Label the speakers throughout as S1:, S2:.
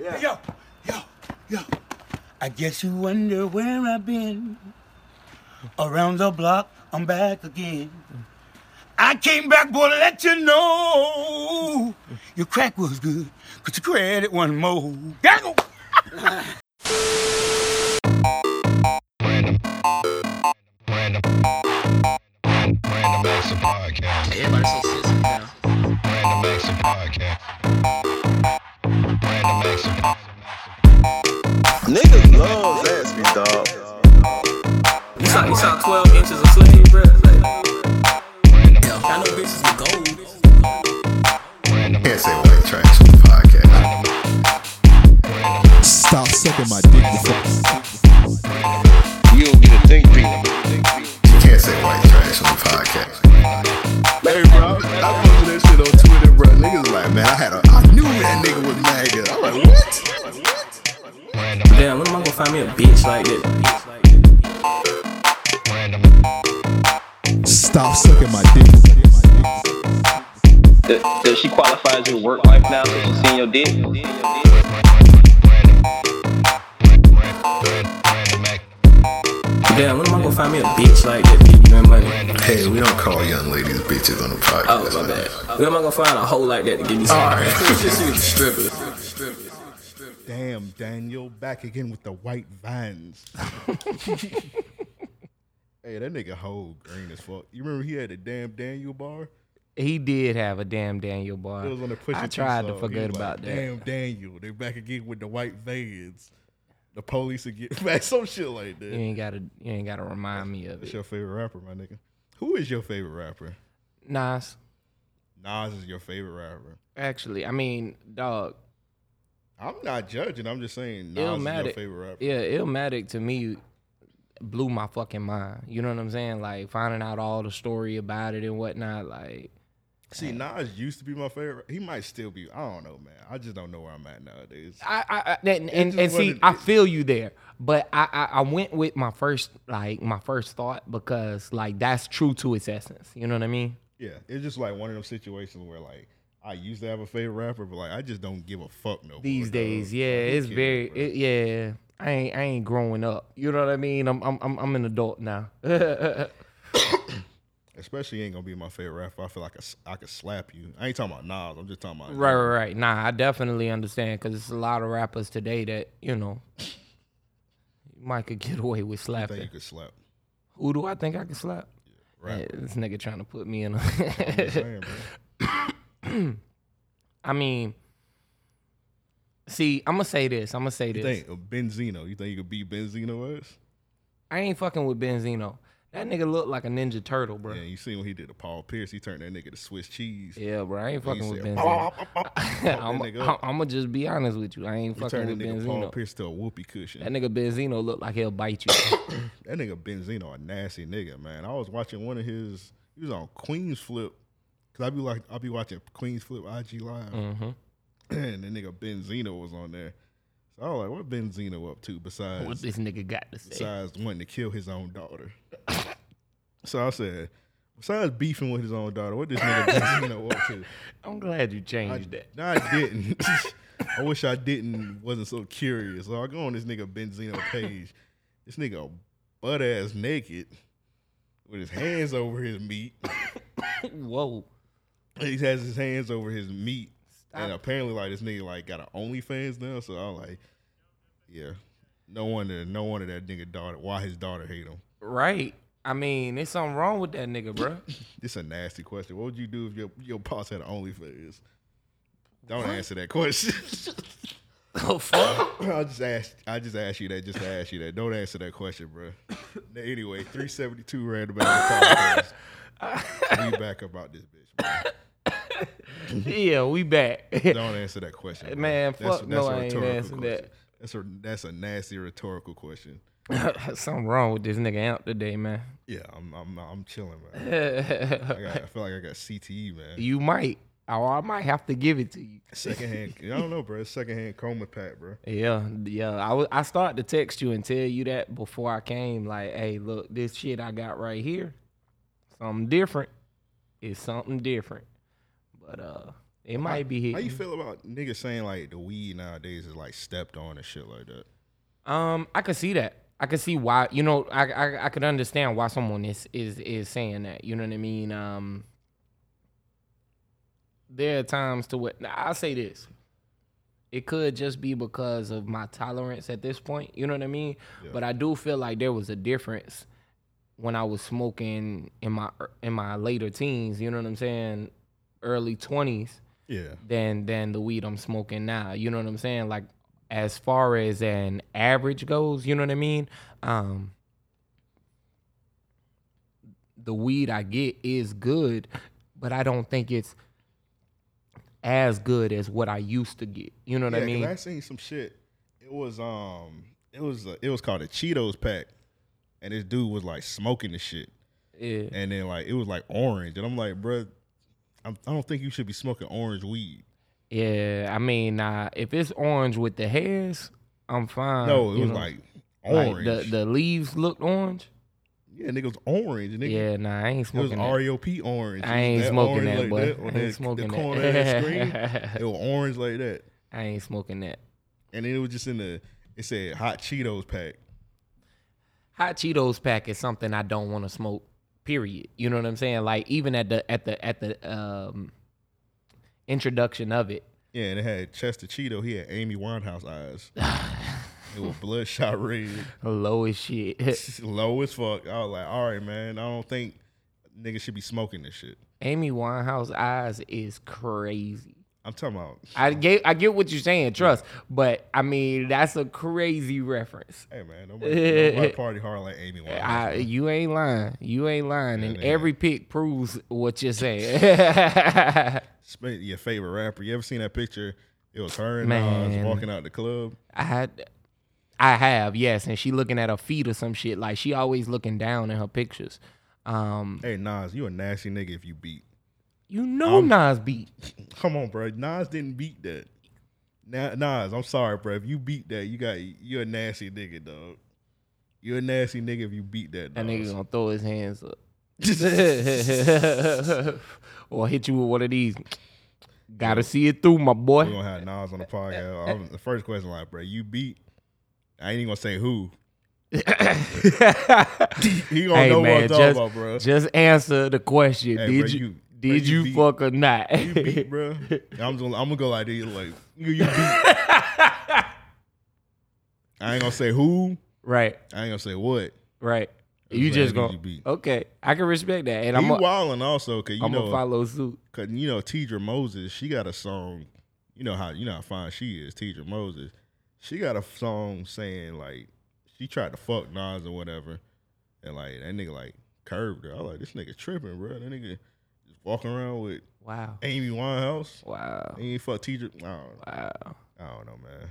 S1: Yeah.
S2: Yo, yo, yo. I guess you wonder where I've been. Around the block, I'm back again. I came back, boy, to let you know your crack was good, cause your credit one more. Gotta go.
S3: Random. Random. Random acts of podcast.
S4: Everybody's so sensitive now.
S3: Random acts of podcast. Random acts of
S1: Niggas love ass me, dog.
S4: You saw, you saw 12 inches of cookie, bro. Like,
S3: Random.
S4: I know bitches with gold.
S3: Random.
S5: Can't say white trash on the podcast.
S6: Stop sucking my dick before.
S3: You don't get a think beat.
S5: You can't say white trash on the podcast. Hey, bro, I posted that shit on Twitter, bro. Niggas like, man, I had a, I knew that nigga was mad. good." I'm like, what?
S3: Random.
S4: Damn, when am I gonna find me a bitch like that?
S3: Random.
S6: Stop sucking my dick before.
S7: Does, does she qualify as your work wife now since she's seen your dick?
S4: Damn, when am I gonna find me a bitch like that? Be giving money.
S5: Hey, we don't call young ladies bitches on the
S4: Oh,
S5: podcast. man.
S4: my bad. When am I gonna find a hoe like that to give me some?
S5: Alright.
S4: she was a stripper.
S6: Damn, Daniel, back again with the white vines. hey, that nigga whole green as fuck. You remember he had a damn Daniel bar?
S8: He did have a damn Daniel
S6: It was on
S8: boy.
S6: the push.
S8: I tried to forget about that.
S6: Damn, Daniel, they back again with the white vans. The police again, man, some shit like that.
S8: You ain't gotta, you ain't gotta remind me of
S6: That's
S8: it.
S6: your favorite rapper, my nigga. Who is your favorite rapper?
S8: Nas,
S6: Nas is your favorite rapper.
S8: actually, I mean, dog.
S6: I'm not judging. I'm just saying Nas is your
S8: Illmatic,
S6: favorite rapper.
S8: yeah, Illmatic to me blew my fucking mind. You know what I'm saying? Like finding out all the story about it and whatnot. Like,
S6: See, Nas used to be my favorite. He might still be. I don't know, man. I just don't know where I'm at nowadays.
S8: I, I, I and, and,
S6: just
S8: and see,
S6: wasn't-
S8: I feel you there, but I, I, I went with my first, like, my first thought because, like, that's true to its essence. You know what I mean?
S6: Yeah, it's just like one of them situations where like I used to have a favorite rapper, but like I just don't give a fuck no. more,
S8: these
S6: dog.
S8: days. Yeah,
S6: Like, you
S8: it's
S6: kidding,
S8: very
S6: bro.
S8: it, yeah. I ain't I ain't growing up. You know what I mean? I'm I'm I'm, I'm an adult now.
S6: Especially ain't gonna be my favorite rapper. I feel like I, s- I could slap you. I ain't talking about Nas. I'm just talking about
S8: Right, right, right. Nah, I definitely understand because it's a lot of rappers today that you know might could get away with
S6: I think you
S8: slapping.
S6: could slap.
S8: Who do I think I can slap?
S6: Right.
S8: Yeah, this nigga trying to put me in
S6: I'm just
S8: a.
S6: saying, bro.
S8: I mean, see, I'm gonna say this. I'm gonna say
S6: You
S8: this.
S6: think of Benzino? You think you could beat Benzino ass?
S8: I ain't fucking with Benzino. That nigga look like a ninja turtle, bro.
S6: Yeah,
S8: Yeah,
S6: you seen when he did to Paul Pierce? He turned that nigga to Swiss cheese.
S8: bro. I ain't
S6: When he
S8: fucking with
S6: said,
S8: Benzino.
S6: "Pop, pop, pop, pop," that
S8: I'm,
S6: nigga
S8: I'm,
S6: up.
S8: gonna just be honest with you. I ain't
S6: He
S8: fucking
S6: turned
S8: with
S6: that nigga Paul
S8: Benzino.
S6: Pierce to a whoopee cushion.
S8: That nigga Benzino look like he'll bite you.
S6: That nigga Benzino a nasty nigga, man. I was watching one of his. He was on Queens Flip, cause I be like, I be watching Queens Flip IG live,
S8: Mm. Mm-hmm.
S6: and the nigga Benzino was on there. So I was like, what Benzino up to
S8: what
S6: besides
S8: this nigga got to say?
S6: besides wanting to kill his own daughter? so I said, besides beefing with his own daughter, what this nigga Benzino up to?
S8: I'm glad you changed that.
S6: No, I didn't. I wish I didn't. Wasn't so curious. So I go on this nigga Benzino page. This nigga butt ass naked with his hands over his meat.
S8: Whoa.
S6: he has his hands over his meat, and apparently like this nigga like got an OnlyFans now. So I'm like, yeah. No wonder, no wonder that nigga daughter. Why his daughter hate him?
S8: Right. I mean, there's something wrong with that nigga, bro.
S6: This a nasty question. What would you do if your your boss had an OnlyFans? Don't answer that question.
S8: the fuck?
S6: I just asked. I just asked you that. Just to ask you that. Don't answer that question, bro. anyway, three seventy two random ass podcast. we back about this bitch. Bro.
S8: yeah, we back.
S6: Don't answer that question, bro.
S8: Man, fuck no, I ain't
S6: question.
S8: answering that.
S6: That's a that's a nasty rhetorical question.
S8: something wrong with this nigga amp today, man.
S6: Yeah, I'm I'm I'm chilling, man. I, got, I feel like I got CTE, man.
S8: You might, or I might have to give it to you.
S6: Secondhand, I don't know, bro. It's Secondhand coma pack, bro.
S8: Yeah, yeah. I was I started to text you and tell you that before I came. Like, hey, look, this shit I got right here, something different. It's something different. But uh, It might be
S6: How you
S8: hitting.
S6: feel about niggas saying like the weed nowadays is like stepped on and shit like that?
S8: Um, I could see that. I could see why. You know, I I, I could understand why someone is is is saying that. You know what I mean? Um, there are times to what I will say this. It could just be because of my tolerance at this point. You know what I mean? But I do feel like there was a difference when I was smoking in my er, in my later teens. You know what I'm saying? Early twenties.
S6: Yeah.
S8: than than the weed I'm smoking now. You know what I'm saying? Like as far as an average goes, you know what I mean? Um the weed I get is good, but I don't think it's as good as what I used to get. You know what I
S6: yeah, 'cause
S8: mean?
S6: I seen some shit. It was um, it was uh, it was called a Cheetos pack, and this dude was like smoking the shit,
S8: Yeah.
S6: and then like it was like orange, and I'm like, bruh, I'm, I don't think you should be smoking orange weed.
S8: Yeah, I mean, uh, if it's orange with the hairs, I'm fine.
S6: No, it
S8: Uh, you
S6: was
S8: know?
S6: like
S8: Like,
S6: orange.
S8: the the leaves looked orange.
S6: yeah, niggas orange. Nigga,
S8: Yeah, nah, I ain't
S6: It was
S8: smoking that.
S6: R.E.O.P. orange.
S8: I
S6: It was
S8: ain't smoking
S6: orange
S8: that, boy.
S6: on
S8: I ain't
S6: the-
S8: smoking
S6: the
S8: that.
S6: corner of that screen. It was orange like that,
S8: I ain't smoking that.
S6: and then it was just in the. It said hot Cheetos pack.
S8: hot Cheetos pack is something I don't want to smoke. Period. You know what I'm saying? Like even at the at the at the um, introduction of it,
S6: Yeah, and it had Chester Cheeto. He had Amy Winehouse eyes. it was bloodshot red,
S8: low as shit.
S6: low as fuck. I was like, all right, man. I don't think niggas should be smoking this shit.
S8: Amy Winehouse eyes is crazy.
S6: I'm talking about.
S8: I get I get what you're saying, trust, but I mean that's a crazy reference.
S6: Hey man, nobody, nobody party hard like Amy Winehouse.
S8: I,
S6: man.
S8: you ain't lying. You ain't lying, and
S6: nigga.
S8: every pick proves what you're saying.
S6: Sp- Your favorite rapper. You ever seen that picture? It was her and
S8: Man.
S6: Nas walking out the club.
S8: I had, I have, yes. And she looking at her feet or some shit. Like she always looking down in her pictures. Um,
S6: Hey Nas, you a nasty nigga if you beat.
S8: you know
S6: Um,
S8: Nas beat.
S6: Come on, bro. Nas didn't beat that. Na- Nas, I'm sorry, bro. If you beat that, you got you're a nasty nigga, dog. You're a nasty nigga if you beat that.
S8: That
S6: Dog.
S8: nigga gonna throw his hands up. or hit you with one of these. Gotta see it through, my
S6: We're
S8: boy.
S6: gonna have Nas on the podcast. I'm- the first question, like, bro, you beat. I ain't even gonna say who. He gonna
S8: hey
S6: know
S8: man,
S6: what I'm talking
S8: just,
S6: about, bro.
S8: just answer the question.
S6: Hey,
S8: did
S6: bruh,
S8: you,
S6: you- bruh,
S8: did
S6: you
S8: you,
S6: beat-
S8: fuck or not?
S6: you beat, bro. I'm just gonna, I'm gonna go like this, like you, you beat. I ain't gonna say who.
S8: right,
S6: I ain't gonna say what.
S8: right. You
S6: glad
S8: just
S6: that
S8: gonna
S6: you beat.
S8: okay. I can respect that, and
S6: He
S8: I'm gonna
S6: wilding also, cause you
S8: I'm
S6: know,
S8: gonna follow suit.
S6: cause you know, Tidra Moses, she got a song. You know how you know how fine she is, Tidra Moses. She got a song saying like she tried to fuck Nas or whatever, and like that nigga like curved her. I was like this nigga tripping, bro. That nigga just walking around with
S8: Wow,
S6: Amy Winehouse.
S8: wow.
S6: He ain't fuck Tidra. I don't,
S8: Wow.
S6: I don't know, man.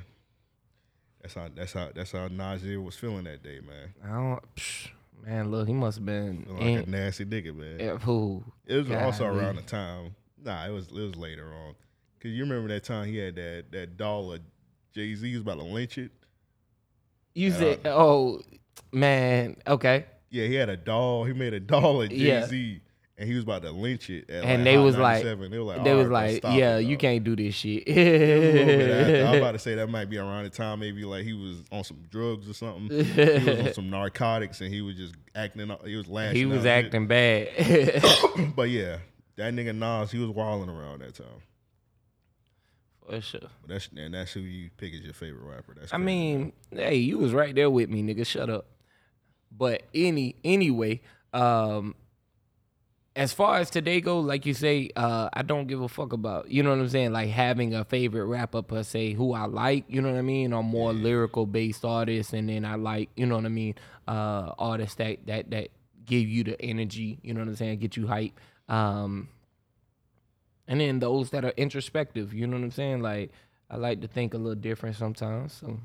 S6: That's how that's how that's how Najee was feeling that day, man.
S8: I don't. Psh, man, look, he must have been.
S6: Like a
S8: in,
S6: nasty nigga, man.
S8: eh, who?
S6: It was also
S8: Golly.
S6: around the time. Nah, it was it was later on. Cause you remember that time he had that that doll of Jay Z was about to lynch it.
S8: You said, oh, man, okay.
S6: Yeah, he had a doll. He made a doll of
S8: Yeah.
S6: Jay Z, and he was about to lynch it. At like
S8: And they
S6: Hot
S8: was like-
S6: 97. they was like,
S8: they
S6: "All
S8: was
S6: right, bro,
S8: like,
S6: stop
S8: yeah,
S6: it,
S8: you
S6: dog."
S8: can't do this shit.
S6: A little bit after. I was about to say that might be around the time maybe like he was on some drugs or something. he was on some narcotics and he was just acting. up- He was lashing.
S8: he
S6: out
S8: was
S6: and shit.
S8: acting bad.
S6: But yeah, that nigga Nas, he was wilding around that time.
S8: For sure.
S6: But that's and that's who you pick as your favorite rapper. That's
S8: I
S6: crazy.
S8: mean, hey, you was right there with me, nigga. Shut up. But any anyway, um, as far as today go, like you say, uh, I don't give a fuck about you know what I'm saying. Like having a favorite rapper per se, who I like, you know what I mean, or more lyrical based artists, and then I like, you know what I mean, uh, artists that that that give you the energy, you know what I'm saying, get you hype. Um, and then those that are introspective, you know what I'm saying. Like I like to think a little different sometimes. So.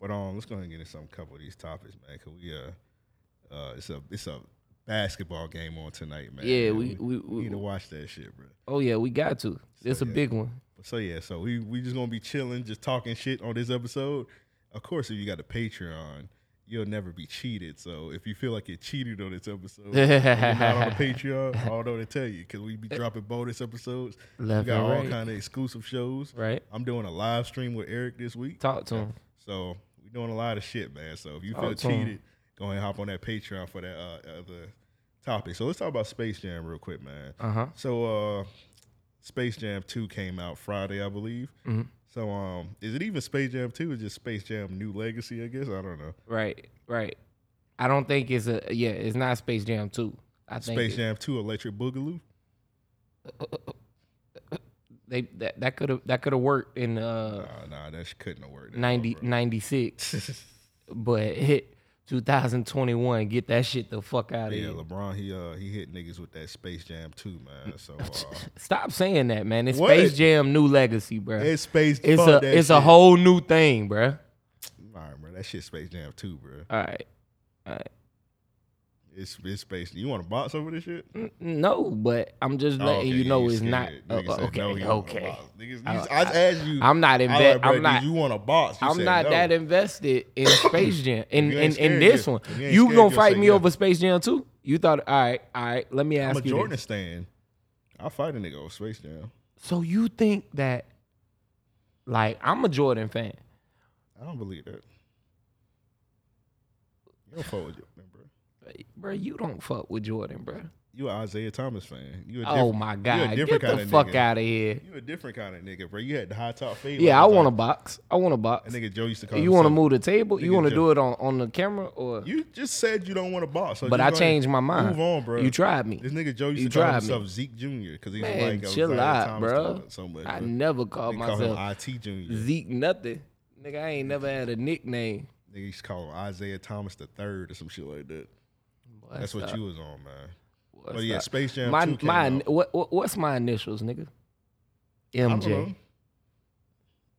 S6: But um, let's go ahead and get into some couple of these topics, man. Cause we uh, uh, it's a it's a basketball game on tonight, man.
S8: Yeah,
S6: And
S8: we- we- we-
S6: need to watch that shit, bro.
S8: Oh yeah, we got to. It's a big one.
S6: But so yeah, so we we just gonna be chilling, just talking shit on this episode. Of course, if you got a Patreon, you'll never be cheated. So if you feel like you're cheated on this episode, you're not on the Patreon, I don't know what to tell you because we be dropping bonus episodes.
S8: Left
S6: we got
S8: and
S6: all
S8: right.
S6: kind of exclusive shows.
S8: Right.
S6: I'm doing a live stream with Eric this week.
S8: Talk to him.
S6: So we doing a lot of shit, man. So if you
S8: Talk
S6: feel
S8: to 'em.
S6: cheated, go ahead and hop on that Patreon for that uh, other topic. So let's talk about Space Jam real quick, man.
S8: Uh huh.
S6: So uh Space Jam 2 came out Friday, I believe.
S8: Mm-hmm.
S6: So um is it even Space Jam 2 or just Space Jam New Legacy, I guess? I don't know.
S8: Right. Right. I don't think it's a yeah. It's not Space Jam two. I think
S6: Space
S8: it-
S6: Jam 2 Electric Boogaloo?
S8: they that that could have that could have worked in uh
S6: Nah, nah, that sh- couldn't have worked. at all,
S8: 90,
S6: bro.
S8: 96. but hit 2021. Get that shit the fuck out of
S6: Yeah,
S8: here.
S6: LeBron, he uh he hit niggas with that Space Jam 2, man. So uh,
S8: Stop saying that, man. It's
S6: What?
S8: Space Jam New Legacy, bro.
S6: it's Space
S8: It's
S6: fuck
S8: a
S6: that
S8: it's a
S6: shit.
S8: whole new thing, bro.
S6: All right, bro. That shit Space Jam 2, bro.
S8: All right. All right.
S6: It's it's Space. You want to box over this shit?
S8: No, but I'm just
S6: Oh,
S8: letting
S6: okay,
S8: Mm-hmm. you know it's
S6: scared.
S8: not.
S6: Nigga
S8: oh,
S6: said,
S8: okay,
S6: no, he don't wanna
S8: okay.
S6: box. Niggas,
S8: I-
S6: you- I, asked you.
S8: I'm not in
S6: I was
S8: bet-
S6: like, bro,
S8: I'm
S6: do
S8: not-
S6: You want a box? You
S8: I'm
S6: said
S8: not
S6: no.
S8: that invested in Space Jam. In
S6: You
S8: in,
S6: ain't
S8: in
S6: scared
S8: this
S6: yet.
S8: one,
S6: You ain't
S8: you
S6: scared
S8: gonna
S6: yet,
S8: fight
S6: so
S8: me
S6: yeah.
S8: over Space Jam too? You thought, all right, all right. Let me
S6: I'm a
S8: ask you.
S6: Jordan
S8: This.
S6: stand. I fight a nigga over Space Jam.
S8: So you think that, like, I'm a Jordan fan.
S6: I don't believe that. You don't fuck with Jordan, bro.
S8: Bro, you don't fuck with Jordan, bro.
S6: You an Isaiah Thomas fan. You a
S8: Oh
S6: diff-
S8: my
S6: you a
S8: God. Get
S6: different
S8: the
S6: kinda
S8: fuck
S6: nigga.
S8: out of here.
S6: You a different kind of nigga, bro. You had the high top fade.
S8: Yeah, I
S6: like-
S8: want a box. I want a box.
S6: That nigga Joe used to call.
S8: You want to
S6: himself-
S8: move the table? You
S6: Nigga
S8: want to
S6: Joe-
S8: do it on, on the camera or?
S6: You just said you don't want a box. So
S8: But
S6: just
S8: I
S6: go ahead.
S8: changed my mind.
S6: Move on, bro.
S8: You tried me.
S6: This nigga Joe used
S8: You
S6: to call
S8: tried me.
S6: himself Zeke Jr. because he was
S8: Man,
S6: like,
S8: chill
S6: Isaiah
S8: out,
S6: Thomas
S8: bro.
S6: So much,
S8: I
S6: bro.
S8: never called
S6: They Call
S8: myself
S6: him IT Junior.
S8: Zeke nothing. Nigga, I ain't never had a nickname.
S6: Nigga used to call him Isaiah Thomas the third or some shit like that. That's what you was on, man.
S8: What's
S6: but yeah,
S8: up?
S6: Space Jam
S8: my
S6: 2 came
S8: my
S6: out.
S8: what, what what's my initials, nigga?
S6: I don't know.
S8: MJ.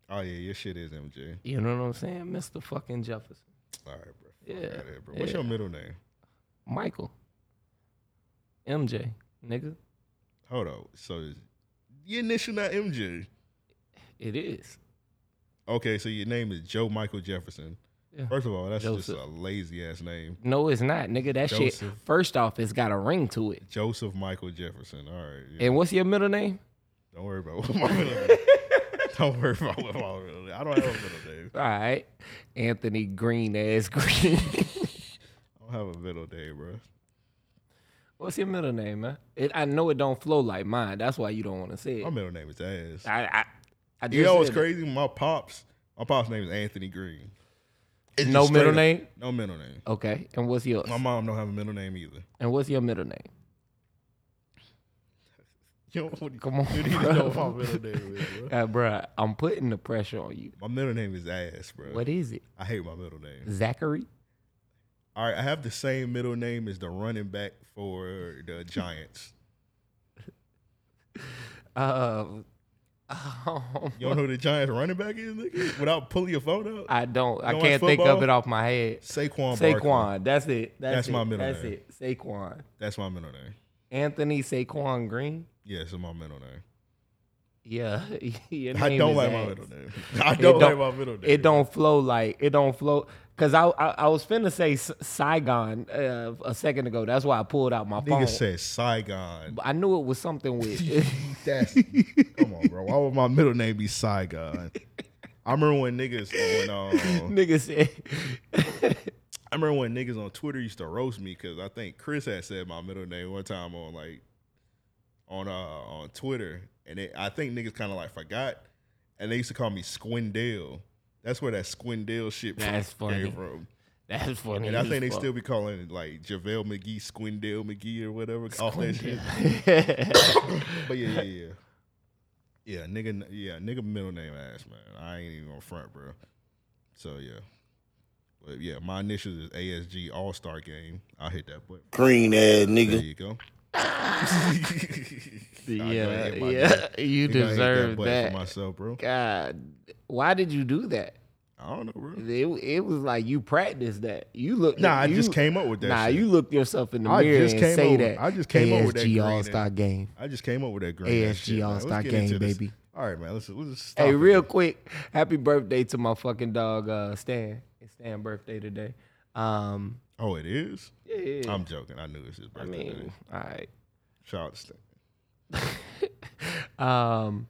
S6: Oh yeah, your shit is MJ.
S8: You know what I'm saying, Mr. Fucking Jefferson,
S6: All right, bro. Fuck
S8: Yeah,
S6: outta here, bro. What's
S8: yeah.
S6: your middle name?
S8: Michael, MJ, nigga.
S6: Hold on. So your initial not MJ.
S8: It is.
S6: Okay, so your name is Joe Michael Jefferson.
S8: Yeah.
S6: First of all, that's just
S8: Joseph.
S6: a lazy ass name.
S8: No, it's not, nigga. That shit.
S6: Joseph.
S8: First off, it's got a ring to it.
S6: Joseph Michael Jefferson. All right. yeah.
S8: And what's your middle name?
S6: Don't worry about what my middle name. Don't worry about what my middle name. I don't have a middle name.
S8: All right, Anthony Green ass Green.
S6: I don't have a middle name, bro.
S8: what's your middle name, man? It, I know it don't flow like mine. That's why you don't want to say
S6: My
S8: it.
S6: middle name is ass.
S8: I, I, I just
S6: You know what's
S8: said it.
S6: crazy? My pops, my pops' name is Anthony Green. It's
S8: No
S6: just
S8: middle
S6: straight up-
S8: name?
S6: No middle name.
S8: Okay, and what's yours?
S6: My mom don't have a middle name either.
S8: And what's your middle name?
S6: You don't, what do you-
S8: Come on,
S6: you don't even
S8: bro.
S6: know what my middle name is, bro.
S8: Uh, bruh, I'm putting the pressure on you.
S6: My middle name is ass, bro.
S8: What is it?
S6: I hate my middle name.
S8: Zachary?
S6: All right, I have the same middle name as the running back for the Giants.
S8: Um, um,
S6: You don't know who the Giants running back is, nigga? Without pulling your phone out?
S8: I don't. I
S6: You know
S8: can't
S6: what's
S8: think of
S6: football?
S8: it off my head.
S6: Saquon
S8: Saquon.
S6: Barkley.
S8: That's it. That's,
S6: That's
S8: it.
S6: my middle
S8: That's
S6: name.
S8: it. Saquon.
S6: That's my middle name.
S8: Anthony Saquon Green.
S6: Yes, it's my middle name.
S8: Yeah. Your
S6: I
S8: name
S6: don't
S8: is
S6: like
S8: ass.
S6: my middle name. I
S8: It
S6: don't, like my middle name.
S8: It don't flow like it don't flow. Cause I I, I was finna say S- Saigon uh, a second ago. That's why I pulled out my phone.
S6: Nigga said Saigon.
S8: I knew it was something with.
S6: That's come on, bro. Why would my middle name be Saigon? I remember when niggas when uh,
S8: Nigga said.
S6: I remember when niggas on Twitter used to roast me because I think Chris had said my middle name one time on like on uh on Twitter, and it, I think niggas kind of like forgot, and they used to call me Squindale. That's where that Squindale shit
S8: That's funny.
S6: came from.
S8: That's funny.
S6: And I
S8: as
S6: think they
S8: fuck.
S6: still be calling it like JaVale McGee, Squindale McGee or whatever. Off that shit. But yeah, yeah, yeah. Yeah, nigga, yeah, nigga, middle name ass man. I ain't even on front, bro. So yeah, but yeah, my initials is ASG All Star Game. I hit that button.
S2: Green ass
S6: There
S2: nigga.
S6: you go.
S8: yeah, yeah. You deserve that.
S6: For myself, bro.
S8: God, why did you do that?
S6: I don't know, bro.
S8: It, it was like you practiced that. You look.
S6: Nah, I
S8: you-
S6: just came up with that.
S8: Nah,
S6: shit.
S8: you looked yourself in the
S6: I
S8: mirror
S6: just
S8: and
S6: came
S8: say
S6: up with-
S8: that.
S6: I just came up with that green
S8: ASG All Star Game.
S6: I just came up with that green. ass
S8: ASG
S6: shit, man. Let's
S8: All-Star
S6: get into
S8: Game,
S6: this.
S8: baby.
S6: All right, man. Let's let's stop.
S8: Hey,
S6: it.
S8: real quick, happy birthday to my fucking dog uh, Stan. It's Stan's birthday today. Um,
S6: Oh, it is.
S8: yeah, yeah, yeah.
S6: I'm joking. I knew it's his
S8: I
S6: birthday.
S8: mean,
S6: today.
S8: all right.
S6: shout out to Stan.
S8: Um,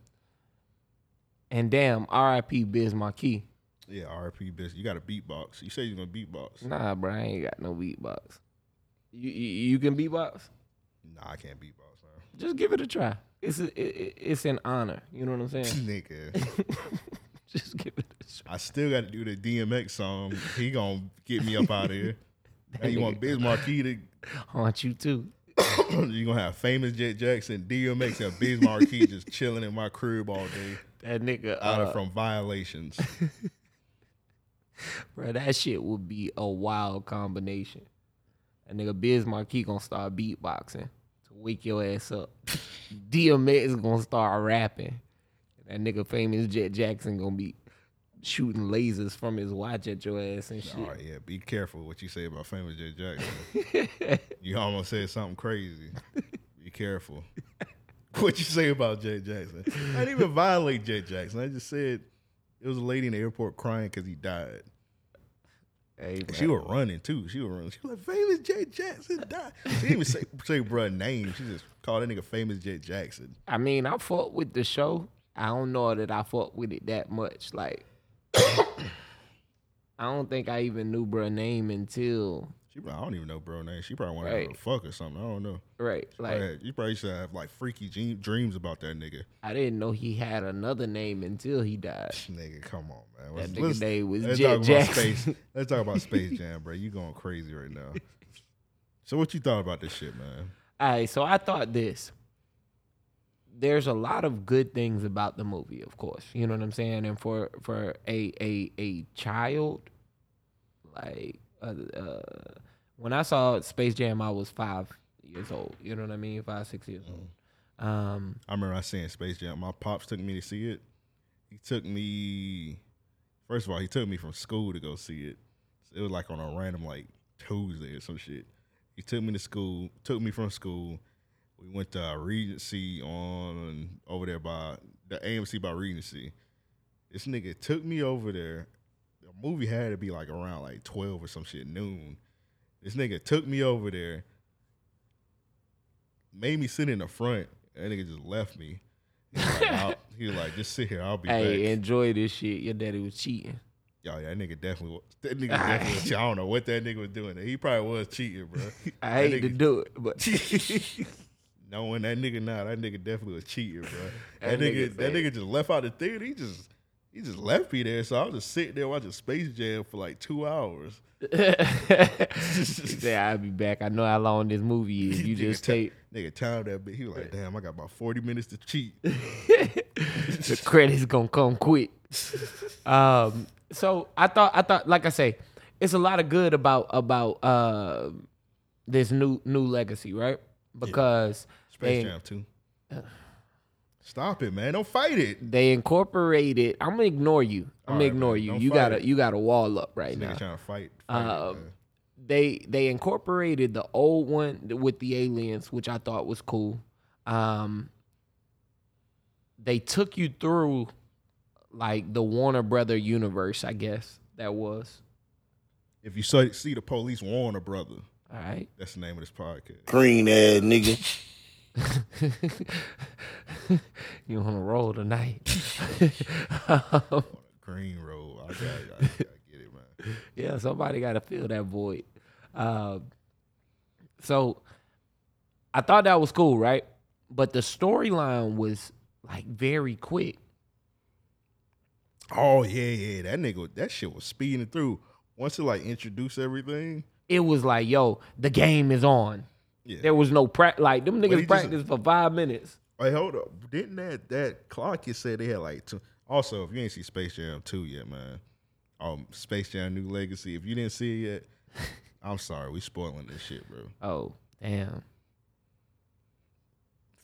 S8: and damn, R.I.P. Biz Marquee.
S6: Yeah, RP bitch. You got a beatbox. You say you're gonna beatbox.
S8: Nah, bro, I ain't got no beatbox. You you, you can beatbox?
S6: Nah, I can't beatbox, man.
S8: Just give it a try. It's a, it, it- it's an honor. You know what I'm saying?
S6: Nigga,
S8: Just give it a try.
S6: I still got to do the DMX song. He gonna get me up out of here. now you want Biz Marquee to?
S8: Haunt you too.
S6: you gonna have famous Jet Jackson, DMX, and Biz Marquee just chilling in my crib all day,
S8: That nigga,
S6: out
S8: uh,
S6: of from violations.
S8: bro, that shit would be a wild combination. That nigga Biz Marquee gonna start beatboxing to wake your ass up. DMX is gonna start rapping. That nigga famous Jet Jackson gonna be shooting lasers from his watch at your ass and shit.
S6: all right, yeah. Be careful what you say about famous Jet Jackson. you almost said something crazy. Be careful. What you say about Jet Jackson? I didn't even violate Jet Jackson. I just said it was a lady in the airport crying because he died.
S8: Hey,
S6: And
S8: bro.
S6: She was running too. She was running. She was like, "Famous Jet Jackson died." She didn't even say say bruh name. She just called that nigga famous Jet Jackson.
S8: I mean, I fuck with the show. I don't know that I fuck with it that much. Like, I don't think I even knew bruh name until
S6: She probably, I don't even know bro name. She probably wanted
S8: Right.
S6: to fuck or something. I don't know.
S8: right. Like,
S6: Like, you probably should have like freaky dream, dreams about that nigga.
S8: I didn't know he had another name until he died.
S6: Nigga, come on, man.
S8: That nigga name was Jet
S6: about
S8: Jackson.
S6: space. Let's talk about Space Jam, bro. You going crazy right now. so what you thought about this shit, man?
S8: All right, so I thought this. There's a lot of good things about the movie, of course. You know what I'm saying? And for for a a a child, like uh, uh, when I saw Space Jam, I was five years old. You know what I mean? Five six years old. Um,
S6: I remember I seen Space Jam. My pops took me to see it. He took me. First of all, he took me from school to go see it. It was like on a random like Tuesday or some shit. He took me to school. Took me from school. We went to Regency on over there by the AMC by Regency. This nigga took me over there. The movie had to be like around like twelve or some shit noon. This nigga took me over there made me sit in the front. That nigga just left me. He was like, I'll- he was like, just sit here. I'll be
S8: hey,
S6: back.
S8: enjoy this shit. Your daddy was cheating.
S6: Yo, that nigga definitely. was- That nigga definitely. was cheating. I don't know what that nigga was doing. He probably was cheating, bro.
S8: I
S6: that
S8: hate to
S6: nigga,
S8: do it, but
S6: Knowing that nigga now, that nigga definitely was cheating, bro. That,
S8: That nigga
S6: nigga, that
S8: said-
S6: nigga just left out the theater. He just, he just left me there. So I was just sitting there watching Space Jam for like two hours.
S8: he said, I'll be back. I know how long this movie is. You
S6: Nigga
S8: just
S6: ti-
S8: take
S6: nigga time that bit. He was like, damn, I got about forty minutes to cheat.
S8: the credits gonna come quick. Um, so I thought I thought like I say, it's a lot of good about about uh, this new new legacy, right? Because
S6: Space
S8: they
S6: Jam too.
S8: Uh.
S6: Stop it, man! Don't fight it.
S8: they incorporated. I'm gonna ignore you. I'm gonna
S6: All right,
S8: ignore
S6: man.
S8: you.
S6: Don't
S8: You
S6: fight
S8: got a
S6: it.
S8: you got a wall up right
S6: Nigga
S8: now.
S6: trying to fight.
S8: Um, they they incorporated the old one th- with the aliens, which I thought was cool. Um, they took you through like the Warner Brother universe, I guess that was.
S6: if you saw, see the police warn a brother,
S8: All right.
S6: that's the name of this podcast.
S2: Green ass nigga.
S8: you on a roll tonight. Um,
S6: Green Road. I got, I, I get it, man.
S8: yeah, somebody got to fill that void. Uh, so I thought that was cool, right? But the storyline was like very quick.
S6: Oh yeah, yeah. That nigga, that shit was speeding through. Once it like introduced everything,
S8: It was like, yo, the game is on.
S6: yeah.
S8: There was no pra- like them
S6: he
S8: niggas
S6: just-
S8: practiced for five minutes.
S6: Hey, hold up. Didn't that that clock you said they had like two? Also, if you ain't see Space Jam two yet, man, um, Space Jam New Legacy. If you didn't see it yet, I'm sorry, we spoiling this shit, bro.
S8: Oh, damn.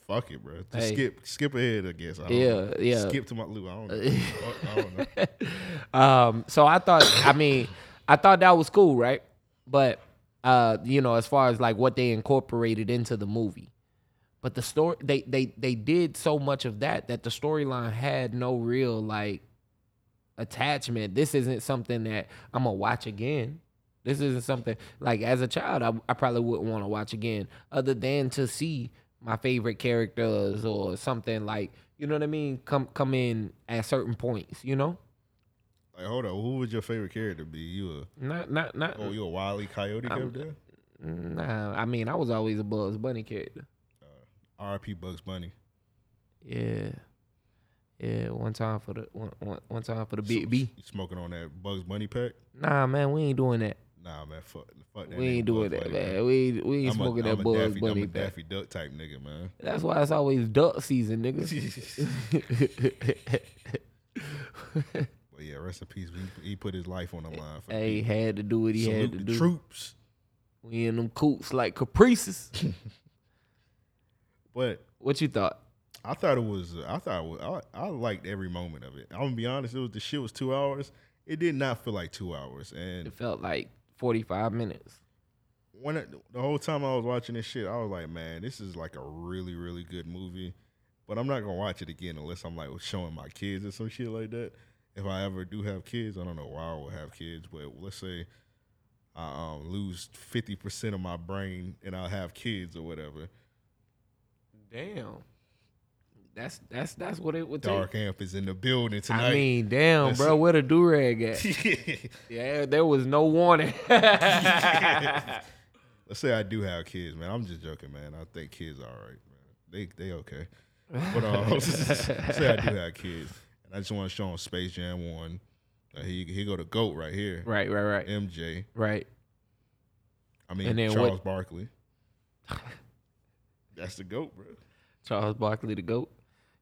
S6: Fuck it, bro. Just
S8: Hey.
S6: skip, skip ahead. I guess. I don't
S8: Yeah,
S6: know.
S8: yeah.
S6: Skip to my Lou. I don't know. Fuck, I don't know.
S8: Um, so I thought, I mean, I thought that was cool, right? But uh, you know, as far as like what they incorporated into the movie, but the story they they they did so much of that that the storyline had no real like attachment. This isn't something that I'm gonna watch again. This isn't something like as a child I, I probably wouldn't want to watch again, other than to see my favorite characters or something like you know what I mean come come in at certain points. You know,
S6: Like, hold on, who would your favorite character be? You
S8: not not not.
S6: a oh, you a Wily Coyote character?
S8: Nah, I mean I was always a Bugs Bunny character.
S6: R.P. Bugs Bunny.
S8: Yeah, yeah. One time for the one one, one time for the big B.
S6: You smoking on that Bugs Bunny pack?
S8: Nah, man, we ain't doing that.
S6: Nah, man, fuck, fuck that.
S8: We ain't doing that, man. We we ain't smoking that
S6: i
S8: Bugs Bunny
S6: I'm a
S8: back.
S6: Daffy Duck type nigga, man.
S8: That's why it's always duck season, nigga.
S6: But yeah, rest in peace. He, he put his life on the line for the
S8: Eh, hey,
S6: people.
S8: had to do what he had
S6: Salute
S8: to
S6: the
S8: do.
S6: troops.
S8: We in them coots like caprices.
S6: But
S8: what you thought?
S6: I thought it was. I thought it was, I, I liked every moment of it. I'm gonna be honest. It was the shit was two hours. It did not feel like two hours. And
S8: It felt like forty five minutes.
S6: when I, the whole time I was watching this shit, I was like, man, this is like a really really good movie. But I'm not gonna watch it again unless I'm like showing my kids or some shit like that. If I ever do have kids, I don't know why I will have kids, but let's say I um, lose fifty percent of my brain and I'll have kids or whatever.
S8: Damn. That's that's that's what it would take.
S6: Dark Amp is in the building tonight.
S8: I mean, damn, bro,
S6: Listen.
S8: where the do rag at? yeah, there was no warning.
S6: Let's say I do have kids, man. I'm just joking, man. I think kids are all right, man. They they okay. But um, let's say I do have kids, and I just want to show them Space Jam One. Uh, he he go to goat right here.
S8: right, right, right,
S6: MJ.
S8: right.
S6: I mean
S8: And then
S6: Charles
S8: what-
S6: Barkley. That's the goat, bro.
S8: Charles Barkley the goat.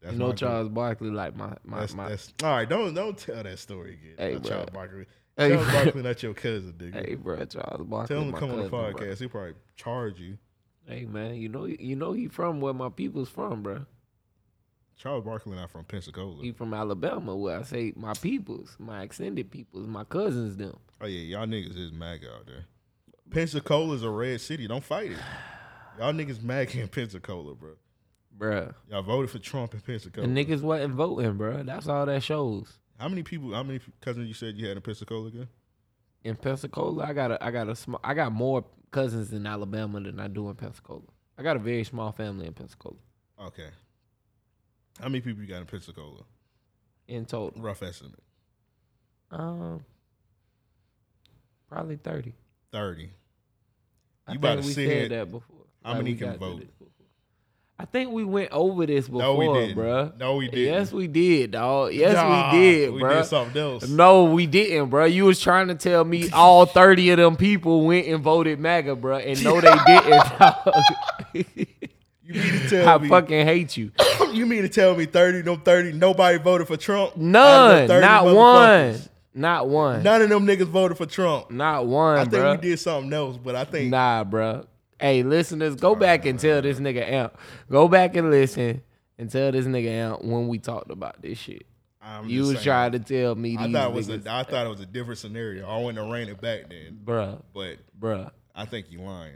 S6: That's
S8: you know
S6: my goat.
S8: Charles Barkley like my my
S6: That's,
S8: my.
S6: that's all right. Don't don't tell that story again.
S8: Hey,
S6: about
S8: bro.
S6: Charles Barkley.
S8: Hey,
S6: Charles
S8: bro.
S6: Barkley, not your cousin, nigga.
S8: hey, bro, Charles Barkley.
S6: Tell him
S8: my
S6: to come on the
S8: cousin,
S6: podcast.
S8: bro.
S6: He'll probably charge you.
S8: Hey, man, you know you know he from where my people's from, bro.
S6: Charles Barkley not from Pensacola.
S8: He from Alabama, where I say my peoples, my extended peoples, my cousins, them.
S6: Oh yeah, y'all niggas is MAGA out there. Pensacola's a red city. Don't fight it. Y'all niggas MAGA in Pensacola, bro.
S8: Bruh.
S6: Y'all voted for Trump in Pensacola.
S8: The niggas wasn't voting, bruh. That's all that shows.
S6: How many people? How many cousins you said you had in Pensacola again?
S8: In Pensacola, I got a, I got a small, I got more cousins in Alabama than I do in Pensacola. I got a very small family in Pensacola
S6: Okay. How many people you got in Pensacola?
S8: in total.
S6: Rough estimate,
S8: Um, probably thirty.
S6: thirty. You
S8: I
S6: about to
S8: think we
S6: sit
S8: said
S6: here?
S8: that before.
S6: How many
S8: we
S6: can
S8: got to
S6: vote?
S8: this before. I think we went over this before,
S6: No, we didn't.
S8: bruh.
S6: No, we didn't.
S8: Yes, we did, dog. Yes,
S6: Nah,
S8: we did,
S6: We
S8: bruh.
S6: did something else.
S8: No, we didn't, bro. You was trying to tell me all 30 of them people went and voted MAGA, bro, and no, they didn't. dog.
S6: You mean to tell
S8: I
S6: me?
S8: fucking hate you.
S6: you mean to tell me thirty? No thirty. Nobody voted for Trump. Out of them
S8: None,
S6: 30
S8: not
S6: motherfuckers,
S8: one, not one,
S6: None of them niggas voted for Trump.
S8: not one,
S6: I think
S8: bro.
S6: we did something else, but I think
S8: Nah, bro. Hey, listeners, go back and tell this nigga Amp. Go back and listen and tell this nigga Amp when we talked about this shit.
S6: I'm
S8: you
S6: just
S8: was
S6: saying.
S8: trying to tell me
S6: I
S8: these
S6: thought it was a,
S8: niggas,
S6: I thought it was a different scenario. I wouldn't have ran it back then,
S8: bruh,
S6: but
S8: bruh.
S6: I think you lying.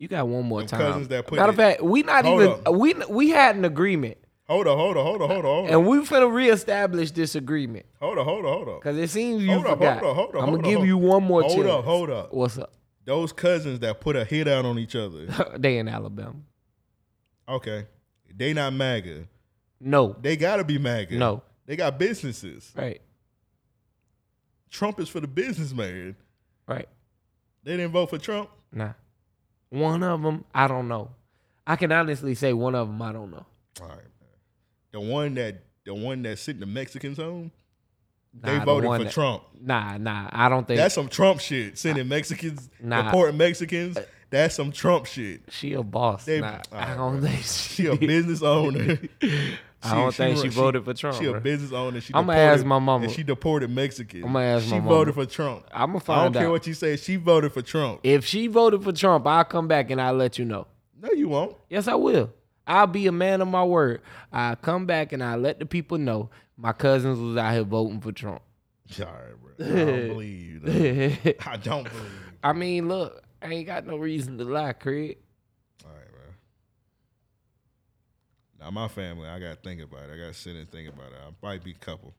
S8: You got one more
S6: Them
S8: time.
S6: cousins that put
S8: Matter of
S6: it-
S8: fact, we not
S6: Hold
S8: even
S6: up.
S8: we we had an agreement,
S6: Hold on, hold on, hold on, hold on,
S8: and we finna reestablish this agreement
S6: hold on, hold on, hold on.
S8: because it seems you
S6: Hold up,
S8: forgot.
S6: hold up, hold up,
S8: I'm
S6: hold
S8: gonna
S6: up,
S8: give
S6: hold
S8: you
S6: up.
S8: one more
S6: Hold
S8: chance.
S6: up, hold up.
S8: What's up?
S6: Those cousins that put a hit out on each other.
S8: they in Alabama?
S6: Okay, they not MAGA.
S8: No,
S6: They gotta be MAGA.
S8: No.
S6: they got businesses.
S8: right,
S6: Trump is for the businessman.
S8: right,
S6: They didn't vote for Trump.
S8: nah. One of them, I don't know. I can honestly say one of them, I don't know.
S6: All right, man. The one that the one that sent the Mexicans home, they
S8: Nah, the
S6: voted
S8: one
S6: for
S8: that-
S6: Trump.
S8: Nah, nah, I don't think
S6: That's some Trump shit. Sending Mexicans,
S8: Nah.
S6: deporting Mexicans. That's some Trump shit.
S8: she a boss.
S6: They-
S8: nah, I
S6: Alright,
S8: don't
S6: bro.
S8: think
S6: She a
S8: did.
S6: business owner.
S8: I don't think she voted for Trump,
S6: She
S8: bro.
S6: a business owner. She
S8: I'ma
S6: deported-
S8: ask my mama.
S6: And she deported Mexicans.
S8: I'ma ask
S6: she
S8: my
S6: voted
S8: mama.
S6: for Trump.
S8: I'ma
S6: I
S8: find
S6: don't care
S8: out.
S6: what you say. She voted for Trump.
S8: If she voted for Trump, I'll come back and I'll let you know.
S6: No, you won't.
S8: Yes, I will. I'll be a man of my word. I come back and I let the people know my cousins was out here voting for Trump.
S6: All right, bro. I don't believe you. though. I don't believe you.
S8: I mean, look, I ain't got no reason to lie, Craig.
S6: All right, bro. Now my family, I gotta think about it. I gotta sit and think about it. I might be a couple.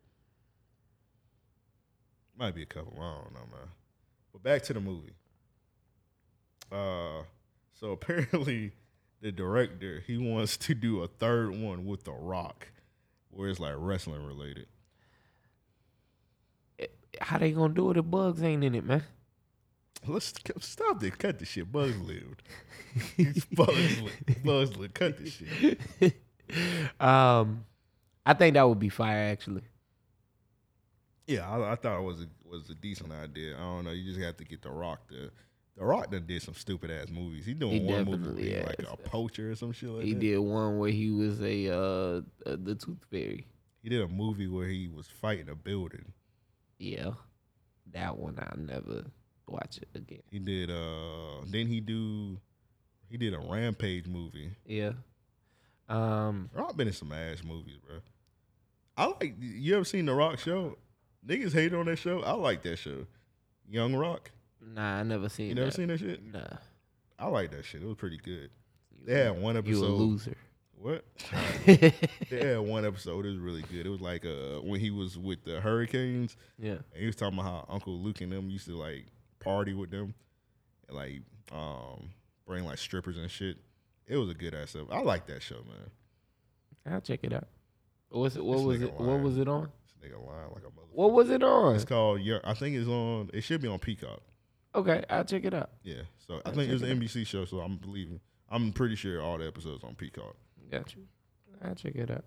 S6: Might be a couple. I don't know, man. But back to the movie. Uh, so apparently, the director he wants to do a third one with The Rock, where it's like wrestling related.
S8: How they gonna do it if Bugs ain't in it, man?
S6: Let's stop this. Cut this shit. Bugs lived. Bugs lived. Bugs lived. Cut this shit.
S8: Um, I think that would be fire actually.
S6: Yeah, I, I thought it was a, was a decent idea. I don't know. You just have to get The Rock to. The Rock done did some stupid ass movies. He doing
S8: He
S6: one
S8: definitely
S6: movie where he
S8: has.
S6: like a poacher or some shit like
S8: He
S6: that.
S8: did one where he was a uh uh, the Tooth Fairy.
S6: He did a movie where he was fighting a building.
S8: Yeah, that one I'll never watch it again.
S6: He did uh then he do he did a rampage movie.
S8: Yeah. Um,
S6: Rock been in some ass movies, bro. I like you ever seen the Rock show? Niggas hate on that show. I like that show. Young Rock.
S8: nah, I never seen.
S6: You never
S8: that.
S6: seen that shit?
S8: Nah,
S6: I like that shit. It was pretty good. They had one
S8: you
S6: episode.
S8: a loser.
S6: What? they had one episode. It was really good. It was like uh when he was with the Hurricanes.
S8: yeah.
S6: And he was talking about how Uncle Luke and them used to like party with them, and, like um bring like strippers and shit. It was a good ass show. I like that show, man.
S8: I'll check it out. What's it? What
S6: This
S8: was
S6: nigga
S8: it? What
S6: lying.
S8: was it on?
S6: This nigga lying like a mother.
S8: What was it on?
S6: It's called. Yeah, I think it's on. It should be on Peacock.
S8: Okay, I'll check it out.
S6: Yeah. So I think it was an NBC show. So I'm believing. I'm pretty sure all the episodes on Peacock.
S8: Got you. I'll check it out.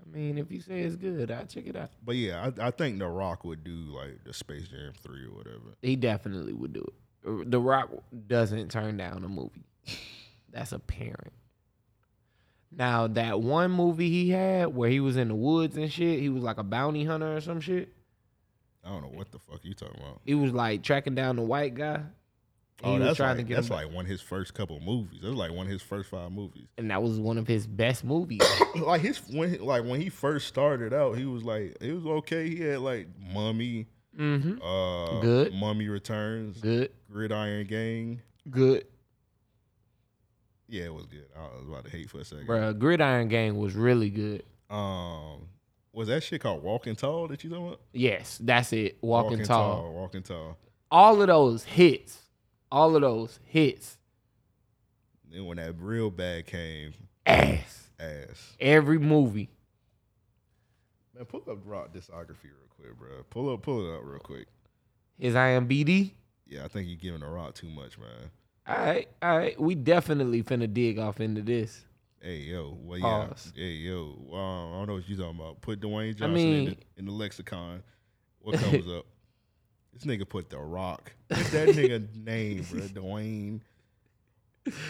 S8: I mean, if you say it's good, I'll check it out.
S6: But yeah, I, I think The Rock would do like the Space Jam three or whatever.
S8: He definitely would do it. The Rock doesn't turn down a movie. That's apparent. Now that one movie he had where he was in the woods and shit, he was like a bounty hunter or some shit.
S6: I don't know what the fuck you talking about.
S8: He was like tracking down the white guy.
S6: Oh,
S8: he was
S6: that's
S8: trying
S6: like,
S8: to get
S6: that's
S8: him back.
S6: like one of his first couple movies. That's like one of his first five movies.
S8: and that was one of his best movies.
S6: like his when like when he first started out, he was like it was okay. He had like Mummy,
S8: mm-hmm.
S6: uh,
S8: Good.
S6: Mummy Returns,
S8: Good,
S6: Gridiron Gang.
S8: good,
S6: Yeah, it was good. I was about to hate for a second.
S8: Bruh, Gridiron Gang was really good.
S6: Um, was that shit called Walking Tall? That you talking about?
S8: Yes, that's it. Walking, tall.
S6: Walking Tall.
S8: All of those hits. All of those hits.
S6: Then when that real bad came,
S8: Ass.
S6: ass.
S8: Every movie.
S6: Man, pull up rock discography real quick, bro. Pull up, pull it up real quick.
S8: His IMBD.
S6: Yeah, I think you're giving the rock too much, man.
S8: All right, all right. We definitely finna dig off into this.
S6: Hey yo, well yeah,
S8: Pause.
S6: hey yo, um, I don't know what you talking about. Put Dwayne Johnson in,
S8: mean-
S6: the, in the lexicon. What comes up? This nigga put the Rock. What's that nigga name, bro? Dwayne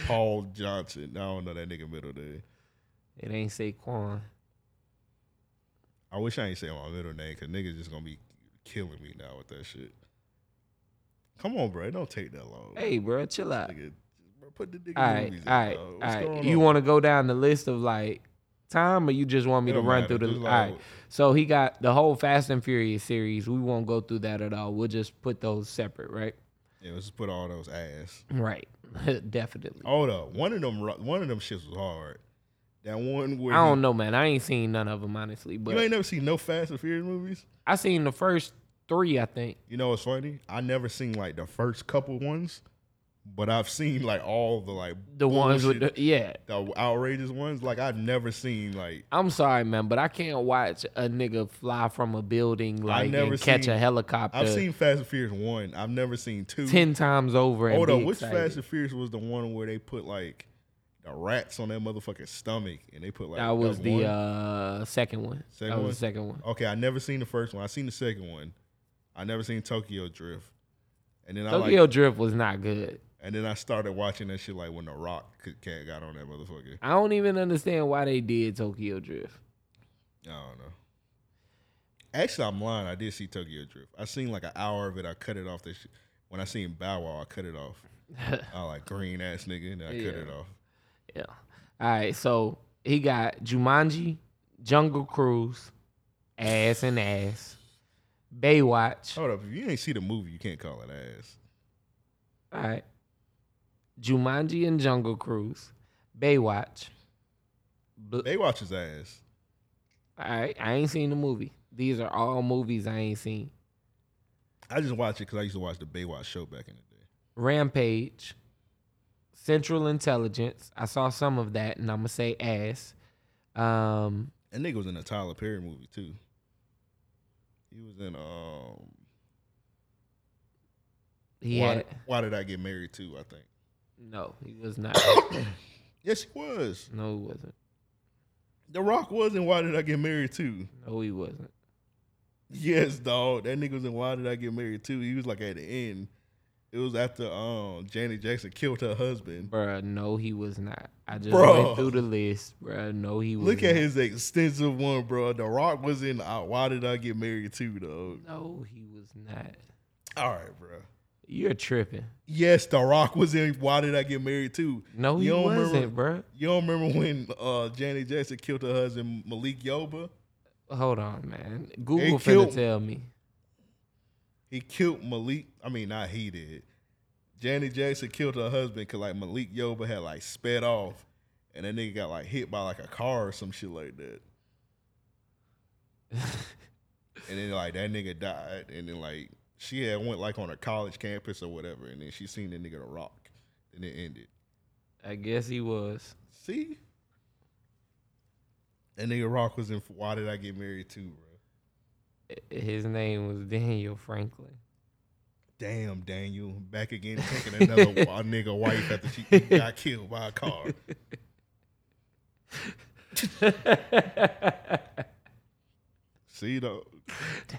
S6: Paul Johnson. I don't know that nigga middle name.
S8: It ain't Saquon.
S6: I wish I ain't say my middle name because niggas just gonna be killing me now with that shit. Come on, bro. It don't take that long.
S8: Hey, bro, chill out.
S6: nigga, bro, put the nigga
S8: All right,
S6: movies. in,
S8: all right,
S6: dog.
S8: all
S6: What's
S8: right.
S6: going
S8: You
S6: on?
S8: want to go down the list of like time, or you just want me
S6: It
S8: to
S6: don't
S8: run
S6: matter,
S8: through the?
S6: just
S8: all
S6: like-
S8: right. So he got the whole Fast and Furious series. We won't go through that at all. We'll just put those separate, right?
S6: Yeah, let's just put all those ass.
S8: Right. Definitely.
S6: Hold up. One of them ru- one of them shits was hard. That one where
S8: I
S6: he-
S8: don't know, man. I ain't seen none of them honestly, but
S6: You ain't never seen no Fast and Furious movies?
S8: I seen the first three, I think.
S6: You know what's funny? I never seen like the first couple ones, but I've seen like all the like
S8: The ones with the
S6: bullshit-
S8: yeah.
S6: the outrageous ones. Like I've never seen like
S8: I'm sorry, man, but I can't watch a nigga fly from a building like
S6: never
S8: and catch
S6: seen-
S8: a helicopter
S6: I've seen Fast and Furious one. I've never seen two.
S8: ten times over. And
S6: Hold
S8: be
S6: on, which
S8: excited.
S6: Fast and Furious was the one where they put like the rats on that motherfucking stomach and they put like
S8: That was the
S6: one?
S8: uh, second one.
S6: Second
S8: that was
S6: one?
S8: the second one.
S6: Okay, I never seen the first one. I seen the second one. I never seen Tokyo Drift. And then I
S8: Tokyo
S6: Oh, like,
S8: Drift was not good.
S6: and then I started watching that shit like when the Rock c- cat got on that motherfucker.
S8: I don't even understand why they did Tokyo Drift.
S6: I don't know. Actually, I'm lying. I did see Tokyo Drift. I seen like an hour of it. I cut it off. That shit. when I seen Bow Wow, I cut it off. I like green ass nigga, and I cut
S8: Yeah.
S6: it off.
S8: Yeah. All right. So he got Jumanji, Jungle Cruise, Ass and Ass, Baywatch.
S6: Hold up, if you ain't see the movie, you can't call it ass. Oh.
S8: All right. Jumanji and Jungle Cruise, Baywatch. Bl-
S6: Baywatch is ass.
S8: all right. I ain't seen the movie. These are all movies I ain't seen.
S6: I just watch it because I used to watch the Baywatch show back in the day.
S8: Rampage, Central Intelligence. I saw some of that, and I'm gonna say ass. Um,
S6: And nigga was in a Tyler Perry movie too. He was in um
S8: he
S6: why,
S8: had
S6: Did- why did I get married too? I think.
S8: no, he was not.
S6: Yes, he was.
S8: no, he wasn't.
S6: The Rock was in Why Did I Get Married Too?
S8: No, he wasn't.
S6: Yes, dog. That nigga was in Why Did I Get Married Too? He was like at the end. It was after um Janet Jackson killed her husband.
S8: Bruh, no, he was not. I just
S6: Bruh.
S8: went through the list. Bruh, no, he was
S6: Look at
S8: not.
S6: his extensive one, bro. The Rock was in uh, Why Did I Get Married Too, dog.
S8: No, he was not.
S6: All right, bro.
S8: You're tripping.
S6: Yes, The Rock was in Why Did I Get Married Too.
S8: No, he
S6: You don't remember-
S8: wasn't, bruh.
S6: You don't remember when uh, Janet Jackson killed her husband Malik Yoba?
S8: Hold on, man. Google finna
S6: killed-
S8: tell me.
S6: He killed Malik. I mean, not he did. Janet Jackson killed her husband because like Malik Yoba had like sped off, and that nigga got like hit by like a car or some shit like that. and then like that nigga died, and then like she had went like on a college campus or whatever, and then she seen the nigga the rock, and it ended.
S8: I guess he was.
S6: See, that nigga rock was in. Why did I get married to, bro?
S8: I- His name was Daniel Franklin.
S6: Damn, Daniel, back again, taking another wa- nigga wife after she got killed by a car. see though,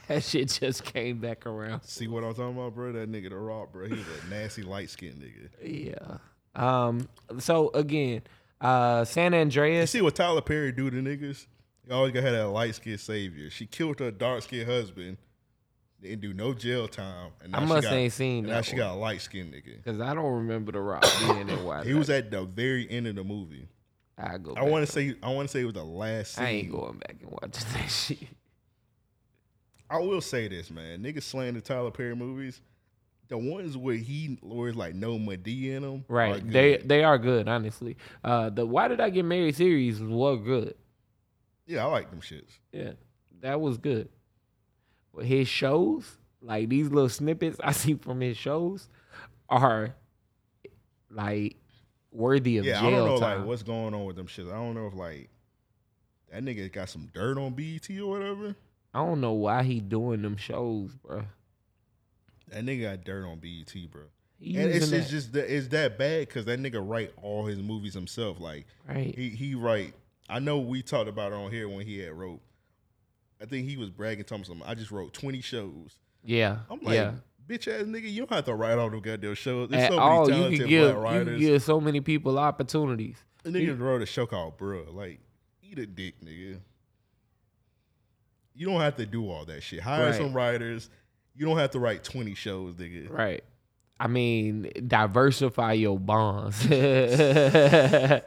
S8: That shit just came back around.
S6: see what I'm talking about, bro? That nigga, the rock, bro, he was a nasty light skinned nigga.
S8: Yeah. Um. So again, uh, San
S6: You
S8: Andreas.
S6: see what Tyler Perry do to niggas? He always gotta have that light skinned savior. She killed her dark skinned husband, didn't do no jail time, and
S8: I
S6: now she
S8: must
S6: got-
S8: ain't seen
S6: and Now
S8: that
S6: she
S8: one.
S6: got a light skinned nigga.
S8: Cause I don't remember the Rock being in Why
S6: He was at the very end of the movie.
S8: I go.
S6: I want to say, I want to say it was the last. Scene.
S8: I ain't going back and watching that shit.
S6: I will say this, man. Niggas slander Tyler Perry movies. The ones where he where it's like no Madea in them,
S8: Right. They they are good, honestly. Uh, the Why Did I Get Married series was good.
S6: yeah, I like them shits.
S8: Yeah, that was good. But his shows, like these little snippets I see from his shows, are like worthy of
S6: Yeah,
S8: jail
S6: I don't know
S8: time.
S6: like what's going on with them shits. I don't know if like that nigga got some dirt on BET or whatever.
S8: I don't know why he doing them shows, bro.
S6: That nigga got dirt on BET, bro.
S8: He
S6: and it's,
S8: using
S6: it's
S8: that-
S6: just that it's that bad because that nigga write all his movies himself. Like
S8: right.
S6: he he write. I know we talked about it on here when he had wrote. I think he was bragging to something. I just wrote twenty shows.
S8: yeah.
S6: I'm like,
S8: yeah.
S6: bitch ass nigga, you don't have to write all them goddamn shows. There's
S8: At
S6: so many
S8: all, you
S6: talented
S8: could give
S6: black
S8: you could
S6: writers.
S8: give so many people opportunities.
S6: The nigga wrote a show called Bruh. Like, eat a dick, nigga. You don't have to do all that shit. Hire
S8: Right.
S6: some writers. You don't have to write 20 shows, nigga.
S8: Right. I mean, diversify your bonds. yeah.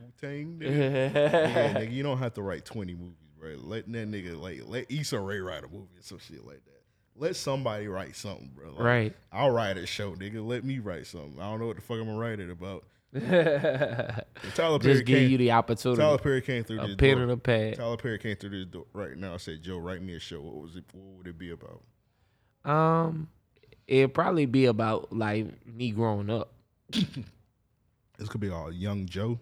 S6: Wu-Tang, nigga. Yeah, nigga, you don't have to write 20 movies, bro. Let that nigga, like, let Issa Rae write a movie or some shit like that. Let somebody write something, bro. Like,
S8: Right.
S6: I'll write a show, nigga. Let me write something. I don't know what the fuck I'm gonna write it about. And Tyler Perry
S8: Just give
S6: came-
S8: you the opportunity.
S6: Tyler Perry came through
S8: a
S6: this
S8: pen
S6: door.
S8: and a pad.
S6: Tyler Perry came through this door right now. I said, Joe, write me a show. What was it? What would it be about?
S8: Um, it'd probably be about like me growing up.
S6: This could be all young Joe.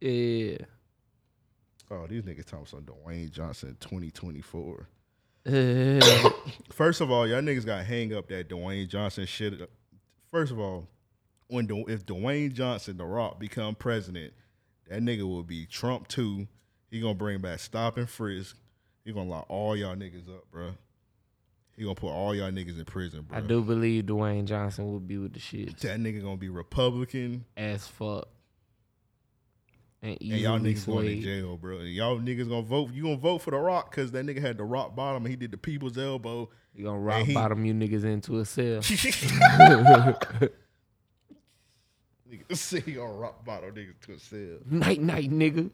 S8: Yeah.
S6: Oh, these niggas talking some Dwayne Johnson 2024.
S8: Uh,
S6: First of all, y'all niggas got to hang up that Dwayne Johnson shit. First of all, when the, if Dwayne Johnson, The Rock, become president, that nigga will be Trump too. He gonna bring back stop and frisk. He gonna lock all y'all niggas up, bruh. He gonna put all y'all niggas in prison, bro.
S8: I do believe Dwayne Johnson would be with the shit
S6: That nigga gonna be Republican.
S8: as fuck. And,
S6: And y'all
S8: easily
S6: niggas going to
S8: swayed.
S6: jail, bro. And y'all niggas gonna vote. You gonna vote for the Rock because that nigga had the rock bottom and he did the people's elbow.
S8: You gonna rock
S6: he-
S8: bottom you niggas into a cell.
S6: Nigga, see he gonna rock bottom niggas to himself.
S8: night night nigga.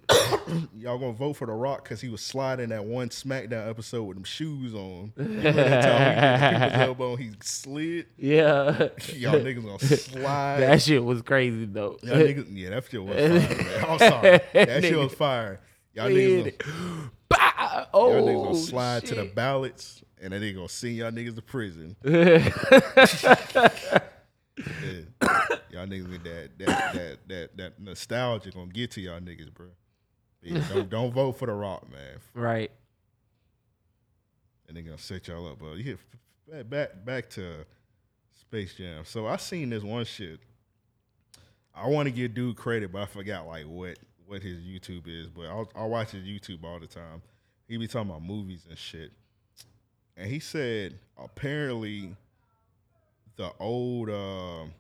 S6: Y'all gonna vote for the Rock because he was sliding that one SmackDown episode with them shoes on. Remember that time he did the people's elbow and he slid.
S8: Yeah.
S6: Y'all niggas gonna slide.
S8: that shit was crazy though.
S6: Y'all niggas, yeah, that shit was fire. Man. I'm sorry, that shit was fire. Y'all niggas, gonna,
S8: Bah!
S6: y'all
S8: Oh,
S6: niggas gonna slide to the
S8: shit.
S6: ballots and then they gonna send y'all niggas to prison. Yeah. y'all niggas with that that that that that nostalgia gonna get to y'all niggas, bro. Yeah, don't don't vote for the Rock, man,
S8: right.
S6: and they gonna set y'all up. But yeah, back back back to Space Jam. So I seen this one shit. I want to give dude credit, but I forgot like what what his YouTube is. But I I watch his YouTube all the time. He be talking about movies and shit, and he said apparently the old um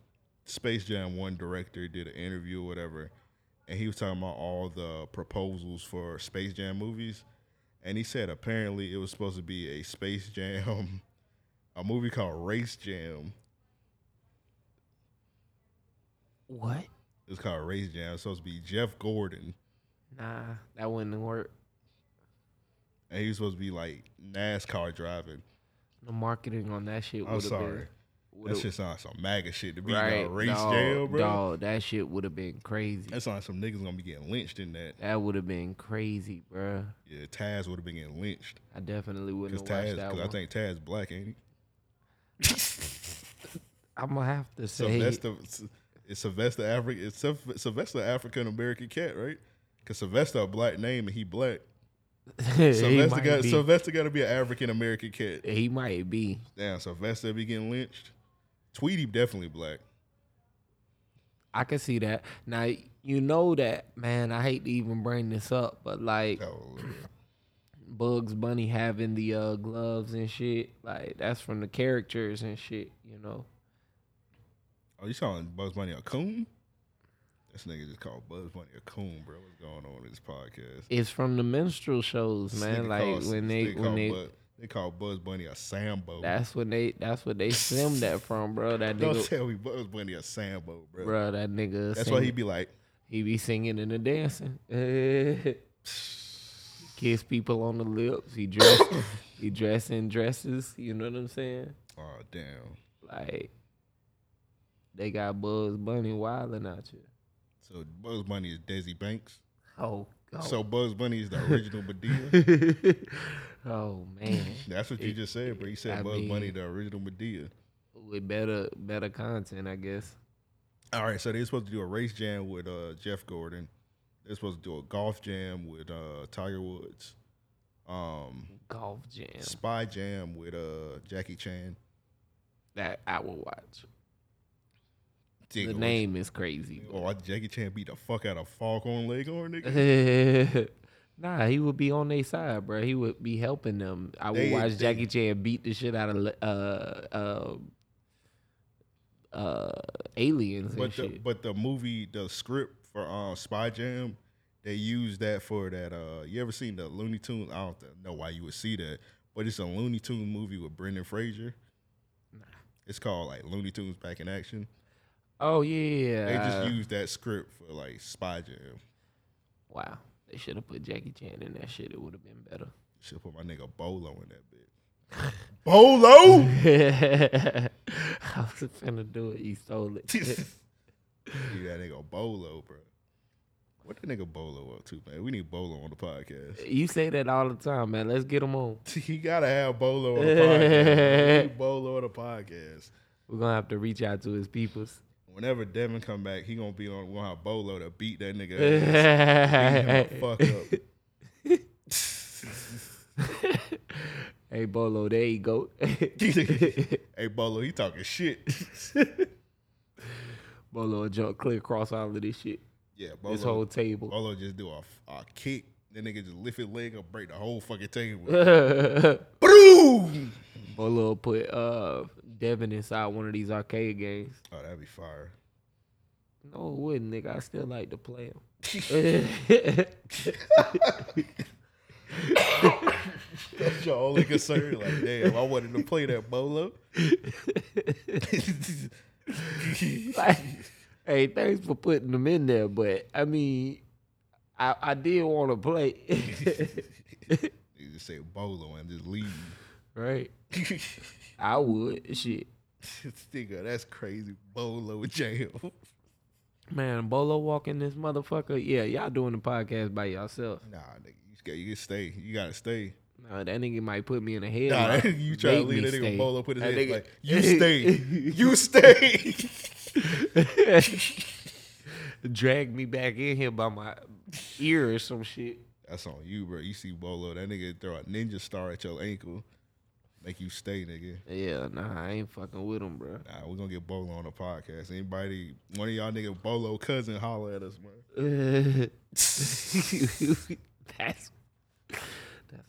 S6: Space Jam one director did an interview or whatever, and he was talking about all the proposals for Space Jam movies, and he said apparently it was supposed to be a Space Jam, a movie called Race Jam.
S8: What?
S6: It was called Race Jam. It was supposed to be Jeff Gordon,
S8: Nah, that wouldn't work.
S6: and he was supposed to be like NASCAR driving.
S8: The marketing on that shit would
S6: I'm
S8: have
S6: sorry.
S8: been.
S6: That
S8: would've-
S6: shit sounds some MAGA shit to be
S8: right,
S6: right, race
S8: dawg,
S6: jail, bro.
S8: dawg, that shit would have been crazy.
S6: That sounds like some niggas gonna be getting lynched in that.
S8: That would have been crazy, bro.
S6: Yeah, Taz would have been getting lynched
S8: I definitely
S6: because
S8: wouldn't have
S6: Taz,
S8: watched that
S6: because
S8: one.
S6: I think Taz black, ain't he?
S8: I'm gonna have to say
S6: Sylvester, it's Sylvester African, it's Syl- Sylvester African American cat, right? Because Sylvester a black name and he black.
S8: he
S6: Sylvester
S8: might
S6: got
S8: be.
S6: Sylvester got to be an African American cat.
S8: he might be.
S6: Damn, Sylvester be getting lynched. Tweety definitely black.
S8: I can see that. Now you know that, man. I hate to even bring this up, but like
S6: Oh, Lord.
S8: Bugs Bunny having the uh, gloves and shit, like that's from the characters and shit. You know,
S6: oh, you calling Bugs Bunny a coon? This nigga just called Bugs Bunny a coon, bro. What's going on in this podcast?
S8: it's from the minstrel shows,
S6: This
S8: man.
S6: nigga
S8: Like
S6: called-
S8: when
S6: this
S8: they
S6: nigga
S8: when
S6: called
S8: they
S6: Bud- they call Buzz Bunny a Sambo.
S8: that's when they that's what they filmed that from, bro. That
S6: Don't
S8: nigga,
S6: tell me Buzz Bunny a Sambo, bro.
S8: bro. That nigga.
S6: That's
S8: singing.
S6: why he be like,
S8: He be singing and a dancing. Kiss people on the lips. He dress he dress in dresses. You know what I'm saying?
S6: oh damn.
S8: Like they got Buzz Bunny wilding out here.
S6: So Buzz Bunny is Desi Banks.
S8: Oh God.
S6: So Buzz Bunny is the original Medea.
S8: oh man.
S6: That's what you just said, bro. You said
S8: I
S6: Buzz Bunny,
S8: mean-
S6: the original Medea.
S8: With better better content, I guess.
S6: All right, so they're supposed to do a race jam with uh, Jeff Gordon. They're supposed to do a golf jam with uh, Tiger Woods. Um,
S8: Golf jam.
S6: spy jam with uh, Jackie Chan.
S8: That I will watch. The
S6: Nigga,
S8: name is crazy.
S6: Oh, why Jackie Chan beat the fuck out of Falcon Leghorn, nigga.
S8: nah, he would be on their side, bro. He would be helping them. I would
S6: They-
S8: watch
S6: they-
S8: Jackie Chan beat the shit out of le- uh, uh, uh, aliens and
S6: But the,
S8: shit.
S6: but the movie, the script for um, Spy Jam, they used that for that. Uh, you ever seen the Looney Tunes? I don't know why you would see that, but it's a Looney Tune movie with Brendan Fraser. It's called like Looney Tunes Back in Action.
S8: oh yeah,
S6: They
S8: uh,
S6: just used that script for like Spy Jam.
S8: wow. They should have put Jackie Chan in that shit. It would have been better.
S6: Should put my nigga Bolo in that bit. Bolo.
S8: I was finna do it. You stole it.
S6: You that nigga Bolo, bro. What the nigga Bolo up to, man? We need Bolo on the podcast.
S8: you say that all the time, man. Let's get him on.
S6: He gotta have Bolo on the podcast. We need Bolo on the podcast.
S8: We're gonna have to reach out to his peoples.
S6: Whenever Devin come back, he gonna be on. We'll have Bolo to beat that nigga. ass. Beat him the fuck up.
S8: Hey Bolo, there you go.
S6: hey Bolo, he talking shit.
S8: Bolo jump clear across all of this shit.
S6: yeah, Bolo.
S8: This whole table.
S6: Bolo just do a, a kick. That nigga just lift his leg up, break the whole fucking table. Oh,
S8: Bolo
S6: Boom!
S8: put uh Devin inside one of these arcade games.
S6: Oh, that'd be fire.
S8: No, it wouldn't, nigga. I still like to play them.
S6: That's your only concern. Like, damn, I wanted to play that Bolo.
S8: like, hey, thanks for putting them in there, but I mean, I, I did want to play.
S6: You just say Bolo and just leave.
S8: right? I would. Shit.
S6: Nigga, that's crazy. Bolo jail.
S8: Man, Bolo walking this motherfucker. Yeah, y'all doing the podcast by yourself.
S6: Nah, nigga, you, just gotta, you just stay. You gotta stay.
S8: Nah, that nigga might put me in a head.
S6: Nah,
S8: lock,
S6: you try to
S8: make
S6: leave
S8: me
S6: that nigga
S8: stay.
S6: bowl up with his
S8: That
S6: head
S8: nigga-
S6: like, you stay. you stay.
S8: Drag me back in here by my ear or some shit.
S6: That's on you, bro. You see Bolo, that nigga throw a ninja star at your ankle. Make you stay, nigga.
S8: Yeah, nah, I ain't fucking with him, bro.
S6: Nah, we're gonna get Bolo on the podcast. Anybody, one of y'all nigga Bolo cousin holler at us, man.
S8: that's that's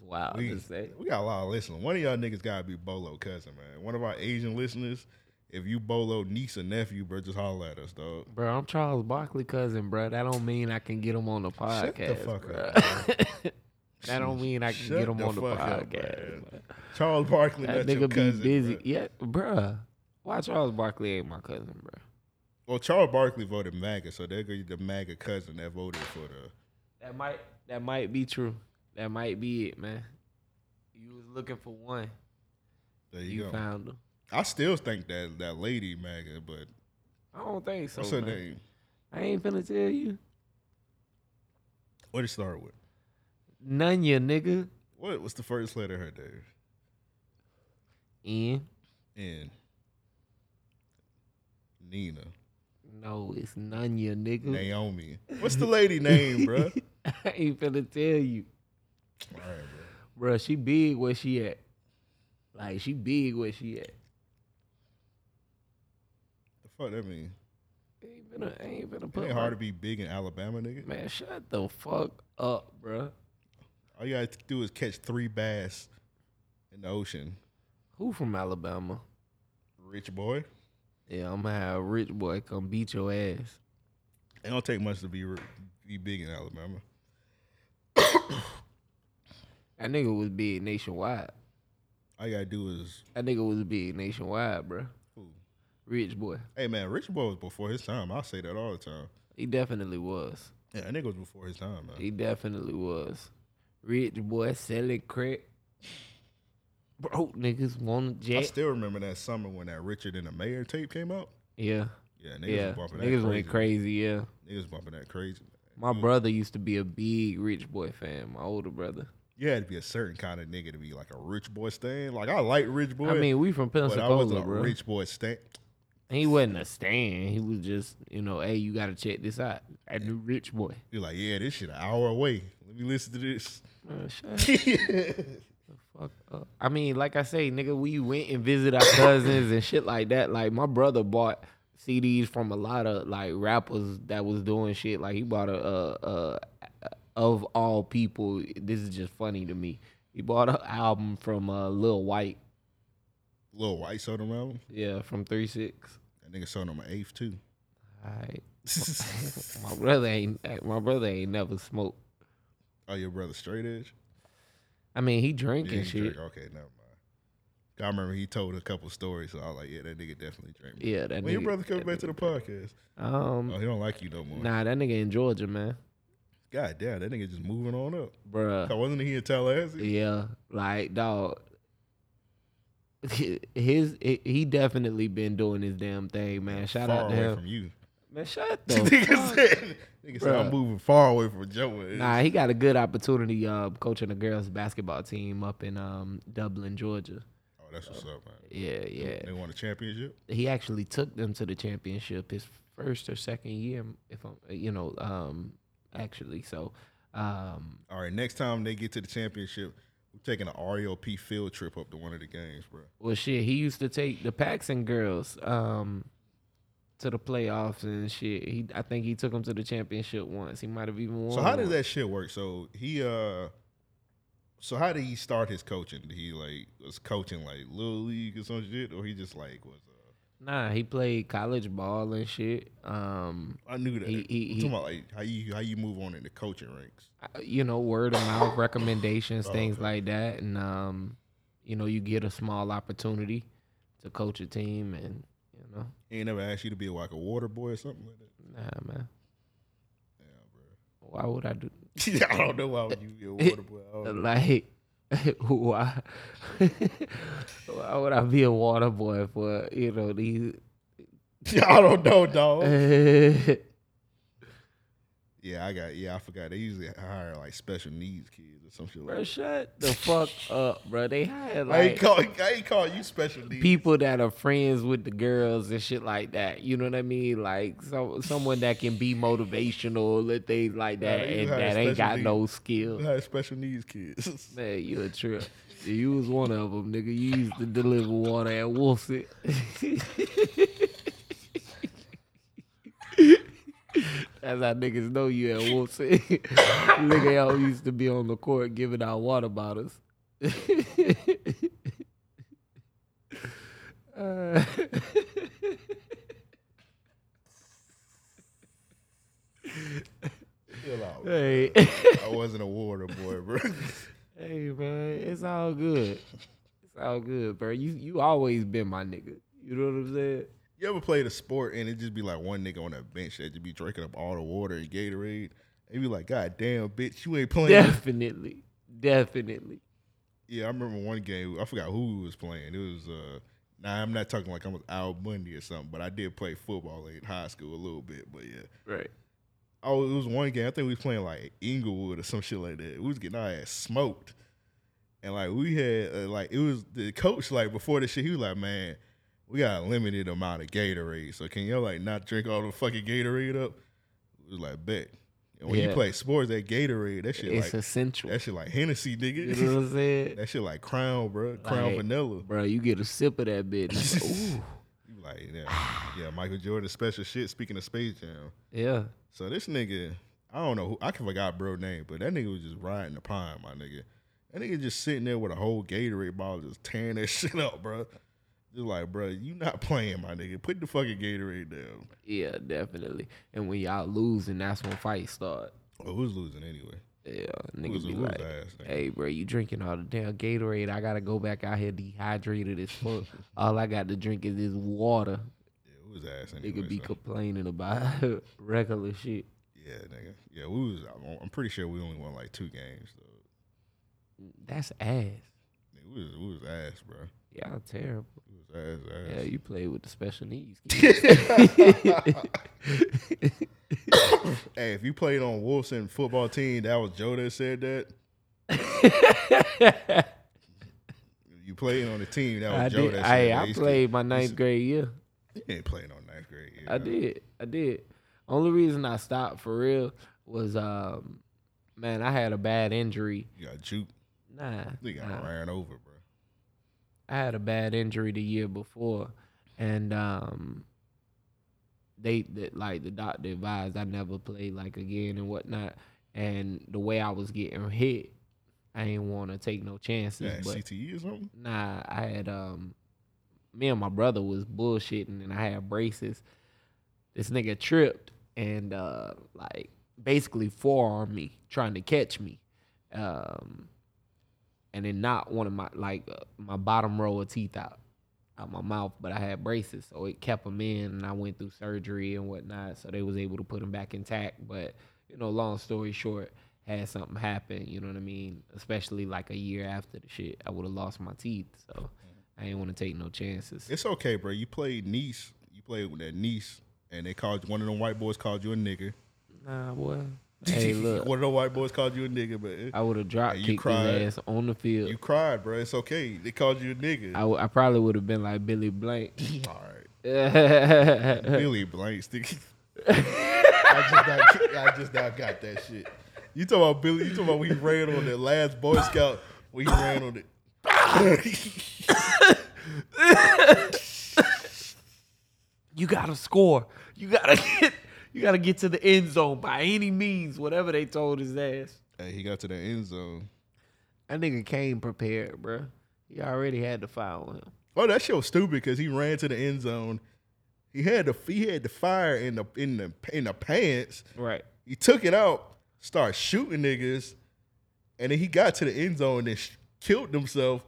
S8: wild
S6: We,
S8: to say.
S6: we got a lot of listeners. One of y'all niggas gotta be Bolo cousin, man. One of our Asian listeners, if you Bolo niece or nephew, bro, just holler at us, dog.
S8: Bro, I'm Charles Barkley cousin, bro. That don't mean I can get him on the
S6: Shut
S8: podcast.
S6: the fuck
S8: bro.
S6: up. man.
S8: That don't mean I can
S6: Shut
S8: get him on the
S6: fuck up,
S8: podcast.
S6: man.
S8: bro.
S6: Charles Barkley,
S8: That
S6: that's your
S8: nigga
S6: cousin,
S8: be busy.
S6: bro.
S8: Yeah, bro. Why Charles Barkley ain't my cousin, bro?
S6: Well, Charles Barkley voted MAGA, so they're gonna be the MAGA cousin that voted for the.
S8: That might that might be true. That might be it, man. You was looking for one.
S6: There you,
S8: You
S6: go.
S8: found him.
S6: I still think that that lady MAGA, but
S8: I don't think so.
S6: what's her
S8: man.
S6: name?
S8: I ain't finna tell you.
S6: What did it start with?
S8: None ya nigga.
S6: What was the first letter of her name?
S8: N.
S6: N. Nina.
S8: No, it's none ya nigga.
S6: Naomi. What's the lady name, bruh?
S8: I ain't finna tell you.
S6: All right, bro.
S8: Bruh, she big where she at. Like she big where she at.
S6: The fuck that mean?
S8: Ain't finna, ain't finna
S6: It
S8: put
S6: ain't
S8: my-
S6: hard to be big in Alabama, nigga.
S8: Man, shut the fuck up, bruh.
S6: All you gotta do is catch three bass in the ocean.
S8: Who from Alabama?
S6: Rich boy.
S8: Yeah, I'm gonna have a rich boy come beat your ass.
S6: It don't take much to be ri- be big in Alabama.
S8: That nigga was big nationwide.
S6: All you gotta do is
S8: That nigga was big nationwide, bruh.
S6: Who?
S8: Rich boy.
S6: Hey man, Rich Boy was before his time. I say that all the time.
S8: He definitely was.
S6: Yeah, that nigga was before his time, man.
S8: He definitely was. Rich boy selling crack. Broke niggas want to
S6: I
S8: jet.
S6: still remember that summer when that Richard and the Mayor tape came out.
S8: yeah,
S6: Yeah, niggas
S8: yeah.
S6: was bumping
S8: Niggas
S6: that
S8: went crazy. Yeah.
S6: Niggas was bumping that crazy. Man.
S8: My brother used to be a big Rich Boy fan. My older brother.
S6: You had to be a certain kind of nigga to be like a Rich Boy stan. Like I like Rich Boy.
S8: I mean, we from
S6: but I was
S8: Pensacola,
S6: a
S8: bro.
S6: Rich Boy stan.
S8: He wasn't a stan. He was just, you know, hey, you gotta check this out. I knew Rich Boy.
S6: You're like, yeah, this shit an hour away. Let me listen to this.
S8: Man, shut Fuck up. I mean, like I say, nigga, we went and visited our cousins and shit like that. Like my brother bought CDs from a lot of like rappers that was doing shit. Like he bought a, uh uh of all people. This is just funny to me. He bought an album from uh, Lil White.
S6: Little White sold him out.
S8: Yeah, from Three Six.
S6: That nigga sold him an eighth too.
S8: All right. my brother ain't. My brother ain't never smoked.
S6: oh, your brother straight edge.
S8: I mean, he drink
S6: Yeah,
S8: and
S6: he
S8: shit.
S6: drink. Okay, never mind. I remember he told a couple stories, so I was like, yeah, that nigga definitely drank.
S8: Yeah, that
S6: When your
S8: nigga-
S6: brother comes
S8: that
S6: back to the podcast,
S8: Um,
S6: oh, he don't like you no more.
S8: nah, that nigga in Georgia, man,
S6: God damn, that nigga just moving on up.
S8: bruh.
S6: So wasn't he in Tallahassee?
S8: Yeah, like dog. His he- he definitely been doing his damn thing, man. Shout
S6: far
S8: out to
S6: away
S8: him.
S6: from you.
S8: Man, shut the
S6: nigga said, nigga said, I'm
S8: Bruh.
S6: moving far away from Joe. It's-
S8: Nah, he got a good opportunity uh, coaching the girls basketball team up in um, Dublin, Georgia.
S6: Oh, that's what's up, man.
S8: Yeah, yeah.
S6: They won a championship.
S8: He actually took them to the championship his first or second year, if I'm, you know, um, actually. So, um,
S6: All right, next time they get to the championship, we're taking an REOP field trip up to one of the games, bro.
S8: Well, shit, he used to take the Paxson girls um, to the playoffs and shit. He, I think he took them to the championship once. He might have even won.
S6: So how does
S8: one.
S6: that shit work? So he uh so how did he start his coaching? Did he like was coaching like little league or some shit? Or he just like was uh,
S8: Nah, he played college ball and shit. Um,
S6: I knew that.
S8: He- he-
S6: I'm
S8: he-
S6: talking about like how you how you move on in the coaching ranks.
S8: I- you know, word of mouth
S6: Oh,
S8: recommendations, things like that, and um, you know, you get a small opportunity to coach a team, and you know,
S6: He ain't never asked you to be like a water boy or something like that.
S8: nah, man. Why would I do?
S6: I don't know why would you be a water boy. I don't know.
S8: Like, why? why would I be a water boy for you know these?
S6: I don't know, dog.
S8: yeah,
S6: Yeah, I got. Yeah, I forgot. They usually hire like special needs kids or some shit
S8: Bro,
S6: like. that.
S8: shut the fuck up, bro. They hired
S6: I ain't
S8: like
S6: call. I ain't call you special needs.
S8: people that are friends with the girls and shit like that. You know what I mean? Like so, someone that can be motivational and things like that,
S6: they
S8: and
S6: hired
S8: that ain't got
S6: special
S8: no
S6: needs.
S8: skill.
S6: They hire special needs kids.
S8: Man, you a trip. You was one of them, nigga. You used to deliver water at Wolfson. That's how niggas know you at Wolfson. nigga, y'all used to be on the court giving out water bottles. Uh,
S6: Chill out.
S8: hey,
S6: I wasn't a water boy, bro.
S8: hey, man, it's all good. It's all good, bro. You you always been my nigga. You know what I'm saying?
S6: you ever played a sport and it just be like one nigga on a bench that just be drinking up all the water and Gatorade? They be like, God damn, bitch, you ain't playing.
S8: Definitely. Definitely.
S6: Yeah, I remember one game. I forgot who we was playing. It was uh, nah. I'm not talking like I was Al Bundy or something, but I did play football in high school a little bit. But yeah,
S8: Right.
S6: oh, it was one game. I think we was playing like Inglewood or some shit like that. We was getting our ass smoked, and like we had uh, like it was the coach like before the shit. He was like, man, we got a limited amount of Gatorade, so can y'all like not drink all the fucking Gatorade up? It was like bet. And when you
S8: Yeah.
S6: play sports, that Gatorade, that shit
S8: It's
S6: like
S8: essential.
S6: that shit like Hennessy, nigga.
S8: You know what I'm saying?
S6: That shit like crown, bro. Crown
S8: Like-
S6: vanilla.
S8: Bro, you get a sip of that bitch. Ooh.
S6: You like yeah. yeah, Michael Jordan special shit. Speaking of Space Jam,
S8: Yeah.
S6: so this nigga, I don't know, who I can forgot bro name, but that nigga was just riding the pine, my nigga. That nigga just sitting there with a whole Gatorade bottle, just tearing that shit up, bro. Just like, bro, you not playing, my nigga. Put the fucking Gatorade down.
S8: Yeah, definitely. And when y'all lose, and that's when fights start.
S6: Well, who's losing anyway?
S8: Yeah,
S6: Who's,
S8: niggas be
S6: who's
S8: like,
S6: ass? nigga?
S8: hey, bro, you drinking all the damn Gatorade. I got to go back out here dehydrated as fuck. all I got to drink is this water.
S6: Yeah, who's ass? Anyway,
S8: Nigga be
S6: so-
S8: complaining about regular shit.
S6: yeah, nigga. Yeah, we was. I'm- I'm pretty sure we only won like two games though.
S8: That's ass.
S6: Nigga, we was, we was ass, bro.
S8: Y'all terrible.
S6: We was ass, ass.
S8: Yeah, you play with the special needs. kids.
S6: Hey, if you played on Wilson football team, that was Joe that said that. you played on a team that was
S8: I
S6: Oh, Joe
S8: did.
S6: that said
S8: Hey,
S6: that.
S8: I
S6: He's-
S8: played my ninth grade year.
S6: You ain't playing on ninth grade. yeah.
S8: I did. I did. Only reason I stopped for real was, um, man, I had a bad injury.
S6: You got juke.
S8: Nah,
S6: You got
S8: nah.
S6: ran over, bro.
S8: I had a bad injury the year before, and um, they that like the doctor advised I never play like again and whatnot. And the way I was getting hit, I ain't want to take no
S6: You
S8: chances.
S6: had
S8: but
S6: CTE E or something.
S8: Nah, I had um me and my brother was bullshitting and I had braces. This nigga tripped and uh like basically forearmed me, trying to catch me. Um and then knocked one of my like uh, my bottom row of teeth out out my mouth, but I had braces, so it kept them in, and I went through surgery and whatnot, so they was able to put them back intact. But you know, long story short, had something happen, you know what I mean? Especially like a year after the shit, I would have lost my teeth, so I ain't want to take no chances.
S6: It's okay, bro. You played niece. You played with that niece, and they called one of them white boys called you a nigga.
S8: Nah, boy. Hey, look,
S6: one of them white boys called you a nigga, but it-
S8: I would have dropped
S6: Hey, you
S8: kicked
S6: cried.
S8: his ass on the field.
S6: you cried, bro. It's okay. They called you a nigga.
S8: I, w- I probably would have been like Billy Blank.
S6: All right.
S8: yeah,
S6: Billy Blank sticky. I just not, I just not got that shit. You talking about Billy? You talking about we ran on the last Boy Scout? We ran on it.
S8: you gotta score. You gotta get you gotta get to the end zone by any means, whatever they told his ass.
S6: Hey, he got to the end zone.
S8: That nigga came prepared, bruh. He already had the file on him.
S6: Oh, that shit was stupid because he ran to the end zone. He had the he had the fire in the in the in the pants.
S8: Right.
S6: He took it out, started shooting niggas, and then he got to the end zone and then sh- killed himself.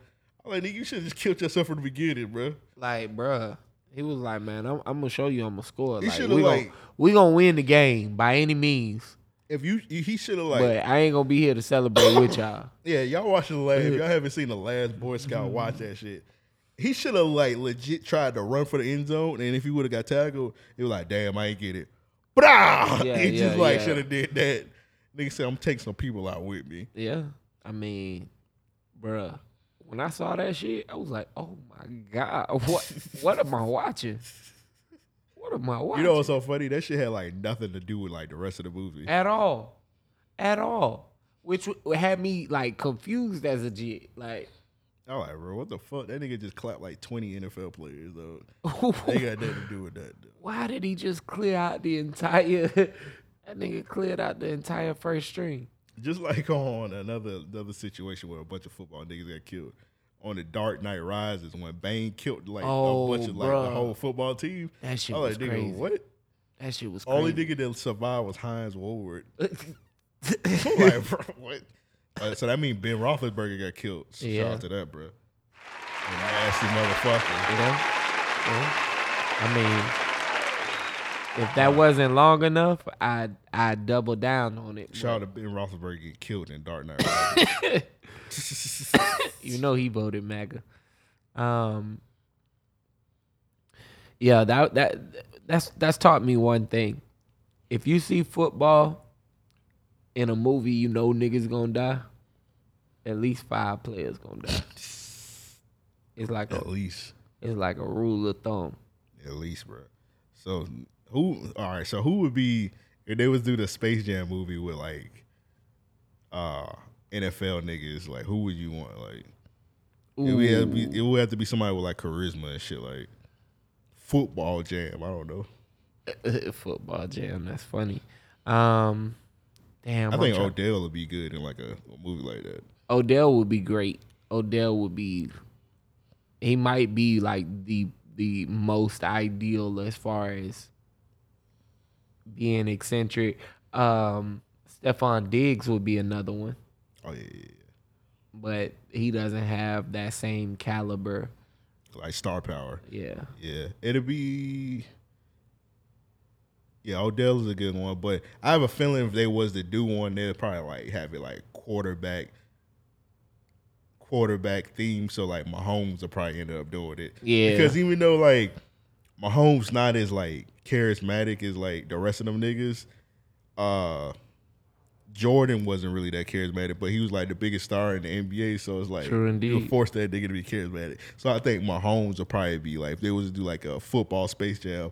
S6: I'm like, nigga, you should have just killed yourself from the beginning, bro.
S8: Like, bruh, he was like, man, I'm, I'm gonna show you I'm gonna score.
S6: He
S8: Like, we
S6: shoulda,
S8: gonna,
S6: like-
S8: we gonna win the game by any means,
S6: If you he should have like
S8: but I ain't gonna be here to celebrate with y'all.
S6: Yeah, y'all watching the last. If y'all haven't seen the last Boy
S8: Mm-hmm.
S6: Scout, watch that shit. He should have like legit tried to run for the end zone, and if he would have got tackled, it was like, damn, I ain't get it. brah.
S8: Yeah,
S6: he just
S8: yeah,
S6: like
S8: yeah.
S6: should have did that. Nigga said, I'm taking some people out with me.
S8: Yeah. I mean, bruh, when I saw that shit, I was like, oh my God, what what am I watching? What am I
S6: You
S8: watching?
S6: know what's so funny? That shit had like nothing to do with like the rest of the movie.
S8: at all. At all. Which w- had me like confused as a G. Like,
S6: I'm like, bro, what the fuck? That nigga just clapped like 20 NFL players though. They
S8: why
S6: got nothing to do with that. Though.
S8: did he just clear out the entire that nigga cleared out the entire first string?
S6: Just like on another another situation where a bunch of football niggas got killed. On the Dark Knight Rises, when Bane killed like
S8: Oh,
S6: a bunch of like the
S8: bruh.
S6: whole football team.
S8: That shit
S6: I was
S8: was
S6: like, Oh, nigga,
S8: crazy.
S6: what?
S8: That shit was
S6: Only
S8: crazy.
S6: nigga that survived was Heinz Woodward. like, bro, what? Uh, so that means Ben Roethlisberger got killed. So Shout
S8: Yeah.
S6: out to that, bro. Nasty motherfucker.
S8: You know? Yeah. I mean, if that wasn't long enough, I I double down on it.
S6: Shout out to Ben Roethlisberger getting killed in Dark Knight. Rises.
S8: You know he voted MAGA. Um, yeah, that that that's that's taught me one thing. If you see football in a movie, you know niggas gonna die. At least five players gonna die. It's like a
S6: at least,
S8: it's like a rule of thumb.
S6: at least, bro. So who? All right. So who would be if they was do the Space Jam movie with like uh NFL niggas? Like, who would you want? Like, it would, have to be, it would have to be somebody with like charisma and shit. Like football jam. I don't know.
S8: football jam. That's funny. Um, damn,
S6: I
S8: I'm
S6: think
S8: try-
S6: Odell would be good in like a, a movie like that.
S8: Odell would be great. Odell would be. He might be like the the most ideal as far as being eccentric. Um, Stefan Diggs would be another one,
S6: Oh yeah, yeah, yeah.
S8: but he doesn't have that same caliber.
S6: like star power.
S8: Yeah,
S6: Yeah, it'll be. Yeah, Odell is a good one, but I have a feeling if they was to do one, they'd probably like have it like quarterback, quarterback theme. So like Mahomes will probably end up doing it.
S8: Yeah.
S6: because even though like Mahomes not as like charismatic as like the rest of them niggas, uh, Jordan wasn't really that charismatic, but he was like the biggest star in the NBA. So it's like
S8: True
S6: you
S8: indeed.
S6: force that nigga to be charismatic. So I think Mahomes would probably be like if they was to do like a football space jam,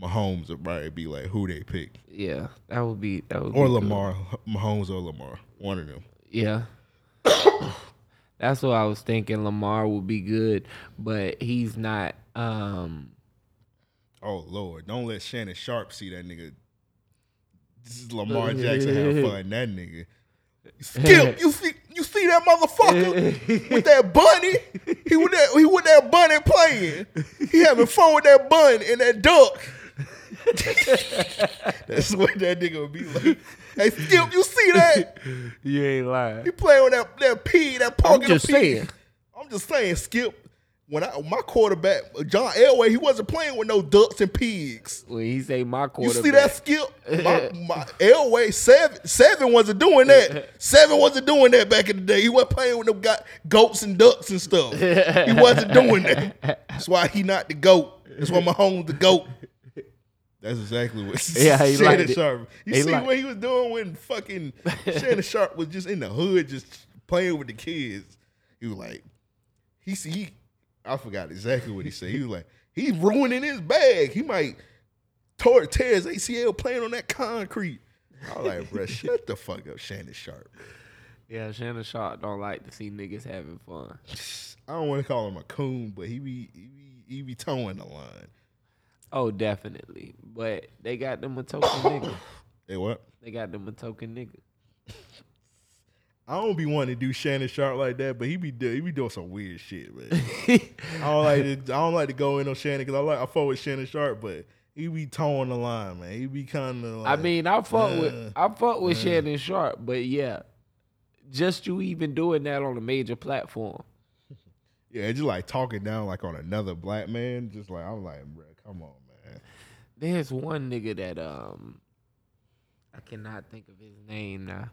S6: Mahomes would probably be like who they pick.
S8: yeah, that would be that would
S6: Or
S8: be good.
S6: Lamar. Mahomes or Lamar. One of them.
S8: Yeah. That's what I was thinking Lamar would be good, but he's not um
S6: Oh Lord. Don't let Shannon Sharp see that nigga. This is Lamar Jackson having fun. That nigga. Skip, you see you see that motherfucker with that bunny? He with that he with that bunny playing. He having fun with that bun and that duck. That's what that nigga would be like. Hey Skip, you see that?
S8: You ain't lying.
S6: He playing with that that pea, that pork
S8: I'm
S6: and the
S8: just
S6: pea.
S8: saying.
S6: I'm just saying, Skip. When I my quarterback John Elway, he wasn't playing with no ducks and pigs.
S8: When he say my
S6: You
S8: quarterback.
S6: see that Skip? My, my Elway seven seven wasn't doing that. Seven wasn't doing that back in the day. He wasn't playing with no got goats and ducks and stuff. He wasn't doing that. That's why he not the goat. That's why Mahomes the goat. That's exactly what
S8: Yeah, he
S6: Shannon
S8: liked it.
S6: Sharp. You
S8: He
S6: see
S8: liked-
S6: what he was doing when fucking Shannon Sharp was just in the hood, just playing with the kids. He was like, he see, he, I forgot exactly what he said. He was like, he's ruining his bag. He might tore tear his ACL playing on that concrete. I was like, bro, shut the fuck up, Shannon Sharp.
S8: Yeah, Shannon Sharp don't like to see niggas having fun.
S6: I don't want to call him a coon, but he be he be, he be towing the line.
S8: Oh, definitely. But they got them a token nigga.
S6: Hey, what?
S8: They got them a token nigga.
S6: I don't be wanting to do Shannon Sharp like that, but he be do, he be doing some weird shit, man. I don't like to, I don't like to go in on Shannon because I like I fuck with Shannon Sharp, but he be towing the line, man. He be kind of.
S8: I
S6: Like,
S8: mean, I fuck
S6: uh,
S8: with I fuck with Shannon Sharp, but yeah. Just you even doing that on a major platform.
S6: yeah, it's just like talking down like on another black man. Just like I'm like, bro, come on, man.
S8: There's one nigga that um I cannot think of his name now.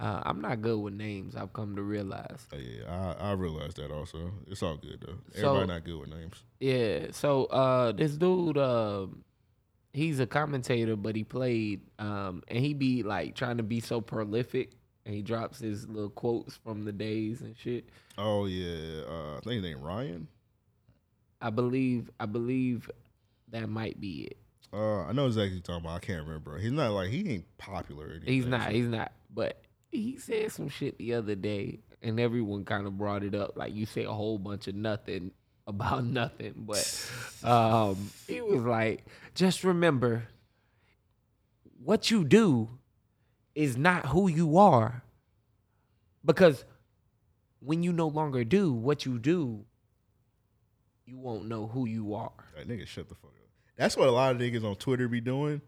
S8: Uh, I'm not good with names. I've come to realize.
S6: Oh, yeah, I I realize that also. It's all good though.
S8: So-
S6: Everybody not good with names.
S8: Yeah. So uh, this dude, um he's a commentator, but he played, um, and he be like trying to be so prolific, and he drops his little quotes from the days and shit.
S6: Oh yeah, uh, I think his name Ryan.
S8: I believe, I believe that might be it.
S6: Uh, I know exactly what you're talking about. I can't remember. He's not like he ain't popular. Or anything,
S8: He's not.
S6: so-
S8: He's not. But he said some shit the other day, and everyone kind of brought it up. Like you say a whole bunch of nothing about nothing, but um, he was like, just remember, what you do is not who you are, because when you no longer do what you do, you won't know who you are.
S6: Like, nigga, shut the fuck up. That's what a lot of niggas on Twitter be doing.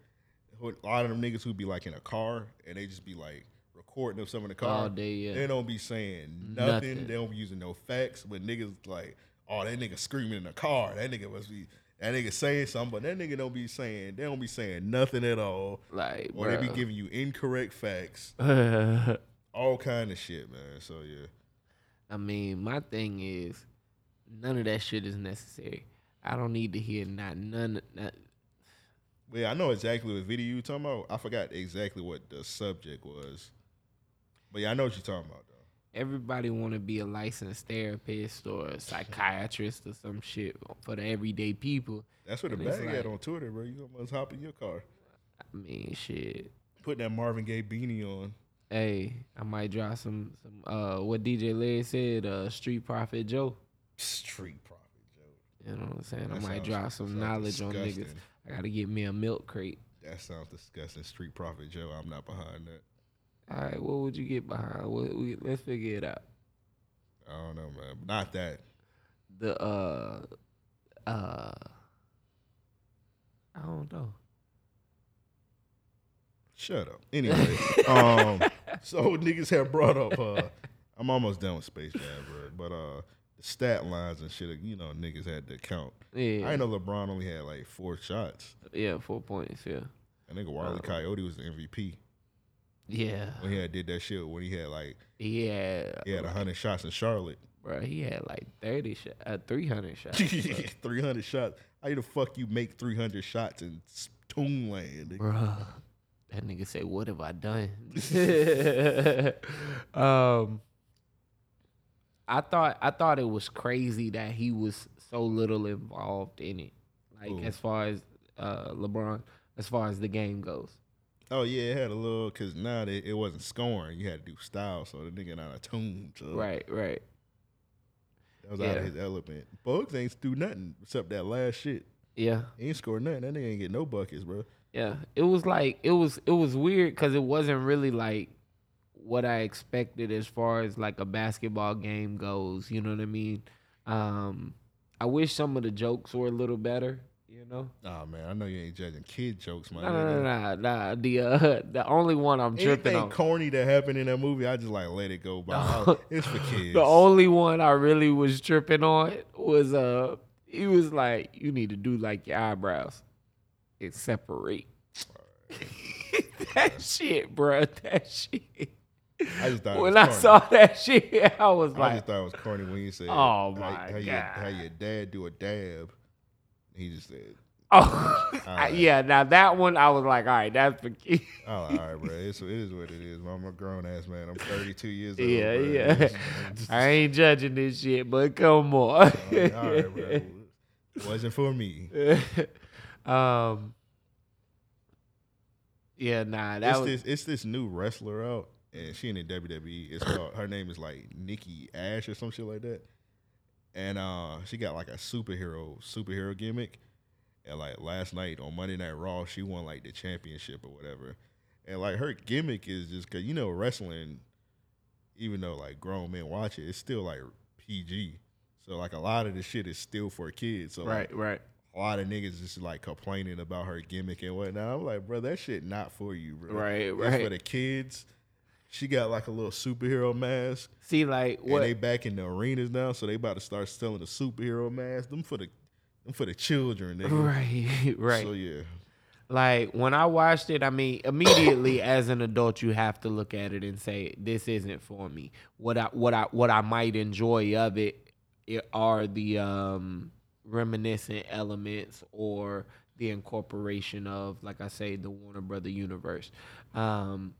S6: What- A lot of them niggas who be like in a car and they just be like recording of some in the car.
S8: All day, yeah.
S6: They don't be saying nothing.
S8: Nothing.
S6: They don't be using no facts. But niggas like, oh, that nigga screaming in the car. That nigga must be. That nigga saying something, but that nigga don't be saying. They don't be saying nothing at all.
S8: Like,
S6: Or they be
S8: bruh.
S6: giving you incorrect facts. all kind of shit, man. So yeah.
S8: I mean, my thing is, none of that shit is necessary. I don't need to hear not none. Not,
S6: But yeah, I know exactly what video you talking about. I forgot exactly what the subject was. But yeah, I know what you're talking about though.
S8: everybody want to be a licensed therapist or a psychiatrist or some shit for the everyday people.
S6: That's what the
S8: And it's
S6: bag
S8: like-
S6: had on Twitter, bro. You almost hop in your car.
S8: I mean, shit.
S6: Put that Marvin Gaye beanie on.
S8: Hey, I might drop some some uh what DJ Larry said, uh Street Prophet Joe.
S6: Street profit, Joe.
S8: You know what I'm saying? I
S6: That
S8: might
S6: sounds-
S8: drop some
S6: sounds
S8: knowledge on niggas.
S6: disgusting.
S8: I gotta get me a milk crate.
S6: That sounds disgusting. Street profit, Joe. I'm not behind that.
S8: All right, what would you get behind? What, we, let's figure it out.
S6: I don't know, man. Not that.
S8: the uh uh I don't know.
S6: Shut up. Anyway, um, so niggas have brought up. Uh, I'm almost done with Space Jam, bro. But uh, the stat lines and shit, you know, niggas had to count.
S8: Yeah.
S6: I didn't know LeBron only had like four shots.
S8: Yeah, four points, yeah.
S6: That nigga Wiley Coyote was the MVP
S8: Yeah.
S6: when he had did that shit. When he had like
S8: Yeah.
S6: he had hundred shots in Charlotte,
S8: Bro, he had like 30 sh- uh, 300 shots.
S6: three hundred shots. How the fuck you make three hundred shots in s- Toonland? nigga?
S8: Bruh. That nigga say, "What have I done?" um, I thought I thought it was crazy that he was so little involved in it, like as far as uh, LeBron, as far as the game goes.
S6: Oh yeah, it had a little because now they, it wasn't scoring. You had to do style, so the nigga not attuned. So
S8: Right, right.
S6: that was out
S8: yeah.
S6: of his element. Bugs ain't do nothing except that last shit.
S8: Yeah,
S6: He ain't scored nothing. That nigga ain't get no buckets, bro.
S8: yeah. It was like it was it was weird because it wasn't really like what I expected as far as like a basketball game goes. You know what I mean? Um, I wish some of the jokes were a little better. You know?
S6: Nah, man, I know you ain't judging kid jokes, man.
S8: No, no, no, no, nah. The uh, the only one I'm tripping
S6: Oh, Anything
S8: on.
S6: corny that happened in that movie, I just like let it go by. It's for kids.
S8: The only one I really was tripping on was uh, he was like, you need to do like your eyebrows, and separate. that shit, bro. That shit.
S6: I just thought it
S8: when
S6: was
S8: I
S6: Uh, corny.
S8: saw that shit, I was
S6: I
S8: like,
S6: just thought it was corny when you said,
S8: Oh,
S6: how-
S8: my
S6: how, your-
S8: God.
S6: how your dad do a dab." He just said,
S8: oh,
S6: right.
S8: yeah. Now that one, I was like, all right, that's for kids.
S6: "Oh, all right, bro. It's, it is what it is. I'm a grown ass man. I'm 32 years old.
S8: yeah,
S6: bro.
S8: yeah.
S6: It's-
S8: I ain't judging this shit, but come on.
S6: it's- Oh, all right, bro. It wasn't for me.
S8: um, yeah, nah, that
S6: it's
S8: was
S6: this it's this new wrestler out, and she in the WWE. It's called her name is like Nikki Ash or some shit like that. And uh, she got like a superhero superhero gimmick. And like last night on Monday Night Raw, she won like the championship or whatever. And like her gimmick is just cause you know wrestling, even though like grown men watch it, it's still like PG. So like a lot of the shit is still for kids. So like,
S8: right, right.
S6: a lot of niggas just like complaining about her gimmick and whatnot. I'm like, bro, that shit not for you, bro.
S8: Right,
S6: It's
S8: right.
S6: for the kids. She got like a little superhero mask,
S8: See, like what?
S6: and they back in the arenas now, so they about to start selling the superhero mask. Them for the, them for the children, nigga.
S8: right, right.
S6: So yeah,
S8: like when I watched it, I mean, immediately as an adult, you have to look at it and say, "This isn't for me." What I what I what I might enjoy of it, it are the um, reminiscent elements or the incorporation of, like I say, the Warner Brother universe. Um,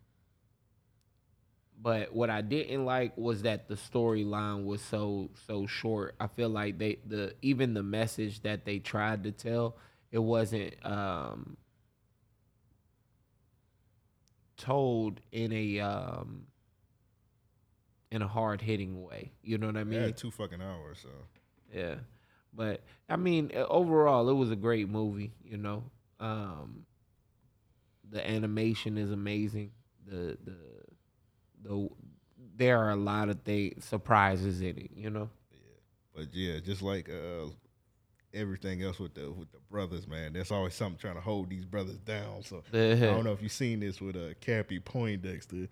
S8: but what I didn't like was that the storyline was so so short. I feel like they the even the message that they tried to tell it wasn't um, told in a um, in a hard hitting way. You know what I
S6: Yeah,
S8: mean?
S6: two fucking hours. So
S8: Yeah. But I mean, uh, overall, it was a great movie. You know, um, the animation is amazing. The the the there are a lot of things surprises in it. You know.
S6: But yeah, just like uh, everything else with the with the brothers, man, there's always something trying to hold these brothers down. So I don't know if you've seen this with uh, Cappy Poindexter.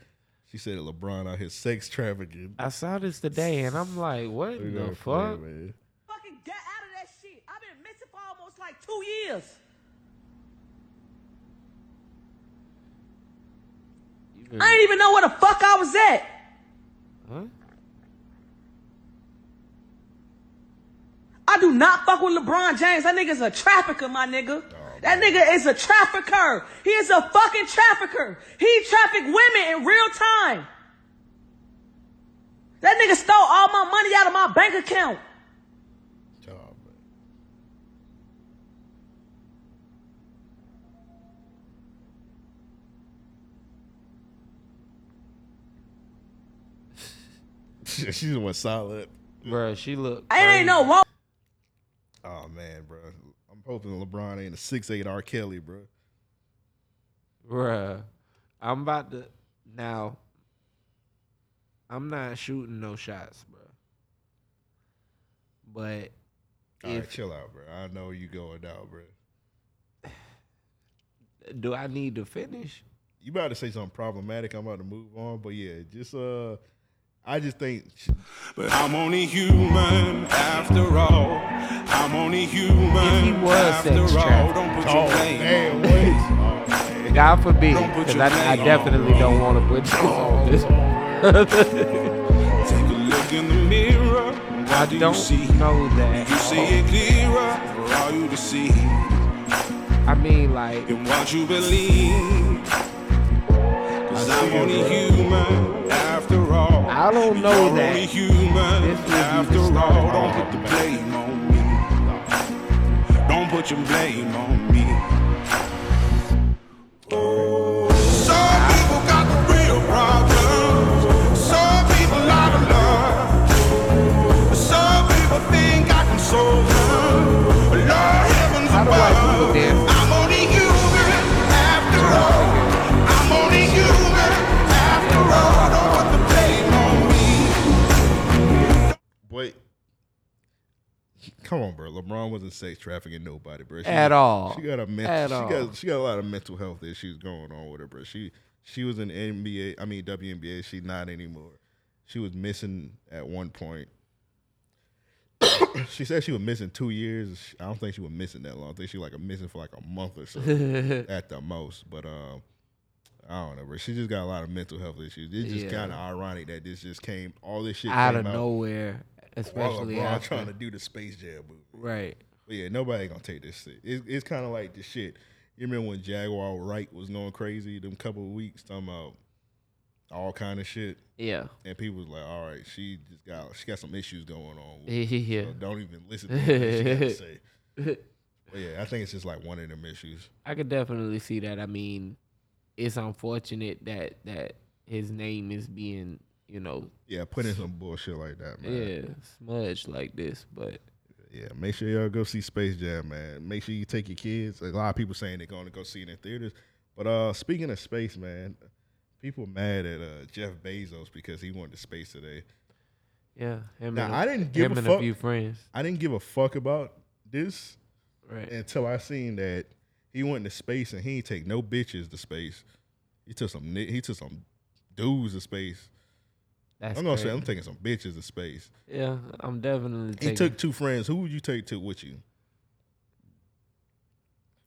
S6: She said LeBron out here sex trafficking.
S8: I saw this today, and I'm like, what
S6: You
S8: the
S6: know,
S8: fuck?
S6: man.
S9: Fucking get out of that shit. I've been missing for almost like two years. I didn't even know where the fuck I was at.
S8: Huh?
S9: I do not fuck with LeBron James. That nigga's a trafficker, my nigga. that nigga is a trafficker. He is a fucking trafficker. He trafficked women in real time. That nigga stole all my money out of my bank account.
S6: Oh, man. She's the one solid.
S8: Bro, she looked.
S9: I ain't no
S8: crazy.
S9: woman.
S6: Oh man, bro. I'm hoping LeBron ain't a six eight R Kelly, bro.
S8: Bruh, I'm about to now. I'm not shooting no shots, bro. But
S6: All right,
S8: If-
S6: chill out, bro. I know you going out, bro.
S8: do I need to finish?
S6: You about to say something problematic. I'm about to move on, but yeah, just uh, I just think
S10: But I'm only human after all. I'm only human
S8: If he was
S10: after
S8: sex
S10: all.
S8: trafficked.
S10: Don't put
S6: Oh
S10: your name.
S6: man, what? Oh, man.
S8: God forbid,
S10: Don't put
S8: because
S10: your
S8: I, I
S10: name
S8: definitely
S10: on.
S8: don't want to put you on this.
S10: Take a look in the mirror. What
S8: I
S10: do you
S8: don't
S10: see?
S8: know
S10: You see
S8: that.
S10: it clearer, or are you deceived
S8: I mean, like,
S10: in what you believe? Cause I'm only human after all.
S8: I don't know
S10: You're
S8: that.
S10: only human
S8: This is
S10: after
S8: the
S10: all.
S8: start.
S10: Don't put the blame on me. Don't put your blame on me. Some people got the real problems. Some people out of love. Some people think I can solve them. Lord heavens
S8: How do I do
S10: above.
S8: this?
S10: I'm only human after all. I'm only human after all. Don't put the blame on me.
S6: Wait. Come on, bro. LeBron wasn't sex trafficking nobody, bro. She
S8: At
S6: got-
S8: all.
S6: She got a mental.
S8: At
S6: she
S8: all.
S6: got she got a lot of mental health issues going on with her, bro. She she was in NBA. I mean WNBA. She not anymore. She was missing at one point. she said she was missing two years. I don't think she was missing that long. I think she like missing for like a month or so at the most. But um, I don't know, bro. She just got a lot of mental health issues. It's just
S8: Yeah.
S6: kind of ironic that this just came. All this shit
S8: out
S6: came
S8: of
S6: out
S8: nowhere,
S6: while
S8: especially
S6: LeBron
S8: after.
S6: trying to do the Space Jam movie.
S8: Right.
S6: But yeah, nobody gonna take this shit. It's, it's kind of like the shit. You remember when Jaguar Wright was going crazy them couple of weeks talking about all kind of shit,
S8: Yeah.
S6: and people was like, "All right, she just got she got some issues going on. with it,
S8: yeah.
S6: so don't even listen to what she got to say." But yeah, I think it's just like one of them issues.
S8: I could definitely see that. I mean, it's unfortunate that that his name is being, you know,
S6: Yeah, put in some bullshit like that, man.
S8: yeah, smudged like this, but
S6: Yeah, make sure y'all go see Space Jam, man. Make sure you take your kids. A lot of people saying they're going to go see it in theaters. But uh, speaking of space, man, people mad at uh, Jeff Bezos because he went to space today.
S8: yeah, him
S6: Now,
S8: and a-
S6: I didn't give a
S8: him and
S6: fuck.
S8: a few friends,
S6: I didn't give a fuck about this
S8: right?
S6: until I seen that he went to space and he ain't take no bitches to space. He took some ni- he took some dudes to space.
S8: That's
S6: I'm gonna say
S8: crazy.
S6: I'm taking some bitches to space.
S8: yeah, I'm definitely. Taking,
S6: He took two friends. Who would you take to with you?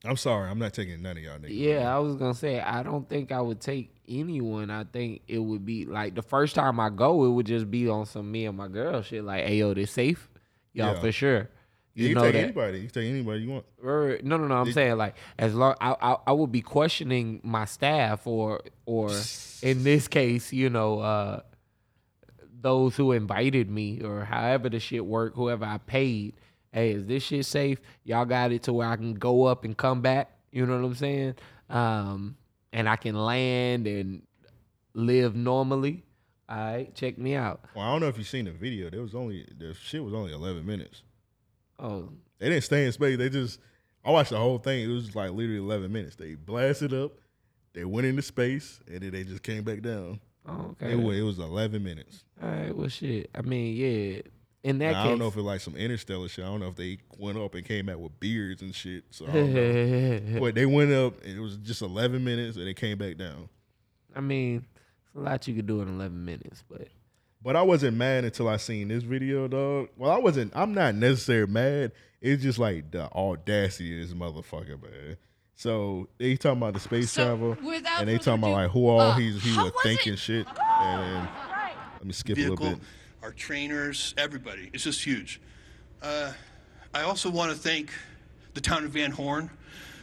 S6: I'm sorry, I'm not taking none of y'all niggas. with me.
S8: Yeah, I was gonna say I don't think I would take anyone. I think it would be like the first time I go, it would just be on some me and my girl shit. Like, hey yo, this safe, y'all
S6: Yeah.
S8: for sure.
S6: You, can
S8: You know
S6: take
S8: that.
S6: anybody. You can take anybody you want.
S8: Or- No, no, no. I'm saying like as long I, I I would be questioning my staff or or in this case, you know, uh those who invited me or however the shit worked, whoever I paid. Hey, is this shit safe? Y'all got it to where I can go up and come back. You know what I'm saying? Um, and I can land and live normally. All right, check me out.
S6: Well, I don't know if you seen the video. There was only the shit was only eleven minutes.
S8: Oh,
S6: They didn't stay in space. They just I watched the whole thing. It was like literally eleven minutes. They blasted up. They went into space and then they just came back down.
S8: Oh,
S6: It was, it was eleven minutes.
S8: all right. Well, shit. I mean, yeah. In that
S6: Now,
S8: case,
S6: I don't know if it like some interstellar shit. I don't know if they went up and came back with beards and shit. So I don't know. but they went up and it was just eleven minutes and they came back down.
S8: I mean, it's a lot you could do in 11 minutes, but
S6: But I wasn't mad until I seen this video, dog. Well, I wasn't. I'm not necessarily mad. It's just like the audacity of this motherfucker, man. So they talking about the space travel, and they talking about like who all he's he was thinking shit. And let me skip a little
S11: vehicle,
S6: bit.
S11: our trainers, everybody. It's just huge. Uh, I also want to thank the town of Van Horn.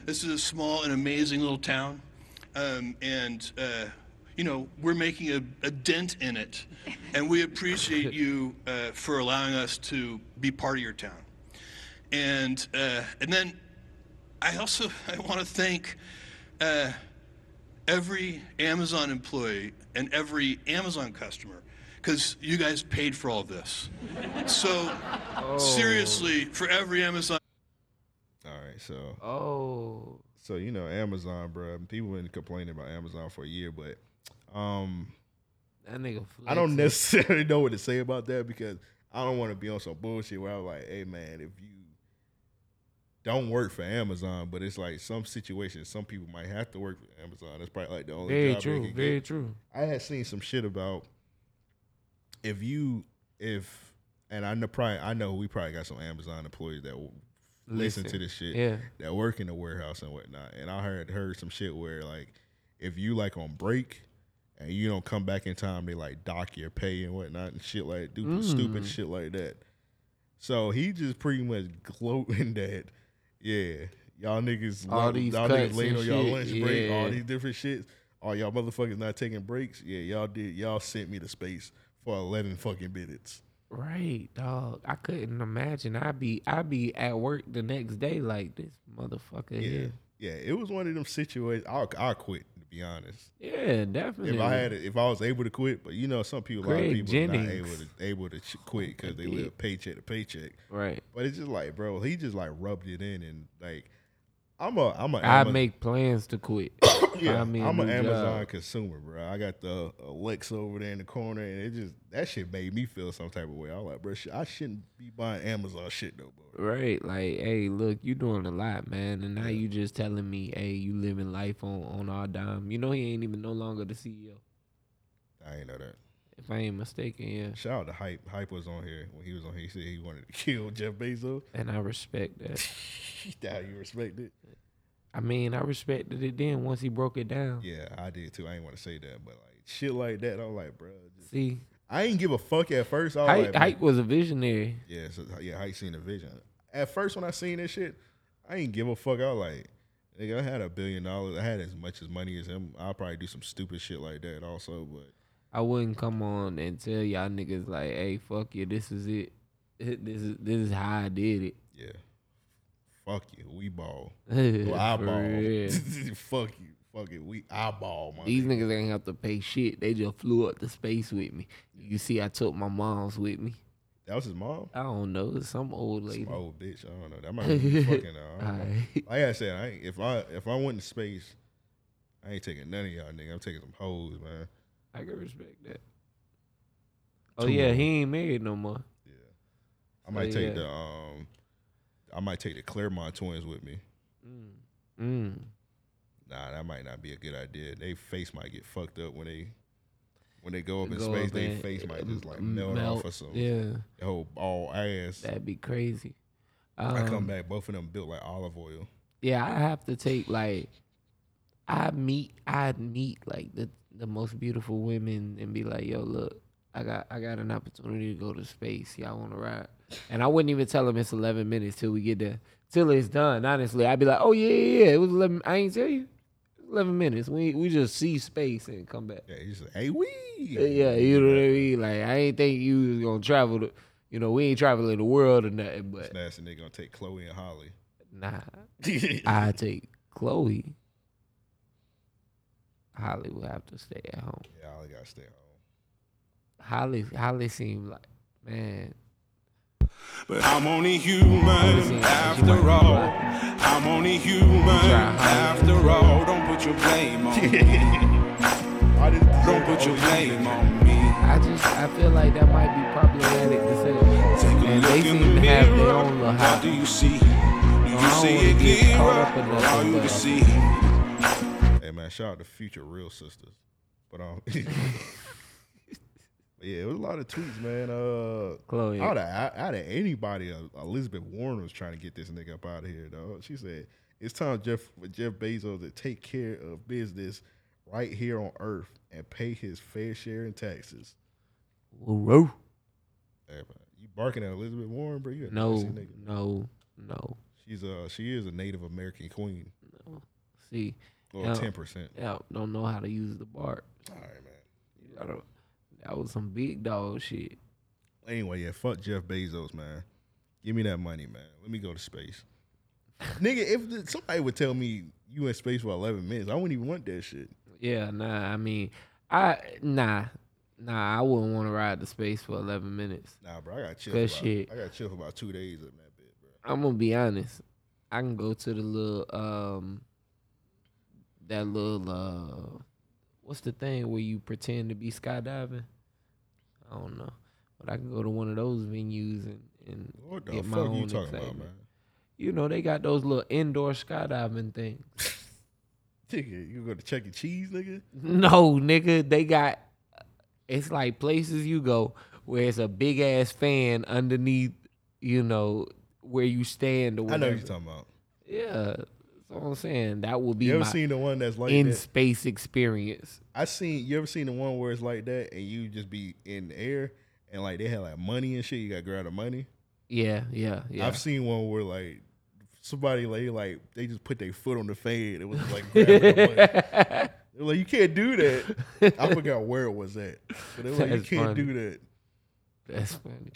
S11: This is a small and amazing little town, um, and uh, you know we're making a, a dent in it, and we appreciate you uh, for allowing us to be part of your town. And uh, and then I also I want to thank. Uh, every Amazon employee and every Amazon customer because you guys paid for all of this. So, seriously, for every Amazon.
S6: All right, so
S8: oh,
S6: so you know Amazon, bro. People been complaining about Amazon for a year, but um,
S8: that nigga.
S6: I don't
S8: flexing.
S6: necessarily know what to say about that because I don't want to be on some bullshit where I'm like, hey man, if you don't work for Amazon, but it's like some situations, some people might have to work for Amazon. That's probably like the only
S8: Very
S6: job they
S8: true,
S6: can
S8: very
S6: get.
S8: true.
S6: I had seen some shit about if you if and I know probably I know we probably got some Amazon employees that will listen,
S8: Listen,
S6: to this shit
S8: yeah.
S6: that work in the warehouse and whatnot. And I heard heard some shit where like if you like on break and you don't come back in time, they like dock your pay and whatnot and shit like do stupid
S8: Mm.
S6: shit like that. So he just pretty much gloating that, yeah, y'all niggas,
S8: All
S6: all
S8: these
S6: y'all
S8: cuts
S6: niggas late
S8: and
S6: on y'all
S8: shit,
S6: lunch break, all
S8: yeah.
S6: these different shits, all y'all motherfuckers not taking breaks. Yeah, y'all did. Y'all sent me to space for eleven fucking minutes.
S8: Right, dog. I couldn't imagine. I'd be I'd be at work the next day like this motherfucker
S6: Yeah,
S8: here.
S6: yeah. It was one of them situations. I'll, I'll quit to be honest.
S8: Yeah, definitely.
S6: If I had, it, if I was able to quit, but you know, some people, a lot of
S8: Greg
S6: people, are not able
S8: Jennings.
S6: to able to ch- quit because they live paycheck to paycheck.
S8: Right.
S6: But it's just like, bro, he just like rubbed it in and like, I'm a, I'm a,
S8: I
S6: Amaz-
S8: make plans to quit.
S6: yeah,
S8: Find me a
S6: I'm an
S8: new
S6: Amazon
S8: job.
S6: consumer, bro. I got the Alexa over there in the corner, and it just that shit made me feel some type of way. I was like, bro, sh- I shouldn't be buying Amazon shit no more.
S8: Right, like, hey, look, you doing a lot, man, and now you just telling me, hey, you living life on on our dime. You know he ain't even no longer the CEO,
S6: I ain't know that.
S8: if I ain't mistaken. Yeah,
S6: Shout out to hype. Hype was on here when he was on. here. He said he wanted to kill Jeff Bezos.
S8: and I respect that.
S6: Now you respect it.
S8: I mean, I respected it then once he broke it down.
S6: Yeah, I did too. I ain't want to say that, but like shit like that, I'm like, bro. Just,
S8: See,
S6: I ain't give a fuck at first. I was
S8: Hype,
S6: like,
S8: Hype was a visionary.
S6: Yeah, so, yeah, Hype seen the vision. At first, when I seen this shit, I ain't give a fuck. I was like, nigga, I had a billion dollars. I had as much as money as him. I'll probably do some stupid shit like that also. But
S8: I wouldn't come on and tell y'all niggas like, hey, fuck you, this is it. This is this is how I did it.
S6: yeah, fuck you, we ball, Well, I
S8: For
S6: ball.
S8: real.
S6: fuck you, fuck it, we eyeball, my
S8: These
S6: nigga.
S8: niggas ain't have to pay shit. They just flew up to space with me. You see, I took my mom's with me.
S6: That was his mom.
S8: I don't know. It's some old lady.
S6: Some old bitch. I don't know. That might be fucking. Uh, I don't know.
S8: Aight.
S6: Like I said, I ain't, if I if I went to space, I ain't taking none of y'all nigga. I'm taking some hoes, man.
S8: I can respect that. Oh
S6: Two
S8: yeah,
S6: more.
S8: he ain't married no more.
S6: I might
S8: So,
S6: take
S8: Oh, yeah.
S6: the um, I might take the Claremont twins with me.
S8: Mm.
S6: Nah, that might not be a good idea. They face might get fucked up when they when they go up in
S8: Go
S6: space.
S8: up
S6: They
S8: and,
S6: face might just like
S8: um,
S6: melt,
S8: melt,
S6: off or something.
S8: yeah.
S6: the whole all ass.
S8: That'd be crazy.
S6: I come
S8: Um,
S6: back, both of them built like olive oil.
S8: Yeah, I have to take like I meet I meet like the the most beautiful women and be like, yo, look, I got I got an opportunity to go to space. Y'all want to ride? And I wouldn't even tell him it's 11 minutes till we get there, till it's done. Honestly, I'd be like, oh yeah, yeah, yeah. it was 11. I ain't tell you, 11 minutes. We we just see space and come back.
S6: Yeah, he's like, hey we.
S8: Yeah, you know what I mean. Like I ain't think you was gonna travel. To, you know, we ain't traveling the world or nothing. But
S6: Nasty nigga gonna take Chloe and Holly.
S8: Nah. I take Chloe. Holly will have to stay at home.
S6: Yeah, Holly gotta stay at home.
S8: Holly Holly seemed like man.
S10: But I'm only human after all. I'm only human after all. Don't put your blame on me. Don't put your blame on me.
S8: I just I feel like that might be problematic to say. And they seem to have their own little
S10: What do
S8: hobby.
S10: you see? Do you
S8: I
S10: see
S8: don't
S10: it
S8: wanna get caught
S10: clearer?
S8: up in
S10: All
S8: nothing,
S10: you can
S8: but-
S10: see.
S6: Hey man, shout out to Future Real Sisters. But um Yeah, it was a lot of tweets, man. Uh
S8: Chloe.
S6: Out of out of anybody, uh, Elizabeth Warren was trying to get this nigga up out of here, though. She said it's time Jeff for Jeff Bezos to take care of business right here on Earth and pay his fair share in taxes.
S8: Woo-woo.
S6: Hey, man, you barking at Elizabeth Warren, bro? You a
S8: No,
S6: nasty nigga.
S8: no, no.
S6: She's uh she is a Native American queen.
S8: See.
S6: Well,
S8: y'all-
S6: 10%.
S8: y'all don't know how to use the bar.
S6: All right, man.
S8: Y'all don't- That was some big dog shit.
S6: Anyway, yeah, fuck Jeff Bezos, man. Give me that money, man. Let me go to space. Nigga, if th- somebody would tell me you in space for 11 minutes, I wouldn't even want that shit.
S8: Yeah, nah. I mean, I nah, nah. I wouldn't want to ride to space for eleven minutes.
S6: Nah, bro, I got chill. For
S8: Cause
S6: about,
S8: shit,
S6: I got chill for about two days in that bit, bro.
S8: I'm gonna be honest. I can go to the little um, that little uh, what's the thing where you pretend to be skydiving? I don't know, but I can go to one of those venues and and
S6: What the
S8: get my
S6: fuck
S8: own
S6: you talking about,
S8: excitement.
S6: man?
S8: You know they got those little indoor skydiving things.
S6: Nigga, you go to Chuck E. Cheese, nigga?
S8: No, nigga, they got it's like places you go where it's a big ass fan underneath, you know, where you stand or
S6: I know
S8: whatever.
S6: what you're talking about.
S8: Yeah, that's what I'm saying. That would be
S6: You ever
S8: my
S6: seen the one that's like
S8: in
S6: that?
S8: space experience.
S6: I seen you ever seen the one where it's like that and you just be in the air and like they had like money and shit. You gotta grab the money.
S8: Yeah, yeah, yeah.
S6: I've seen one where like somebody like like they just put their foot on the fan. It was like grabbing the money. They're like you can't do that. I forgot where it was at, but they were like you
S8: That's
S6: can't
S8: funny.
S6: do that.
S8: That's funny.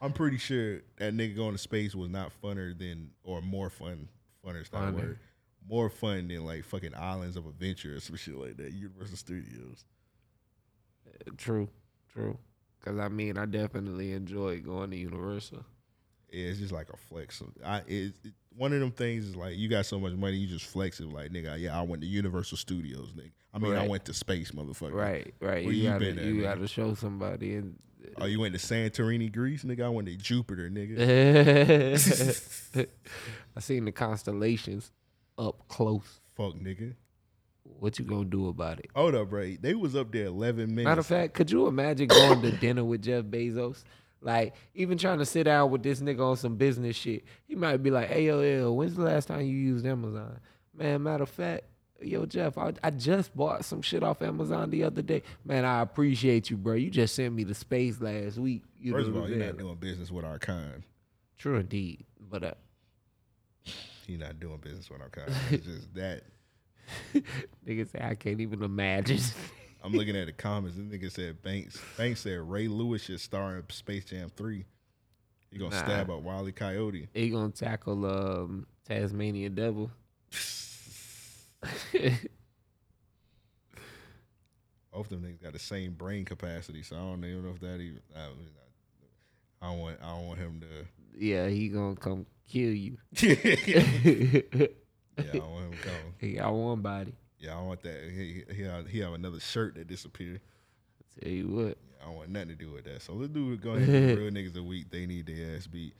S6: I'm pretty sure that nigga going to space was not funner than or more fun. Funner is not a
S8: Funner.
S6: word. More fun than like fucking Islands of Adventure or some shit like that. Universal Studios.
S8: True, true. Cause I mean, I definitely enjoyed going to Universal.
S6: Yeah, it's just like a flex. So I it, it- one of them things is like you got so much money, you just flex it. Like nigga, yeah, I went to Universal Studios, nigga. I mean, I
S8: Right.
S6: went to space, motherfucker.
S8: Right, right.
S6: Where
S8: you
S6: you
S8: gotta,
S6: been at,
S8: you
S6: nigga?
S8: gotta show somebody and
S6: Oh, you went to Santorini, Greece, nigga. I went to Jupiter, nigga.
S8: I seen the constellations up close.
S6: Fuck, nigga.
S8: What you gonna do about it?
S6: Hold up, bro. They was up there eleven minutes.
S8: Matter of fact, could you imagine going to dinner with Jeff Bezos? Like, even trying to sit down with this nigga on some business shit, he might be like, "Hey, yo, yo, when's the last time you used Amazon?" Man, matter of fact, yo, Jeff, I, I just bought some shit off Amazon the other day. Man, I appreciate you, bro. You just sent me the space last week. You
S6: First of
S8: know
S6: all,
S8: what
S6: you're
S8: I'm
S6: not
S8: saying?
S6: doing business with our kind.
S8: True indeed, but uh,
S6: You're not doing business with our kind. It's just that.
S8: nigga say I can't even imagine.
S6: I'm looking at the comments. This nigga said Banks. Banks said Ray Lewis should star in Space Jam Three. You gonna
S8: Nah.
S6: stab up Wiley Coyote?
S8: they gonna tackle um Tasmania Devil.
S6: Both of them niggas got the same brain capacity, so I don't even know if that even. I, don't- I don't want. I don't want him to.
S8: yeah, he gonna come kill you.
S6: Yeah, I don't want him coming.
S8: He got one body.
S6: Yeah, I don't want that. He he, he, have, he have another shirt that disappeared.
S8: Tell you what.
S6: I don't want nothing to do with that. So let's do go ahead and do real niggas a week. They need their ass beat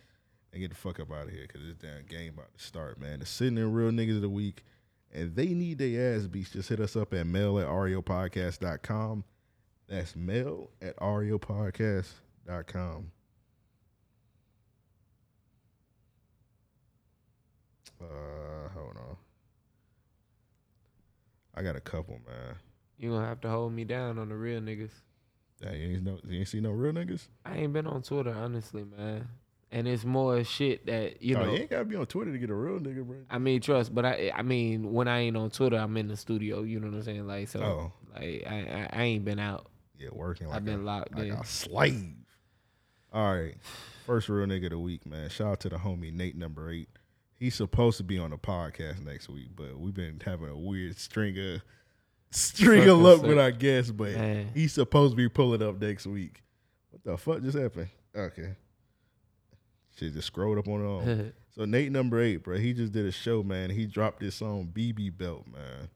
S6: and get the fuck up out of here because this damn game about to start, man. The sitting in real niggas of the week and they need their ass beat. Just hit us up at mail at ariopodcast.com. That's mail at ariopodcast.com. Uh, hold on. I got a couple, man.
S8: You gonna have to hold me down on the real niggas.
S6: Dang, you ain't, no, you ain't see no real niggas?
S8: I ain't been on Twitter honestly, man. And it's more shit that you
S6: oh,
S8: know.
S6: you ain't gotta be on Twitter to get a real nigga, bro.
S8: I mean, trust, but I I mean, when I ain't on Twitter, I'm in the studio. You know what I'm saying? Like, so,
S6: Oh.
S8: like, I, I I ain't been out.
S6: Yeah, working. Like
S8: I've been
S6: a,
S8: locked
S6: like
S8: in.
S6: a slave. All right, first real nigga of the week, man. Shout out to the homie Nate number eight. He's supposed to be on the podcast next week, but we've been having a weird string of string of luck with our guests. But
S8: Man.
S6: he's supposed to be pulling up next week. What the fuck just happened? Okay, shit just scrolled up on it all. so Nate number eight, bro. He just did a show, man. He dropped this song BB Belt, man.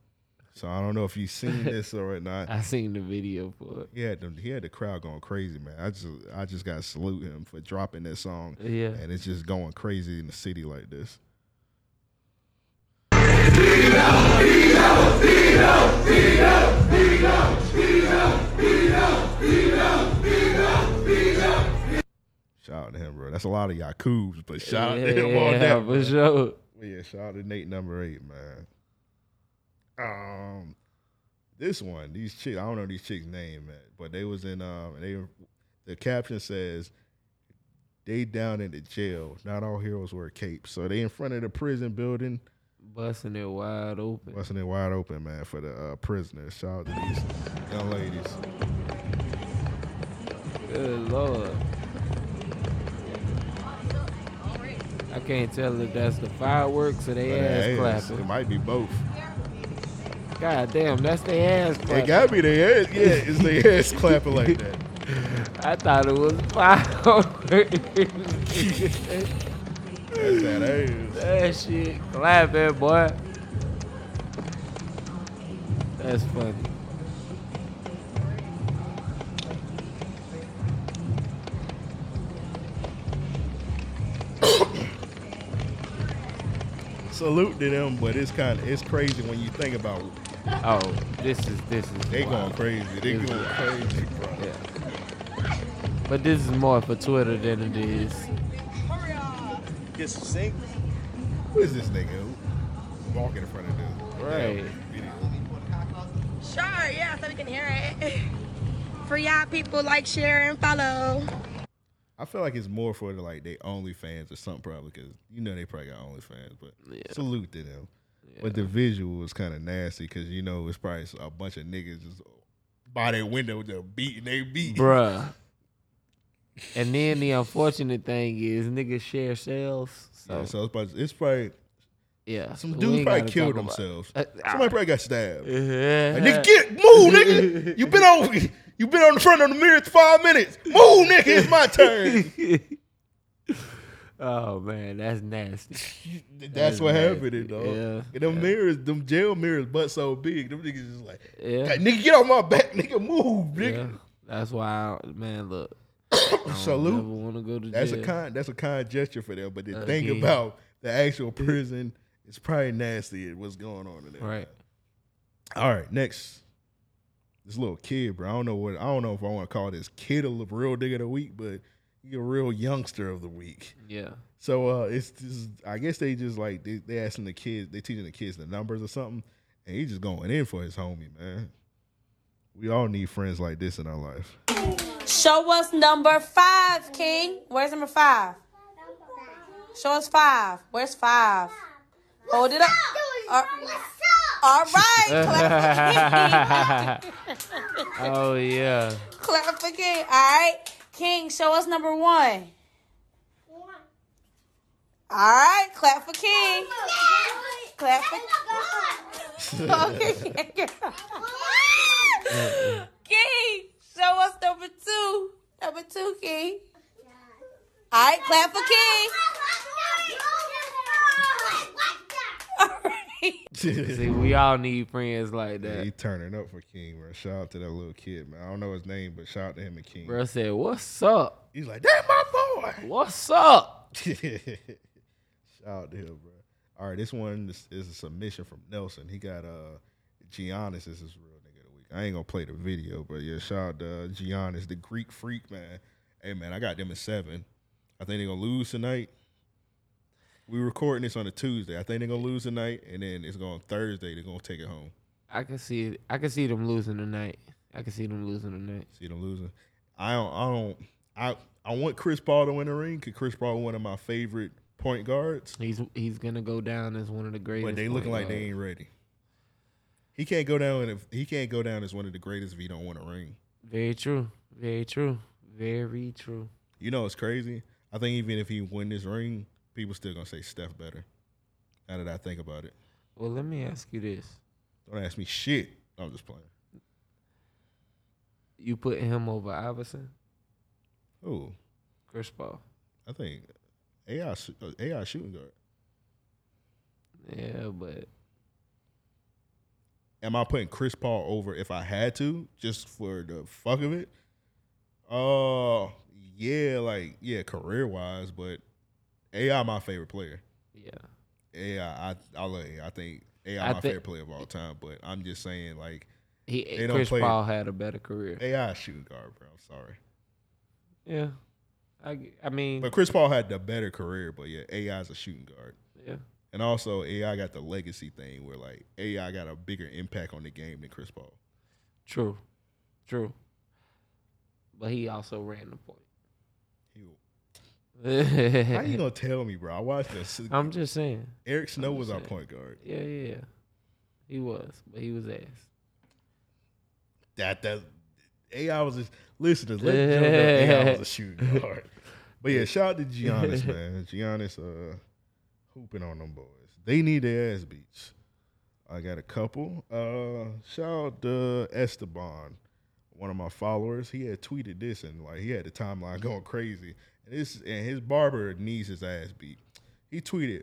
S6: So I don't know if you seen this or not.
S8: I seen the video for it.
S6: He had the he had the crowd going crazy, man. I just I just got to salute him for dropping that song.
S8: Yeah.
S6: and it's just going crazy in the city like this. Shout out to him, bro. That's a lot of y'all coobs, but shout out to him on
S8: Yeah,
S6: that.
S8: for
S6: bro.
S8: sure.
S6: But yeah, shout out to Nate number eight, man. Um, this one, these chicks, I don't know these chicks' name, man, but they was in um, and they the caption says they down in the jail. Not all heroes wear capes, so they in front of the prison building,
S8: Busting it wide open.
S6: busting it wide open, man, for the uh, prisoners. Shout out to these young ladies.
S8: Good lord. I can't tell if that's the fireworks or they
S6: Hey,
S8: ass
S6: it's-
S8: clapping.
S6: It might be both.
S8: God damn, that's the ass clapping.
S6: It gotta be their ass. Yeah, it's their ass clapping like that.
S8: I thought it was fireworks.
S6: That's that ass.
S8: that shit clapping, boy. That's funny.
S6: Salute to them, but it's kind of it's crazy when you think about it.
S8: Oh, this is this is
S6: They
S8: wild.
S6: going crazy. They
S8: It's
S6: going crazy, bro.
S8: Yeah. But this is more for Twitter than it is.
S6: Get some sync. Who is this nigga who walking in front of this?
S8: Right.
S6: Video.
S12: Sure, yeah, so we can hear it. For y'all people, like, share, and follow.
S6: I feel like it's more for the, like they OnlyFans or something probably because you know they probably got OnlyFans, but salute to them. But the visual is kind of nasty because you know it's probably a bunch of niggas just by their window just beating they beat.
S8: Bruh. And then the unfortunate thing is niggas share sales. So
S6: Yeah, so it's probably, it's probably
S8: yeah.
S6: some
S8: we
S6: dudes
S8: ain't
S6: probably
S8: gotta
S6: killed
S8: talk about-
S6: themselves.
S8: Uh,
S6: Somebody probably got stabbed.
S8: Yeah.
S6: Like, nigga, get move, nigga. You been on you been on the front of the mirror for five minutes. Move, nigga. It's my turn.
S8: Oh man, that's nasty.
S6: That's what
S8: nasty.
S6: happened, it, dog.
S8: Yeah.
S6: And them mirrors, them jail mirrors, butt so big. Them niggas just like,
S8: Yeah.
S6: "Hey, nigga, get on my back, nigga, move,
S8: yeah.
S6: nigga.
S8: That's why I, man, look.
S6: Salute.
S8: want to go to
S6: That's
S8: jail.
S6: a kind, that's a kind gesture for them. But the
S8: Again.
S6: thing about the actual prison, it's probably nasty. What's going on in there?
S8: Right.
S6: All right, next. This little kid, bro. I don't know what I don't know if I want to call this kid a li- real nigga of the week, but he a real youngster of the week.
S8: Yeah.
S6: So uh it's just I guess they just like they, they asking the kids, they teaching the kids the numbers or something, and he just going in for his homie, man. We all need friends like this in our life.
S12: Show us number five, King. Where's number five? Show us five. Where's five? Hold it up. What's up? All right. Clap again.
S8: Oh yeah.
S12: Clap again. All right. King, show us number one. All right. Clap for King. Clap for King. King, show us number two. Number two, King. All right. Clap for King. All right.
S8: See, we all need friends like
S6: Yeah,
S8: that.
S6: he turning up for King, bro. Shout out to that little kid, man. I don't know his name, but shout out to him and King.
S8: Bro said, "What's up?
S6: He's like, that my boy.
S8: What's up?"
S6: Shout out to him, bro. All right, this one is, is a submission from Nelson. He got uh Giannis is his real nigga of the week. I ain't gonna play the video, but yeah, shout out to uh, Giannis, the Greek freak, man. Hey man, I got them at seven. I think they're gonna lose tonight. We recording this on a Tuesday. I think they're gonna lose tonight, and then it's going Thursday. They're gonna take it home.
S8: I can see it. I can see them losing tonight. I can see them losing tonight.
S6: See them losing. I don't. I don't. I I want Chris Paul to win the ring because Chris Paul one of my favorite point guards.
S8: He's he's gonna go down as one of the greatest.
S6: But they looking
S8: point
S6: like they
S8: guards.
S6: ain't ready. He can't go down. If, he can't go down as one of the greatest if he don't win a ring.
S8: Very true. Very true. Very true.
S6: You know it's crazy. I think even if he win this ring, people still gonna say Steph better. Now that I think about it,
S8: Well, let me ask you this:
S6: don't ask me shit. I'm just playing.
S8: You put him over Iverson,
S6: Ooh,
S8: Chris Paul?
S6: I think AI sh- uh, AI shooting guard.
S8: Yeah, but
S6: Am I putting Chris Paul over if I had to just for the fuck of it? Uh, yeah, like yeah, career wise, but AI my favorite player.
S8: Yeah.
S6: AI, I I love AI. I think AI
S8: I
S6: my
S8: thi-
S6: favorite player of all time. But I'm just saying like
S8: He-
S6: they don't
S8: Chris
S6: play-
S8: Paul had a better career.
S6: AI is shooting guard, bro. I'm sorry.
S8: yeah, I I mean,
S6: But Chris Paul had the better career, but yeah, AI's a shooting guard.
S8: Yeah.
S6: And also AI got the legacy thing where like AI got a bigger impact on the game than Chris Paul.
S8: True. True. But he also ran the point.
S6: How you gonna tell me, bro? I watched this.
S8: I'm just saying.
S6: Eric Snow
S8: I'm
S6: was
S8: just
S6: our
S8: saying.
S6: point guard.
S8: Yeah, yeah, yeah. He was, but he was ass.
S6: That that AI was a listeners. Let Joe know AI was a shooting guard. But yeah, shout out to Giannis, man. Giannis uh hooping on them boys. They need their ass beats. I got a couple. Uh shout out to Esteban, one of my followers. He had tweeted this and like he had the timeline going crazy. And this and his barber needs his ass beat. He tweeted,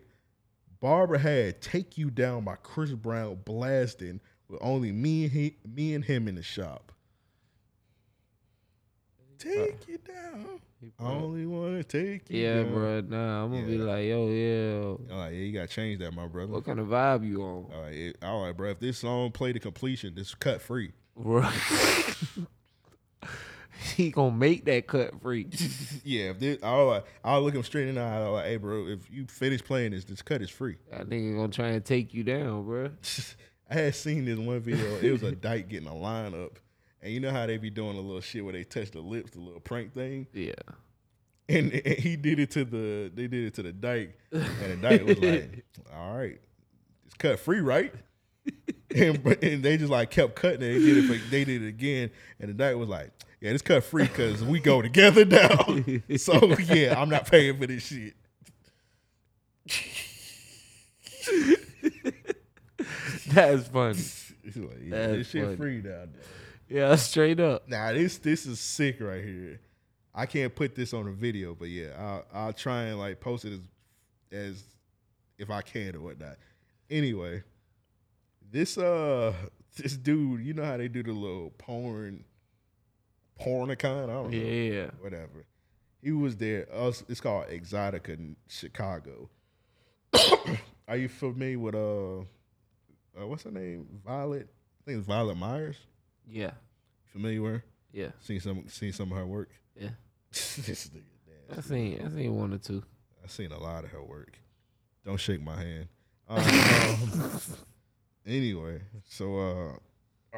S6: Barber had "Take You Down" by Chris Brown blasting with only me and he, me and him in the shop.
S8: Uh,
S6: Take you down. I only wanna take you.
S8: Yeah,
S6: down.
S8: bro. Nah, I'm gonna be like, yo, yeah.
S6: I'm like, yeah, you gotta change that, my brother.
S8: What kind of vibe you on?
S6: All right, it, all right, bro. If this song play to completion, this cut free.
S8: Right. he gonna make that cut free.
S6: yeah, if this, I'll like, I'll look him straight in the eye. I'm like, hey, bro, if you finish playing this, this cut is free.
S8: That nigga gonna try and take you down, bro.
S6: I had seen this one video. It was a dyke getting a line up, and you know how they be doing a little shit where they touch the lips, the little prank thing.
S8: Yeah.
S6: And, and he did it to the they did it to the dyke, and the dyke was like, "All right, it's cut free, right?" and, and they just like kept cutting it. They did it. For, they did it again, and the dyke was like, "Yeah, it's cut free because we go together now." so yeah, I'm not paying for this shit.
S8: That's funny.
S6: He's like, yeah, this shit free now. dog.
S8: Yeah, straight up.
S6: Nah, this this is sick right here. I can't put this on a video, but yeah, I'll, I'll try and like post it as as if I can or whatnot. Anyway, this uh this dude, you know how they do the little porn pornicon? I don't know.
S8: Yeah.
S6: Whatever. He was there. Us it's called Exotica in Chicago. Are you familiar with uh, uh what's her name? Violet? I think it's Violet Myers.
S8: Yeah.
S6: Familiar with her?
S8: Yeah.
S6: Seen some seen some of her work.
S8: Yeah.
S6: this nigga nasty.
S8: I seen I seen one or two.
S6: I seen a lot of her work. Don't shake my hand. Um, anyway, so uh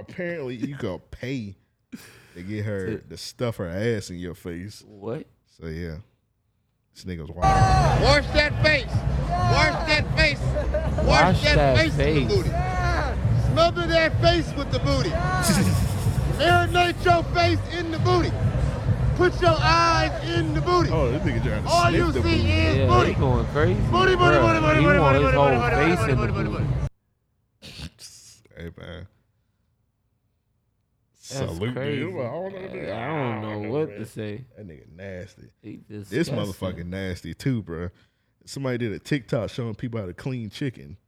S6: apparently you go pay to get her to stuff her ass in your face.
S8: What?
S6: So yeah. This nigga's wild.
S13: Wash that face. Wash that face. Wash, that, face, with the booty. Smother that face with the booty. Marinate your face in the booty. Put your eyes in the booty.
S6: Oh, this nigga trying to
S13: All
S6: sniff
S13: you
S6: the
S13: see
S6: booty.
S13: is
S8: Yeah,
S13: booty.
S8: he going crazy.
S13: Booty, booty,
S8: Bruh,
S13: booty, booty,
S8: he
S13: booty,
S8: want
S13: booty,
S8: his
S13: booty,
S8: whole
S13: booty,
S8: face
S13: booty,
S8: in the
S13: booty, booty,
S8: booty.
S13: booty.
S6: Hey man.
S8: That's
S6: Salute,
S8: crazy.
S6: dude. I don't know, what to do.
S8: I don't know what to say.
S6: That nigga nasty. This
S8: disgusting.
S6: motherfucking nasty too, bro. Somebody did a TikTok showing people how to clean chicken.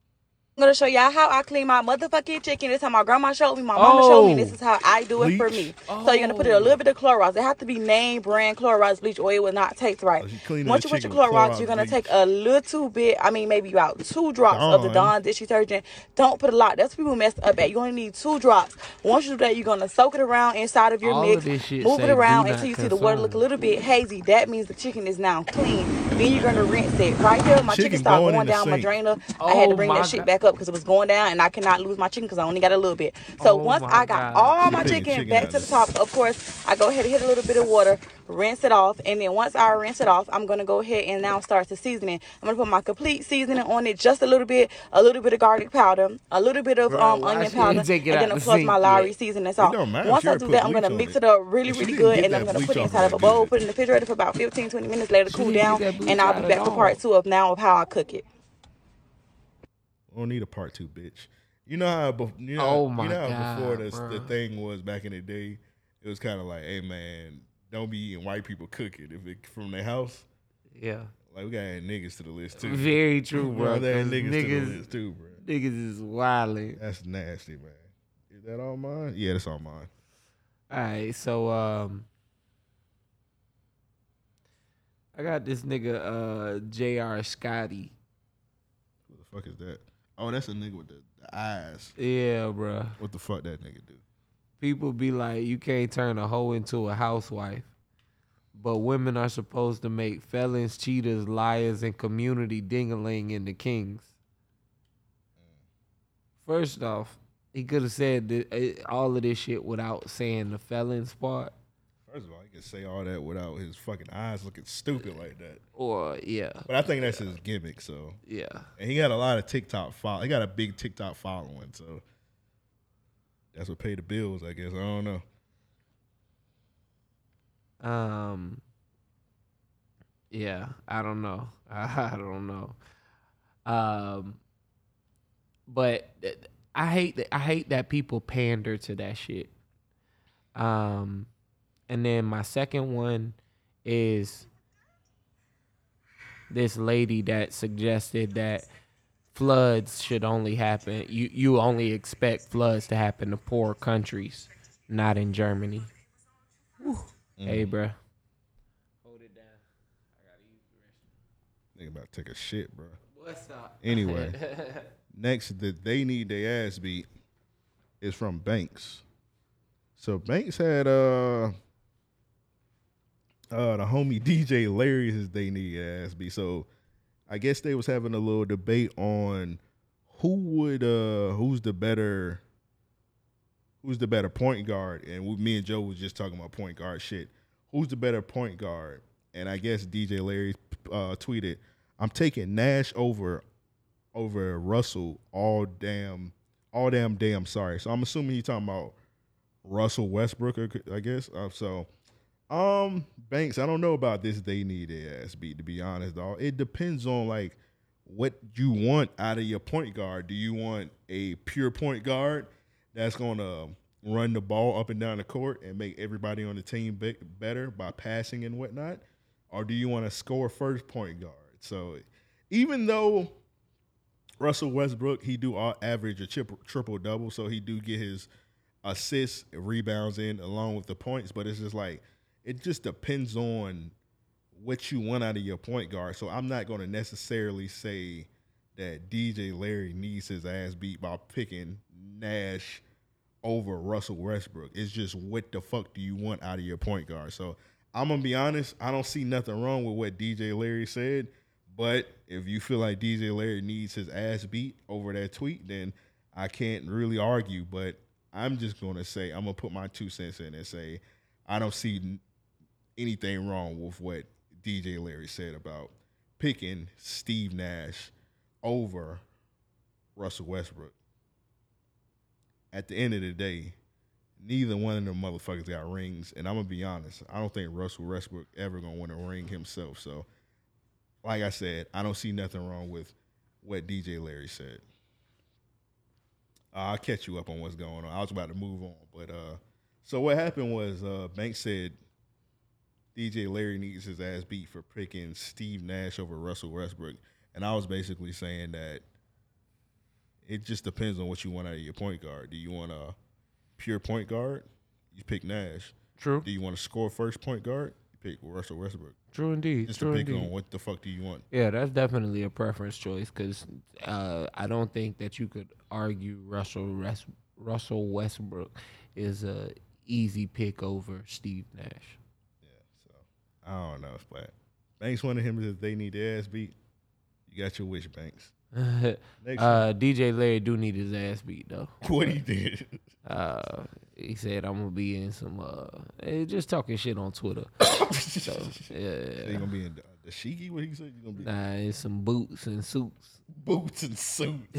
S14: I'm gonna show y'all how I clean my motherfucking chicken. This is how my grandma showed me, my mama showed me. This
S13: Oh.
S14: is how I do it for me. So you're gonna put it a little bit of Clorox. It have to be name brand Clorox bleach or it will not taste right.
S13: Oh, cleaning
S14: Once
S13: the
S14: you put your
S13: chicken
S14: Clorox,
S13: with Clorox
S14: you're gonna
S13: bleach.
S14: take a little bit. I mean, maybe about two drops of the
S13: Dawn.
S14: Dawn dish detergent. Don't put a lot. That's what people mess up at. You only need two drops. Once you do that, you're gonna soak it around inside of your
S13: All of
S14: mix.
S13: this shit
S14: move
S13: say
S14: it
S13: do
S14: around
S13: not
S14: until you see the water look a little bit hazy. That means the chicken is now clean. Then you're gonna rinse it. Right there, my chicken,
S13: Chicken
S14: started
S13: going
S14: going,
S13: in the
S14: down my
S13: sink.
S14: drainer. I had
S13: Oh
S14: to bring
S13: my
S14: that shit
S13: God.
S14: back up up because it was going down, and I cannot lose my chicken because I only got a little bit.
S8: Oh
S14: So once I got all my chicken, back to the top, of course, I go ahead and hit a little bit of water, rinse it off, and then once I rinse it off, I'm gonna go ahead and now start the seasoning. I'm gonna put my complete seasoning on it, just a little bit, a little bit of garlic powder, a little bit of
S8: Bro,
S14: um,
S8: why she
S14: onion
S8: didn't
S14: powder,
S8: take it
S14: and
S8: out
S14: then
S8: the
S14: of course my
S8: sink
S14: Lowry
S8: yet?
S14: seasoning
S8: It
S14: salt.
S8: don't matter.
S14: Once
S8: She
S14: I
S8: already
S14: do
S8: put
S14: that, I'm
S8: bleach
S14: gonna
S8: on
S14: mix
S8: it.
S14: it up really,
S8: If she
S14: really
S8: didn't
S14: good,
S8: get
S14: and I'm
S8: that
S14: gonna
S8: bleach
S14: put it
S8: on
S14: inside
S8: it,
S14: of a
S8: did
S14: bowl,
S8: you?
S14: put it in the refrigerator for about 15, 20 minutes, let it cool
S8: didn't
S14: down,
S8: get that bleach
S14: and I'll
S8: out
S14: be
S8: at
S14: back for
S8: all.
S14: part two of now of how I cook it.
S6: We don't need a part two, bitch. You know how, bef- you know,
S8: Oh
S6: you
S8: my
S6: know how before
S8: God,
S6: this, the
S8: bruh.
S6: thing was back in the day, it was kind of like, hey man, don't be eating white people cooking if it from their house.
S8: Yeah.
S6: Like we got to add niggas to the list too.
S8: Very true,
S6: We
S8: bro.
S6: gotta add niggas,
S8: 'cause
S6: to the
S8: niggas-
S6: list too, bro.
S8: Niggas is wilding.
S6: That's nasty, man. Is that all mine? Yeah, that's all mine.
S8: All right, so um, I got this nigga uh J.R. Scotty.
S6: Who the fuck is that? Oh, that's a nigga with the, the eyes.
S8: Yeah, bro.
S6: What the fuck that nigga do?
S8: People be like, you can't turn a hoe into a housewife, but women are supposed to make felons, cheaters, liars, and community dingaling into kings. First off, he could have said th- eh, all of this shit without saying the felons part.
S6: First of all, he can say all that without his fucking eyes looking stupid like that.
S8: Or yeah,
S6: But I think that's his gimmick. So
S8: yeah,
S6: and he got a lot of TikTok follow. He got a big TikTok following. So that's what pay the bills, I guess. I don't know.
S8: Um. Yeah, I don't know. I, don't know. Um. But th- I hate that. I hate that people pander to that shit. Um, and then my second one is this lady that suggested that floods should only happen. You you only expect floods to happen to poor countries, not in Germany. Hey, bruh.
S6: Nigga about to take a shit, bro.
S8: What's up?
S6: Anyway, next that they need their ass beat is from Banks. So Banks had uh uh the homie DJ Larry is they need their ass beat. So I guess they was having a little debate on who would uh who's the better who's the better point guard and we, me and Joe was just talking about point guard shit. Who's the better point guard? And I guess DJ Larry uh, tweeted, "I'm taking Nash over over Russell all damn all damn damn sorry." So I'm assuming he's talking about Russell Westbrook, I- I guess. Uh, so um Banks, I don't know about this. They need their ass beat to be honest, dog. It depends on like what you want out of your point guard. Do you want a pure point guard that's gonna run the ball up and down the court and make everybody on the team be- better by passing and whatnot, or do you want to score first point guard? So even though Russell Westbrook he do all average a triple triple double, so he do get his assists, rebounds in along with the points. But it's just like it just depends on what you want out of your point guard. So I'm not going to necessarily say that DJ Larry needs his ass beat by picking Nash over Russell Westbrook. It's just what the fuck do you want out of your point guard? So I'm gonna be honest, I don't see nothing wrong with what DJ Larry said, but if you feel like DJ Larry needs his ass beat over that tweet, then I can't really argue. But I'm just gonna say I'm gonna put my two cents in and say I don't see n- anything wrong with what DJ Larry said about picking Steve Nash over Russell Westbrook. At the end of the day, neither one of them motherfuckers got rings, and I'm gonna be honest. I don't think Russell Westbrook ever gonna win a ring himself. So, like I said, I don't see nothing wrong with what DJ Larry said. I'll catch you up on what's going on. I was about to move on, but uh, so what happened was uh, Banks said DJ Larry needs his ass beat for picking Steve Nash over Russell Westbrook, and I was basically saying that it just depends on what you want out of your point guard. Do you want a pure point guard? You pick Nash.
S8: True.
S6: Do you want to score first point guard? You pick Russell Westbrook.
S8: True indeed,
S6: Just
S8: true
S6: to pick on
S8: indeed.
S6: what the fuck do you want.
S8: Yeah, that's definitely a preference choice because uh, I don't think that you could argue Russell Res- Russell Westbrook is a easy pick over Steve Nash.
S6: I don't know, but Banks wanted him if they need their ass beat. You got your wish, Banks.
S8: uh, DJ Larry do need his ass beat though.
S6: What he did?
S8: Uh, he said I'm gonna be in some uh, eh, just talking shit on Twitter. so, yeah,
S6: They gonna be in the, the Shiki? What he said? You gonna be
S8: nah, it's some boots and suits.
S6: boots and suits?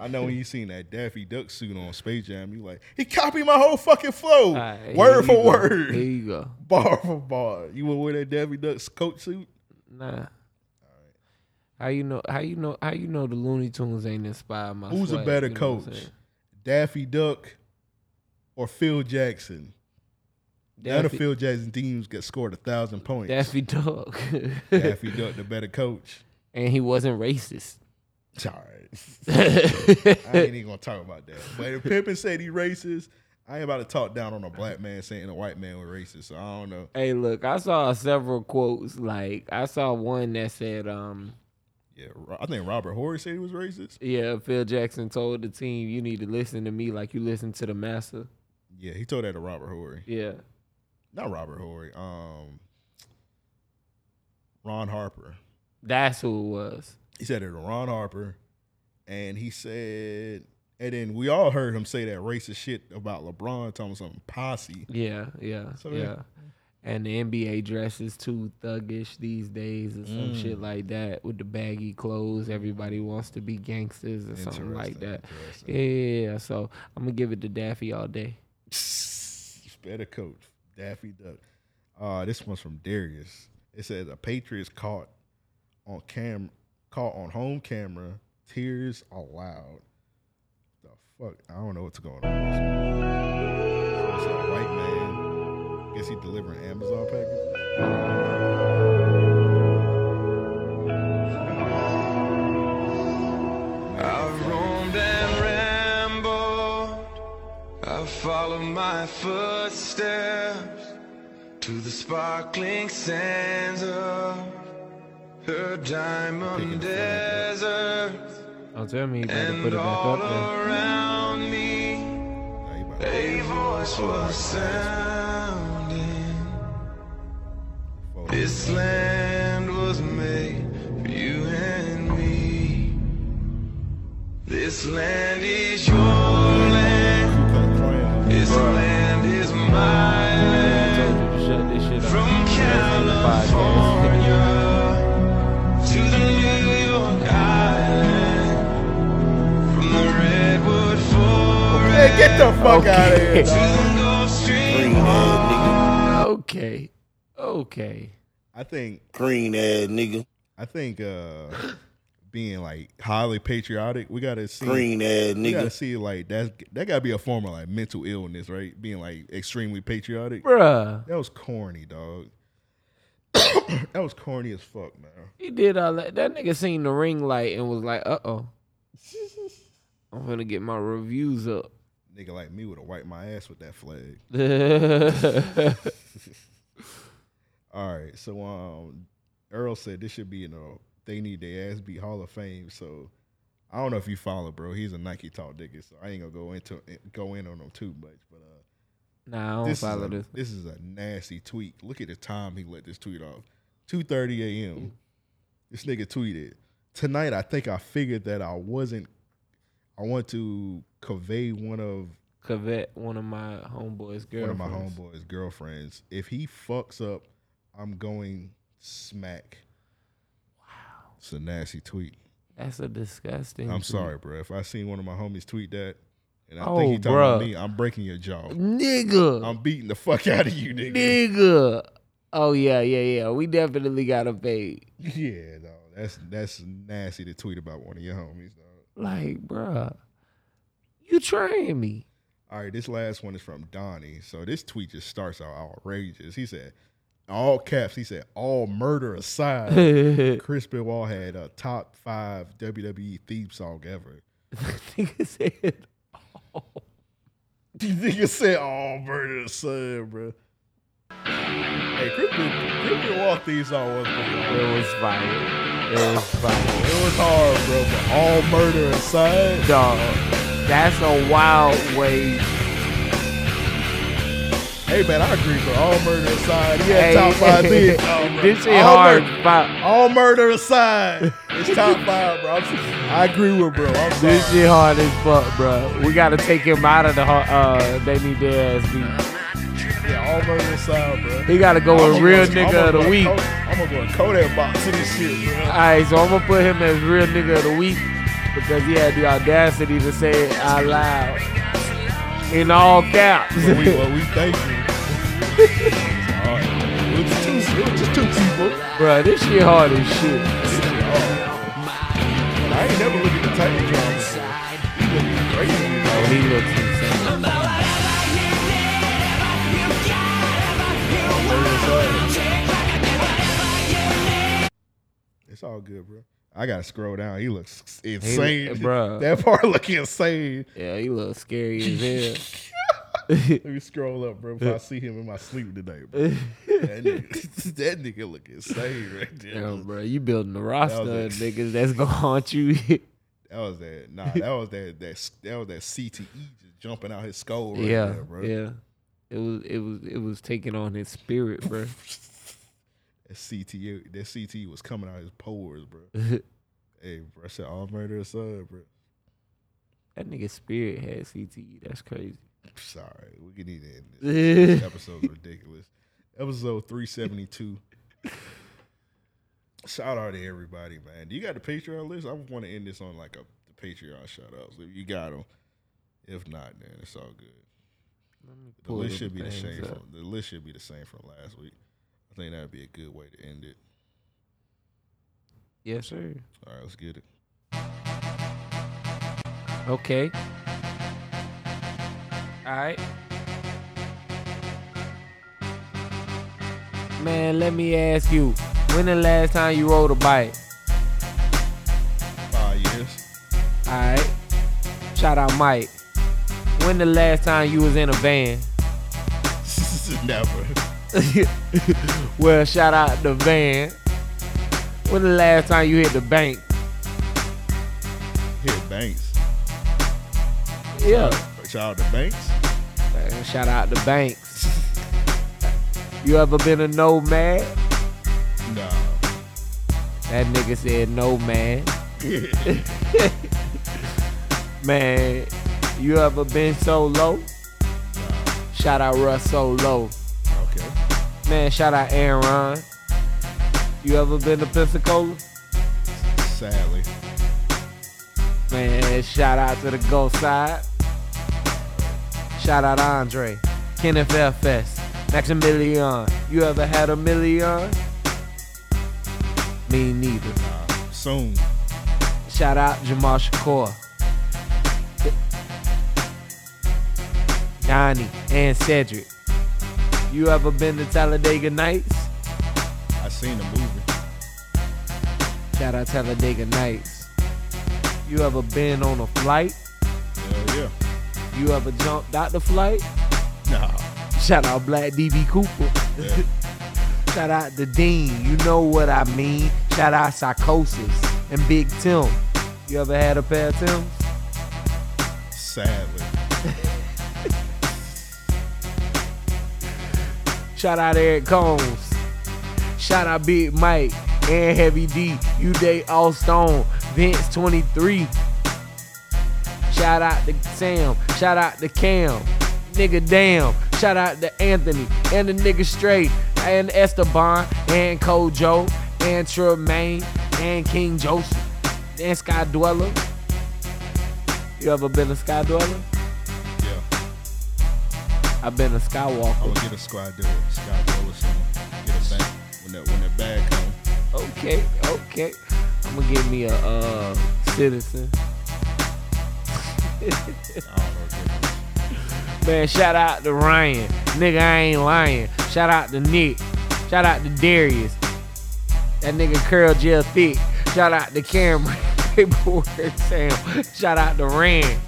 S6: I know when you seen that Daffy Duck suit on Space Jam, you like he copied my whole fucking flow,
S8: Alright,
S6: word
S8: here
S6: for
S8: you go.
S6: word,
S8: Here you go.
S6: bar for bar. You wanna wear that Daffy Duck coat suit?
S8: Nah. How you know? How you know? How you know the Looney Tunes ain't inspired my?
S6: Who's a
S8: swag,
S6: better
S8: you know what I'm
S6: coach,
S8: saying?
S6: Daffy Duck or Phil Jackson? None of
S8: Daffy-
S6: Phil Jackson teams get scored a thousand points.
S8: Daffy Duck.
S6: Daffy Duck, the better coach.
S8: And he wasn't racist.
S6: Sorry. I ain't even gonna talk about that. But if Pippen said he racist, I ain't about to talk down on a black man saying a white man was racist. So I don't know.
S8: Hey, look, I saw several quotes. Like I saw one that said, um,
S6: Yeah, Ro- I think Robert Horry said he was racist.
S8: "Yeah, Phil Jackson told the team you need to listen to me like you listen to the master."
S6: Yeah, he told that to Robert Horry.
S8: Yeah,
S6: Not Robert Horry. Um, Ron Harper.
S8: that's who it was.
S6: He said it to Ron Harper, and he said, and then we all heard him say that racist shit about LeBron, telling him something posse.
S8: Yeah, yeah,
S6: So,
S8: yeah. And the NBA dresses too thuggish these days, or some
S6: Mm.
S8: shit like that, with the baggy clothes. Everybody wants to be gangsters, or something like that. Yeah, yeah, yeah. So I'm gonna give it to Daffy all day.
S6: He's better coach, Daffy Duck. Uh, this one's from Darius. It says a Patriots caught on cam, caught on home camera, tears allowed. The fuck, I don't know what's going on. It's a white man. Guess he delivering Amazon packages.
S10: I've roamed and rambled. I've followed my footsteps to the sparkling sands of her diamond desert.
S8: Don't Oh, tell me you better
S10: And
S8: put it back
S10: all
S8: up there.
S10: around me, a voice was sounding. This land was made for you and me. This land is your land. This land is my land. From California to the New York Island. From the Redwood Forest.
S6: Hey, get the fuck out of
S8: Okay.
S6: here.
S8: Okay. Okay.
S6: I think
S15: green ass nigga.
S6: I think uh being like highly patriotic, we gotta see
S15: Green ass
S6: We gotta
S15: nigga.
S6: see like that. That gotta be a form of like mental illness, right? Being like extremely patriotic,
S8: Bruh.
S6: That was corny, dog. that was corny as fuck, man.
S8: He did all that. That nigga seen the ring light and was like, uh oh. I'm gonna get my reviews up.
S6: Nigga like me would have wiped my ass with that flag. All right, so um, Earl said this should be in a they need their ass beat Hall of Fame. So I don't know if you follow, bro. He's a Nike talk nigga, so I ain't gonna go into go in on him too much. But uh,
S8: Nah, I don't
S6: is
S8: follow
S6: a-
S8: this.
S6: This is a nasty tweet. Look at the time he let this tweet off. Two thirty a.m. This nigga tweeted tonight. I think I figured that I wasn't. I want to convey one of
S8: Covet, one of my homeboys' girl.
S6: one of my homeboys' girlfriends. If he fucks up, I'm going smack. Wow, it's a nasty tweet.
S8: That's a disgusting.
S6: I'm
S8: tweet.
S6: sorry, bro. If I seen one of my homies tweet that, and I
S8: Oh,
S6: think he talking about
S8: bruh.
S6: me, I'm breaking your jaw,
S8: Nigga.
S6: I'm beating the fuck out of you, nigga.
S8: Nigga. Oh yeah, yeah, yeah. We definitely got a fade.
S6: Yeah, no, that's that's nasty to tweet about one of your homies. Dog.
S8: Like, bruh, you trying me?
S6: All right, this last one is from Donnie. So this tweet just starts out outrageous. He said, all caps, he said, all murder aside, Chris Benoit had a top five WWE theme song ever.
S8: Nigga said,
S6: These niggas said, all murder aside, bro. Hey, Chris, Be- Chris Benoit theme song was It
S8: was fire. It was fire.
S6: It was hard, bro, but all murder aside.
S8: Dog, that's a wild way.
S6: Hey man, I agree for all murder aside. He had
S8: Hey,
S6: top five Oh, hits.
S8: this shit
S6: All
S8: hard,
S6: murder-
S8: but-
S6: all murder aside, it's top five, bro. I'm, I agree with bro. I'm sorry.
S8: This shit hard as fuck, bro. We gotta take him out of the har- uh, they need their ass beat.
S6: Yeah, all murder aside, bro.
S8: He gotta go with
S6: I'ma
S8: real
S6: go-
S8: nigga
S6: I'ma
S8: of the
S6: go
S8: week.
S6: Kodak- I'ma go to Kodak box to this shit, bro.
S8: All right, so I'm gonna put him as real nigga of the week because he had the audacity to say it out loud in all caps.
S6: But we, but we thank you. All right. It was just two, it was just two people.
S8: Bro, this shit hard as shit.
S6: I ain't never looked at the Titan drums.
S8: Oh, he looks insane.
S6: It's all good, bro. I gotta scroll down. He looks
S8: He
S6: insane,
S8: look- bruh.
S6: That part look insane.
S8: Yeah, he looks scary as hell.
S6: Let me scroll up, bro. If I see him in my sleep today, bro. that, nigga, that nigga look insane right there.
S8: Yeah, bro, you building a roster of
S6: was it.
S8: niggas that's gonna haunt you.
S6: That was that. Nah, that was that. That that was that CTE just jumping out his skull. Right
S8: yeah,
S6: there, bro.
S8: yeah. It was it was it was taking on his spirit, bro.
S6: That CTE, that CTE was coming out his pores, bro. hey, bro, I said all murder aside, bro.
S8: That nigga spirit had CTE. That's crazy.
S6: Sorry, we can need to end this. this episode's ridiculous. Episode 372. Shout out to everybody, man. Do you got the Patreon list? I want to end this on like a the Patreon shout outs. If you got them, if not, then it's all good. The
S8: pull
S6: list
S8: them
S6: should be the
S8: things
S6: same.
S8: up.
S6: From, the list should be the same from last week. I think that'd be a good way to end it.
S8: Yes, sir.
S6: All right, let's get it.
S8: Okay. All right. Man, let me ask you, when the last time you rode a bike?
S6: Five years.
S8: All right. Shout out Mike. When the last time you was in a van?
S6: Never.
S8: well, shout out the van. When the last time you hit the bank?
S6: Hit Banks.
S8: Yeah.
S6: Shout out to Banks.
S8: Man, shout out the banks. You ever been a nomad?
S6: Nah.
S8: That nigga said no man. man, you ever been so low? Shout out Russ Solo.
S6: Okay.
S8: Man, shout out Aaron. You ever been to Pensacola?
S6: Sadly.
S8: Man, shout out to the Ghost Side. Shout out Andre, Kenneth FS, Maximilian. You ever had a million? Me neither.
S6: Soon.
S8: Shout out Jamal Shakur. Donnie and Cedric. You ever been to Talladega Nights?
S6: I seen the movie.
S8: Shout out Talladega Nights. You ever been on a flight?
S6: Hell yeah.
S8: You ever jumped out the flight?
S6: Nah.
S8: Shout out Black DB Cooper.
S6: Yeah.
S8: Shout out the Dean. You know what I mean. Shout out Psychosis and Big Tim. You ever had a pair of Tims?
S6: Sadly.
S8: Shout out Eric Combs. Shout out Big Mike and Heavy D. You Day All Stone. Vince 23. Shout out to Sam. Shout out to Cam. Nigga damn. Shout out to Anthony and the nigga straight. And Esteban and Kojo and Tremaine and King Joseph and Sky Dweller. You ever been a Sky Dweller?
S6: Yeah.
S8: I've been a
S6: I
S8: Skywalker.
S6: would get a squad deal. Scott Wilson. Get a bag when that when that bag come.
S8: Okay, okay. I'm gonna give me a uh, citizen. Man, shout out to Ryan. Nigga, I ain't lying. Shout out to Nick. Shout out to Darius. That nigga Curl Gel Thick. Shout out to Cameron. Paperwork Sam. Shout out to Rand.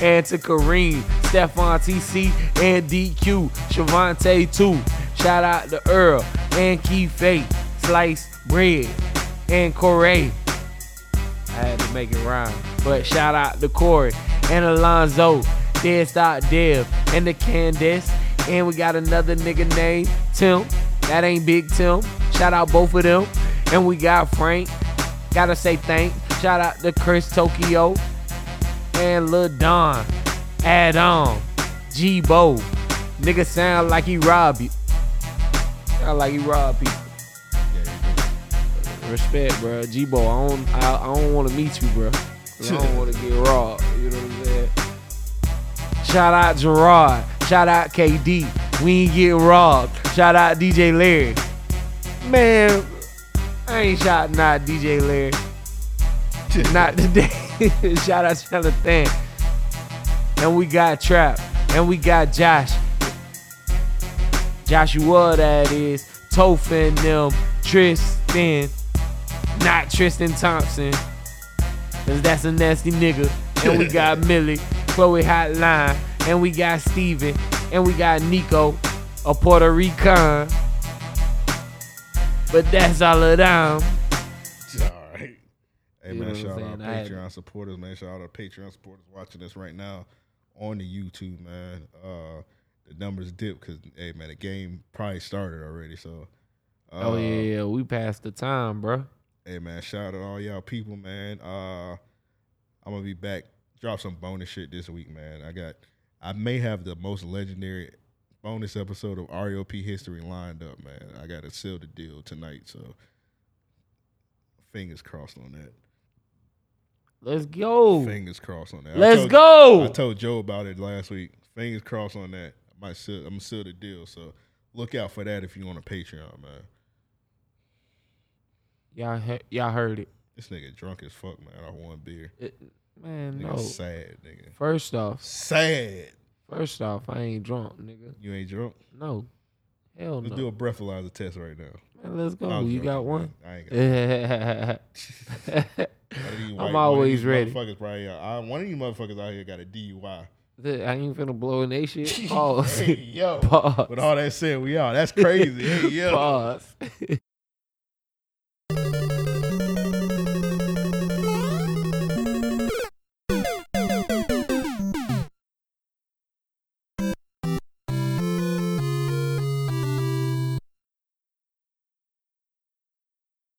S8: And to Kareem, Stefan TC, and DQ, Shavante too. Shout out to Earl and Keefe, Slice Bread, and Corey. I had to make it rhyme. But shout out to Corey and Alonzo, Dead Stop Dev, and the Candace And we got another nigga named Tim. That ain't Big Tim. Shout out both of them. And we got Frank. Gotta say thanks. Shout out to Chris Tokyo and Lil Don. Add on. G Bo. Nigga sound like he robbed you. Sound like he robbed people. Respect, bro. G Bo, I don't I, I don't wanna meet you, bro. 'Cause I don't wanna get robbed. You know what I'm saying? Shout out Gerard. Shout out KD. We ain't get robbed. Shout out DJ Larry. Man, I ain't shouting out DJ Larry. Not today. Shout out Jonathan. And we got Trap. And we got Josh. Joshua, that is. Tophin, them. Tristan. Not Tristan Thompson. Cause that's a nasty nigga. And we got Millie, Chloe Hotline, and we got Steven, and we got Nico, a Puerto Rican. But that's all of them.
S6: All right. Hey
S8: You know
S6: man,
S8: what I'm
S6: shout out
S8: saying? I had-
S6: Patreon supporters, man. Shout out to Patreon supporters watching this right now on the YouTube, man. Uh the numbers dip because hey man, the game probably started already. So uh,
S8: oh yeah, yeah, we passed the time, bro.
S6: Hey man, shout out to all y'all people, man. Uh I'm gonna be back. Drop some bonus shit this week, man. I got I may have the most legendary bonus episode of REOP history lined up, man. I gotta seal the deal tonight, so fingers crossed on that.
S8: Let's go.
S6: Fingers crossed on that. I
S8: Let's
S6: told-
S8: go.
S6: I told Joe about it last week. Fingers crossed on that. I might seal, I'm seal the deal, so look out for that if you on a Patreon, man.
S8: Y'all, he- y'all heard it,
S6: This nigga drunk as fuck, man. I want beer.
S8: man.
S6: nigga
S8: no.
S6: sad, nigga.
S8: First off,
S6: sad.
S8: First off, I ain't drunk, nigga.
S6: You ain't drunk?
S8: No. Hell
S6: Let's
S8: no.
S6: do a breathalyzer test right now.
S8: Man, let's go.
S6: I'm
S8: you
S6: drunk, man.
S8: got one?
S6: I ain't got one. One of these white- one of
S8: I'm always
S6: these
S8: ready.
S6: Motherfuckers probably, uh, I- one of you motherfuckers out here got a DUI.
S8: Th- I ain't finna blow in they shit. Pause.
S6: Hey, yo.
S8: Pause.
S6: With all that said, we out. That's crazy. Hey, yo.
S8: Pause.